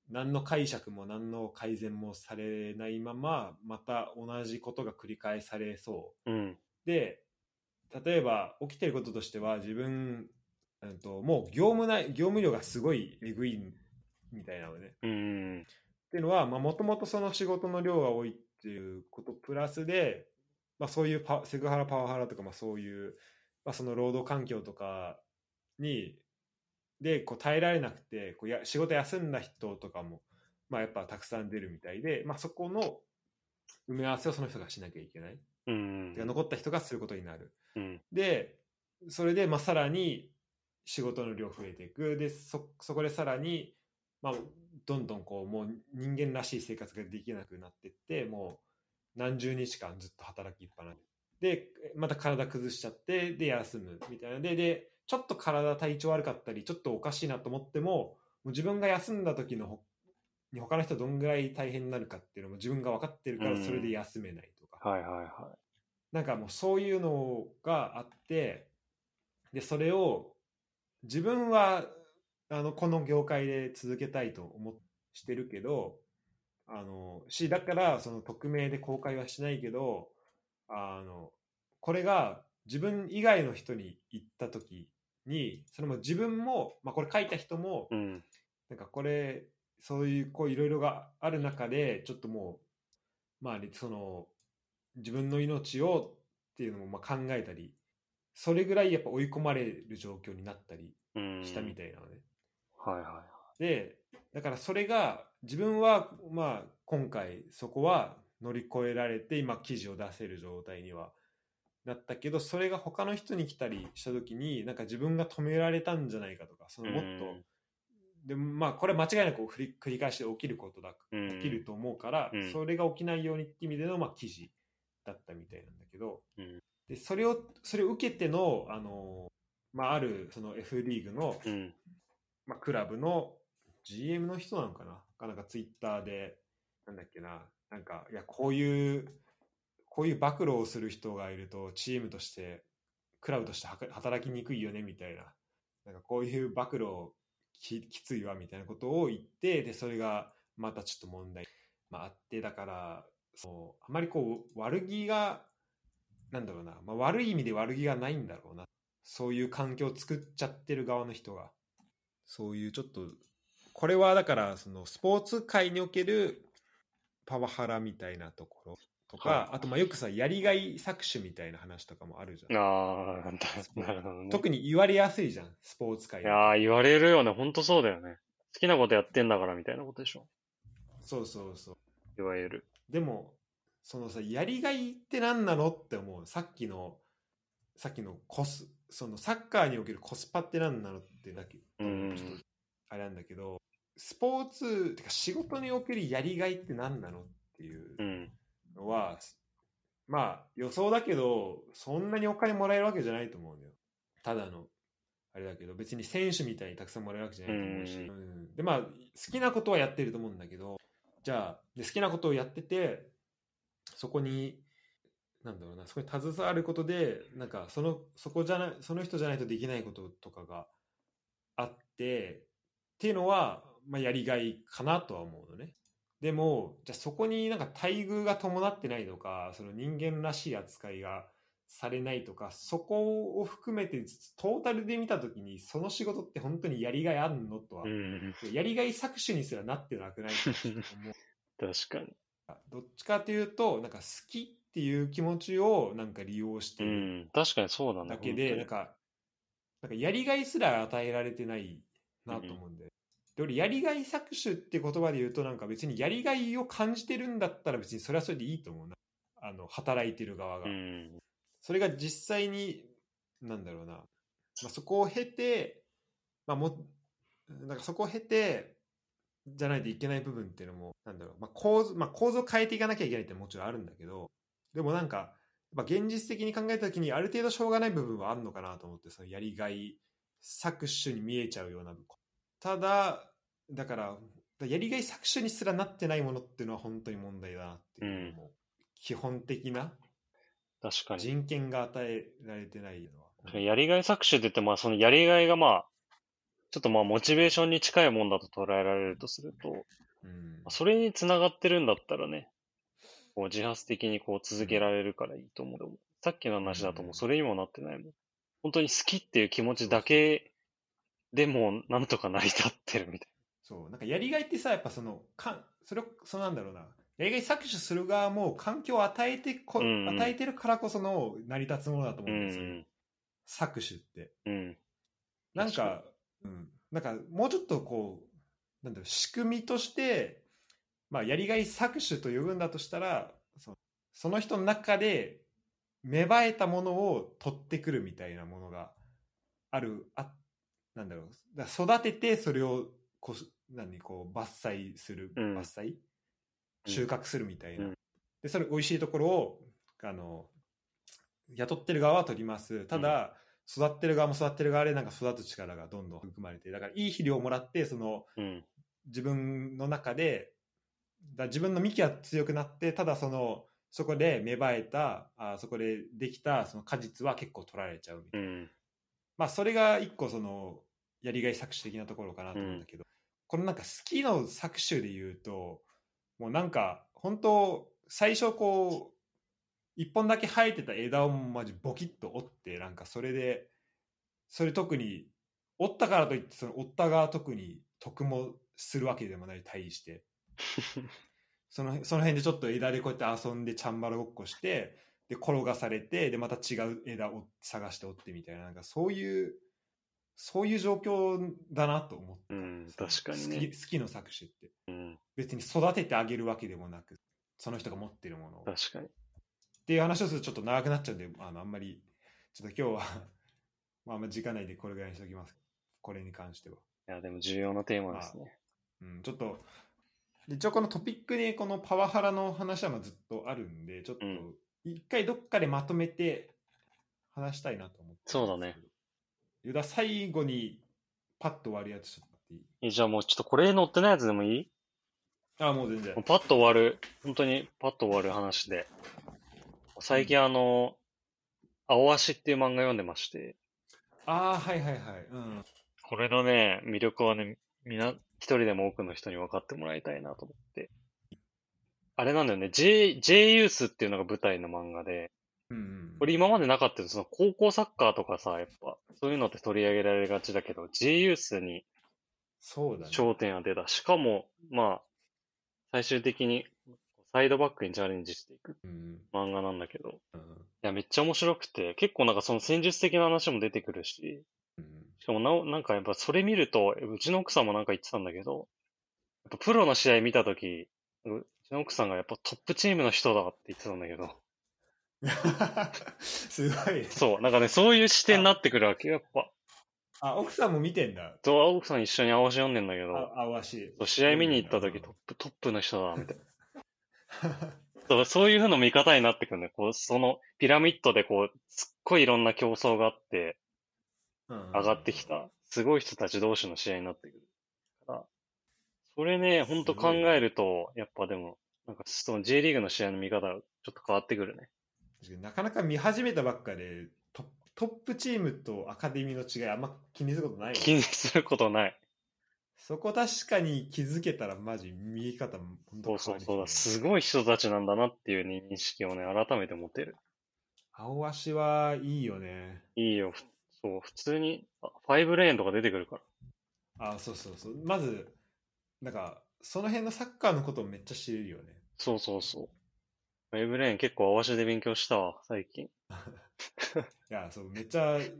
Speaker 1: 何の解釈も何の改善もされないまままた同じことが繰り返されそう
Speaker 2: うん。
Speaker 1: で例えば起きてることとしては自分、うん、ともう業務内業務量がすごいえぐいみたいなのね。
Speaker 2: うん。
Speaker 1: っていうのはもともとその仕事の量が多いっていうことプラスで、まあ、そういうパセクハラパワハラとか、まあ、そういう、まあ、その労働環境とかにでこう耐えられなくてこうや仕事休んだ人とかも、まあ、やっぱたくさん出るみたいで、まあ、そこの埋め合わせをその人がしなきゃいけない。
Speaker 2: うん
Speaker 1: てか残った人がすることになる。
Speaker 2: うん。
Speaker 1: でそれで、まあ、さらに仕事の量増えていくでそそこでさらに、まあ、どんどんこうもう人間らしい生活ができなくなってってもう何十日間ずっと働きっぱなしでまた体崩しちゃってで休むみたいなででちょっと体体調悪かったりちょっとおかしいなと思ってももう自分が休んだ時のほに他の人どんぐらい大変になるかっていうのも自分が分かってるからそれで休めないとか、
Speaker 2: はいはいは
Speaker 1: なんかもうそういうのがあってでそれを自分はあのこの業界で続けたいと思っしてるけどあのしだからその匿名で公開はしないけどあのこれが自分以外の人に言った時にそれも自分も、まあ、これ書いた人も
Speaker 2: い。うん。
Speaker 1: なんかこれそういうこういろいろがある中でちょっともうまあその自分の命をっていうのもまあ考えたりそれぐらいやっぱ追い込まれる状況になったり
Speaker 2: うん。
Speaker 1: したみたいなのね。
Speaker 2: はいは
Speaker 1: でだからそれが自分はまあ今回そこは乗り越えられて今記事を出せる状態にはなったけどそれが他の人に来たりした時になんか自分が止められたんじゃないかとかそ
Speaker 2: い。
Speaker 1: のもっとでまあこれは間違いなく繰り繰り返して起きることだ
Speaker 2: うん
Speaker 1: 起きると思うから、
Speaker 2: うん
Speaker 1: それが起きないようにって意味での、まあ、記事だったみたいなんだけど、
Speaker 2: うん
Speaker 1: でそれをそれを受けての、あのまあ、あるその F リーグの、
Speaker 2: うん。うん。
Speaker 1: まあ、クラブの GM の人なのかなかなんかツイッターでなんだっけななんかいやこういうこういう暴露をする人がいるとチームとしてクラブとしてはか働きにくいよねみたいななんかこういう暴露ききついわみたいなことを言ってでそれがまたちょっと問題、まあ、あってだからそうあまりこう悪気がなんだろうな、まあ、悪い意味で悪気がないんだろうなそういう環境を作っちゃってる側の人がそういうちょっとこれはだからそのスポーツ界におけるパワハラみたいなところとか、
Speaker 2: は
Speaker 1: あとまあよくさやりがい搾取みたいな話とかもあるじゃん
Speaker 2: ああ、なるほどね。
Speaker 1: 特に言われやすいじゃんスポーツ界
Speaker 2: い
Speaker 1: だと
Speaker 2: やー言われるよね。ほんとそうだよね。好きなことやってんだからみたいなことでしょ。
Speaker 1: そうそうそう
Speaker 2: いわゆる。
Speaker 1: でもそのさやりがいって何なのって思うさっきのさっきのコスそのサッカーにおけるコスパって何なのってだけ
Speaker 2: うんうんうん
Speaker 1: ちょっとあれなんだけどスポーツてか仕事におけるやりがいって何なのっていう
Speaker 2: うん。
Speaker 1: のは、まあ予想だけどそんなにお金もらえるわけじゃないと思うのよただのあれだけど別に選手みたいにたくさんもらえるわけじゃないと思うし、
Speaker 2: うん
Speaker 1: うんでまあ好きなことはやってると思うんだけどじゃあで好きなことをやっててそこになんだろうなそこに携わることでなんかそのそこじゃないその人じゃないとできないこととかがあってっていうのは、まあ、やりがいかなとは思うのね。でもじゃあそこになんか待遇が伴ってないとかその人間らしい扱いがされないとかそこを含めてトータルで見た時にその仕事って本当にやりがいあんのとは、
Speaker 2: うん。
Speaker 1: やりがい搾取にすらなってなくないかなと思う
Speaker 2: 確かに。
Speaker 1: どっちかというとなんか好きっていう気持ちをなんか利用して
Speaker 2: う
Speaker 1: る
Speaker 2: ん。確かにそうだね。
Speaker 1: だけで、なんかなんかやりがいすら与えられてないなと思うんで,、で俺やりがい搾取って言葉で言うとなんか別にやりがいを感じてるんだったら別にそれはそれでいいと思うなあの働いてる側が、
Speaker 2: 本当にうん。
Speaker 1: それが実際になんだろうな、まあ、そこを経て、まあ、もなんかそこを経てじゃないといけない部分っていうのもなんだろう、まあ構図まあ、構図を変えていかなきゃいけないってもちろんあるんだけどでもなんかやっぱ現実的に考えた時にある程度しょうがない部分はあるのかなと思ってそのやりがい搾取に見えちゃうようなただだからだやりがい搾取にすらなってないものっていうのは本当に問題だなっていうのも、基本的な
Speaker 2: 確かに。
Speaker 1: 人権が与えられてないのは、
Speaker 2: やりがい搾取って言って、まあ、そのやりがいがまあ、ちょっとまあ、モチベーションに近いもんだと捉えられるとすると、
Speaker 1: うん
Speaker 2: まあ、それにつながってるんだったらね、こう自発的にこう続けられるからいいと思う。さっきの話だともうそれにもなってないもん。本当に好きっていう気持ちだけでもなんとか成り立ってるみたい
Speaker 1: そうなんかやりがいってさやっぱそのかんそれそうなんだろうなやりがい搾取する側も環境を与えてこ、
Speaker 2: うんうん
Speaker 1: 与えてるからこその成り立つものだと思
Speaker 2: な。う
Speaker 1: うんですよ、
Speaker 2: ん
Speaker 1: 搾取って
Speaker 2: うん。うん。
Speaker 1: なん
Speaker 2: 確
Speaker 1: か、うん、なんかもうちょっとこうなんだろう仕組みとして、まあ、やりがい搾取と呼ぶんだとしたらそその人の中で芽生えたものを取ってくるみたいなものがあるあなんだろうだから育ててそれをこう何こう伐採する、
Speaker 2: うん
Speaker 1: 伐採収穫するみたいな、
Speaker 2: うん
Speaker 1: でそれ美味しいところをあの雇ってる側は取りますただ、育ってる側も育ってる側でなんか育つ力がどんどん含まれてだからいい肥料をもらってその
Speaker 2: うん。
Speaker 1: 自分の中でだ自分の幹は強くなってただそのそこで芽生えたあそこでできたその果実は結構取られちゃうみた
Speaker 2: う
Speaker 1: いな、
Speaker 2: ん。
Speaker 1: まあそれが一個そのやりがい搾取的なところかなと思うんだけど、このなんか好きの搾取で言うともうなんか本当最初こう一本だけ生えてた枝をまじボキッと折ってなんかそれでそれ特に折ったからといってその折った側特に得もするわけでもない対してそのその辺でちょっと枝でこうやって遊んでチャンバラごっこしてで転がされてでまた違う枝を探して折ってみたいななんかそういうそういう状況だなと思って、
Speaker 2: うん確かに
Speaker 1: 好
Speaker 2: ね。
Speaker 1: き好きの搾取って
Speaker 2: うん。
Speaker 1: 別に育ててあげるわけでもなくその人が持ってるものを
Speaker 2: 確かに。
Speaker 1: っていう話をするとちょっと長くなっちゃうんであのあんまりちょっと今日は まああんま時間内でこれぐらいにしておきますこれに関しては、
Speaker 2: いや、でも重要なテーマですね。
Speaker 1: うん、ちょっとで一応このトピックにこのパワハラの話はまあずっとあるんでちょっと
Speaker 2: うん
Speaker 1: 一回どっかでまとめて話したいなと思って
Speaker 2: そうだね
Speaker 1: ユダ最後にパッと終わるやつちょっと待っていい
Speaker 2: えじゃあもうちょっとこれ載ってないやつでもいい
Speaker 1: あもう全然
Speaker 2: もうパッと終わる、本当にパッと終わる話で。最近あの、青足っていう漫画読んでまして、
Speaker 1: ああはいはいはいうん
Speaker 2: これのね、魅力はね、みな、一人でも多くの人に分かってもらいたいなと思って。あれなんだよね、J、J ユースっていうのが舞台の漫画で、
Speaker 1: うんうん
Speaker 2: これ今までなかったよその高校サッカーとかさ、やっぱ、そういうのって取り上げられがちだけど、J ユースに
Speaker 1: そうだね
Speaker 2: 焦点当てた。しかも、まあ、最終的にサイドバックにチャレンジしていく
Speaker 1: うん
Speaker 2: 漫画なんだけど、
Speaker 1: うん
Speaker 2: いや、めっちゃ面白くて、結構なんかその戦術的な話も出てくるし、
Speaker 1: うん
Speaker 2: しかもなお、なんかやっぱそれ見ると、うちの奥さんもなんか言ってたんだけど、やっぱプロの試合見たとき、うちの奥さんがやっぱトップチームの人だって言ってたんだけど、
Speaker 1: すごい。
Speaker 2: そう、なんかね、そういう視点になってくるわけよ、やっぱ。
Speaker 1: あ、奥さんも見てんだ。
Speaker 2: と、奥さん一緒に合わせ読んでんだけど
Speaker 1: あ、、あわし。
Speaker 2: そう試合見に行ったと
Speaker 1: う
Speaker 2: き
Speaker 1: ん
Speaker 2: トップ、トップの人だ、みたいな。そうそういう風な見方になってくるね。こう、そのピラミッドでこう、すっごいいろんな競争があって、
Speaker 1: 上
Speaker 2: 上がってき。た、すごい人たち同士の試合になってくるから、それね、ほんと
Speaker 1: す
Speaker 2: 考
Speaker 1: ごいね
Speaker 2: えると、やっぱでも、なんかその J リーグの試合の見方がちょっと変わってくるね。
Speaker 1: 確かになかなか見始めたばっかで、トップトップチームとアカデミーの違いあんま気にすることないよ
Speaker 2: 気にすることない。
Speaker 1: そこ確かに気づけたらマジ見え方も本
Speaker 2: そ
Speaker 1: 当
Speaker 2: う
Speaker 1: 変
Speaker 2: そ
Speaker 1: わ
Speaker 2: う
Speaker 1: り
Speaker 2: そうだ。
Speaker 1: そう
Speaker 2: すごい人たちなんだなっていう認識をね、改めて持てる。
Speaker 1: 青足はいいよね。
Speaker 2: いいよ。ふそう、普通に、あファイブレーンとか出てくるから。
Speaker 1: あ、そうそうそう。まず、なんか、その辺のサッカーのことをめっちゃ知れるよね。
Speaker 2: そうそうそう。ファイブレーン結構合わせで勉強したわ、最近。
Speaker 1: いや、そう、めっちゃい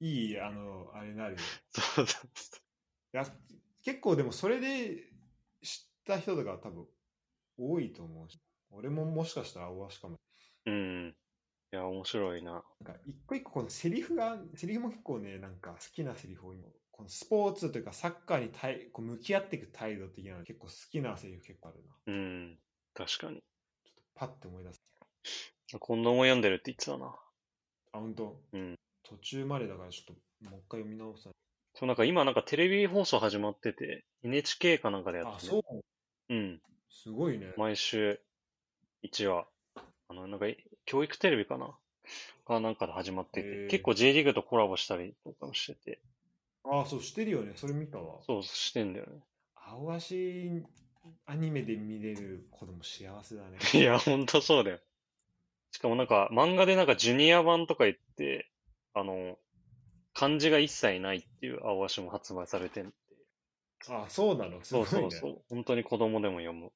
Speaker 1: い、あの、あれなるよ。
Speaker 2: そうそうそ
Speaker 1: いや結構でもそれで知った人とか多分多いと思うし俺ももしかしたら青足かも
Speaker 2: う。うん。いや、面白いな。
Speaker 1: なんか一個一個このセリフがセリフも結構ねなんか好きなセリフ多いのこのスポーツというかサッカーに対こう向き合っていく態度的なの結構好きなセリフ結構あるな
Speaker 2: うん。確かに。
Speaker 1: ちょっとパッて思い出す
Speaker 2: 近藤も読んでるって言ってたな。
Speaker 1: あ本当、
Speaker 2: うん
Speaker 1: 途中までだからちょっともう一回読み直さない
Speaker 2: そうなんか今なんかテレビ放送始まってて、NHK かなんかでや
Speaker 1: あ、
Speaker 2: ってて、
Speaker 1: そう。
Speaker 2: うん。
Speaker 1: すごいね。
Speaker 2: 毎週1話、あの、なんか、教育テレビかなかなんかで始まって
Speaker 1: へ
Speaker 2: て
Speaker 1: ー、
Speaker 2: 結構 J リーグとコラボしたりとかもしてて、
Speaker 1: あ、そう、してるよね。それ見たわ。
Speaker 2: そうしてんだよね。
Speaker 1: 青足アニメで見れる子供幸せだね。
Speaker 2: いや、ほんとそうだよ。しかもなんか、漫画でなんかジュニア版とか言って、あの、漢字が一切ないっていう青足も発売されてん
Speaker 1: あ、そうなの。すご
Speaker 2: そう
Speaker 1: いね。
Speaker 2: そうそう。本当に子供でも読む。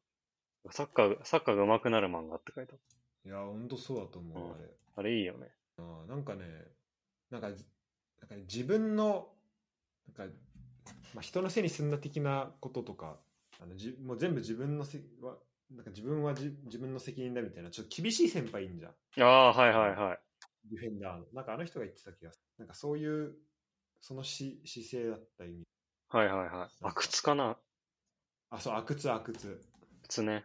Speaker 2: サッカー、サッカーが上手くなる漫画って書いてある。
Speaker 1: いや、ほんとそうだと思
Speaker 2: うん
Speaker 1: う、あれ。
Speaker 2: あれいいよね。
Speaker 1: あーなんかね、なんか、なんかね自分の、なんか、まあ、人のせいにすんな的なこととか、あのじもう全部自分のせは、なんか自分はじ自分の責任だみたいな、ちょっと厳しい先輩いんじゃん。
Speaker 2: ああ、はいはいはい。
Speaker 1: ディフェンダーの。なんかあの人が言ってた気がする。なんかそういう、そのし姿勢だった意味。
Speaker 2: はいはいはい。あ、靴かな
Speaker 1: あ、そう、阿久津、阿久津。
Speaker 2: 靴ね。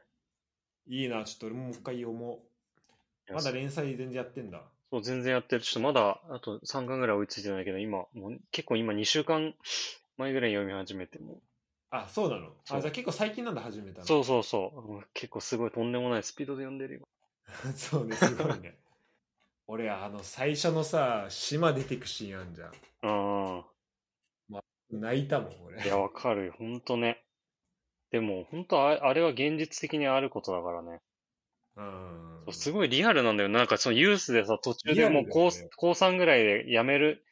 Speaker 1: いいな、ちょっと俺ももう一回読も。
Speaker 2: いうや
Speaker 1: まだ連載全然やってんだ。
Speaker 2: そう、全然やってる。ちょっとまだ、あと3巻ぐらい追いついてないけど、今、もう結構今2週間前ぐらいに読み始めても
Speaker 1: あ、そうなの。
Speaker 2: そう
Speaker 1: あ、じゃあ結構最近なんだ、始めた
Speaker 2: う。
Speaker 1: の。
Speaker 2: そうそうそう。もう結構すごいとんでもないスピードで読んでるよ。
Speaker 1: そうね、すごいね。 俺、あの、最初のさ、島出てくシーンあんじゃん。
Speaker 2: あ
Speaker 1: 泣いたもん、
Speaker 2: あ。い
Speaker 1: 俺。
Speaker 2: や、わかるよ。ほんとね。でも、ほんとあ、あれは現実的にあることだからね。
Speaker 1: うん
Speaker 2: そうすごいリアルなんだよ。なんかそのユースでさ、途中で
Speaker 1: リア
Speaker 2: もう
Speaker 1: ルだ
Speaker 2: 高,、
Speaker 1: よね
Speaker 2: 高3ぐらいで辞める、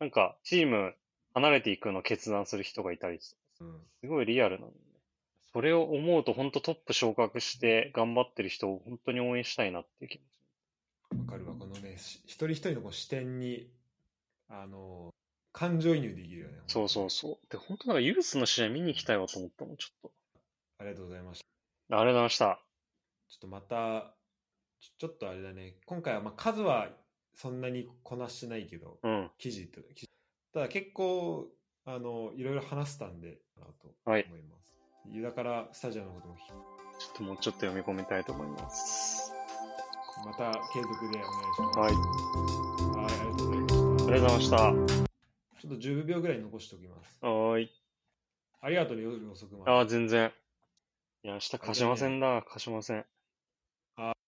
Speaker 2: なんかチーム離れていくのを決断する人がいたりす
Speaker 1: うん
Speaker 2: ごいリアルなんだよね。それを思うと本当トップ昇格して頑張ってる人を本当に応援したいなっていう気持ち。
Speaker 1: わかるわ、このね、し一人一人のこう視点に、あの、感情移入できるよね。
Speaker 2: そうそうそう。で、本当なんかユースの試合見に行きたいわと思ったもん、ちょっ
Speaker 1: ありがとうございました。
Speaker 2: と。ありがとうございました。
Speaker 1: ちょっとまた、ちょちょっとあれだね、今回は、まあ、数はそんなにこなしてないけど、
Speaker 2: うん。
Speaker 1: 記事と記事ただ結構あのいろいろ話したんでなと思
Speaker 2: はいい
Speaker 1: ます、ユダからスタジアムのことも聞き
Speaker 2: ちょっともうちょっと読み込みたいと思います。
Speaker 1: また継続でお願いします
Speaker 2: はい。あ
Speaker 1: はいありがとうございました
Speaker 2: りがとうございました。は
Speaker 1: ちょっと10秒ぐらい残しておきます
Speaker 2: ーい。
Speaker 1: ありがとうね夜遅くまで
Speaker 2: ああ、全然。いや、明日貸しませんだ。貸しません。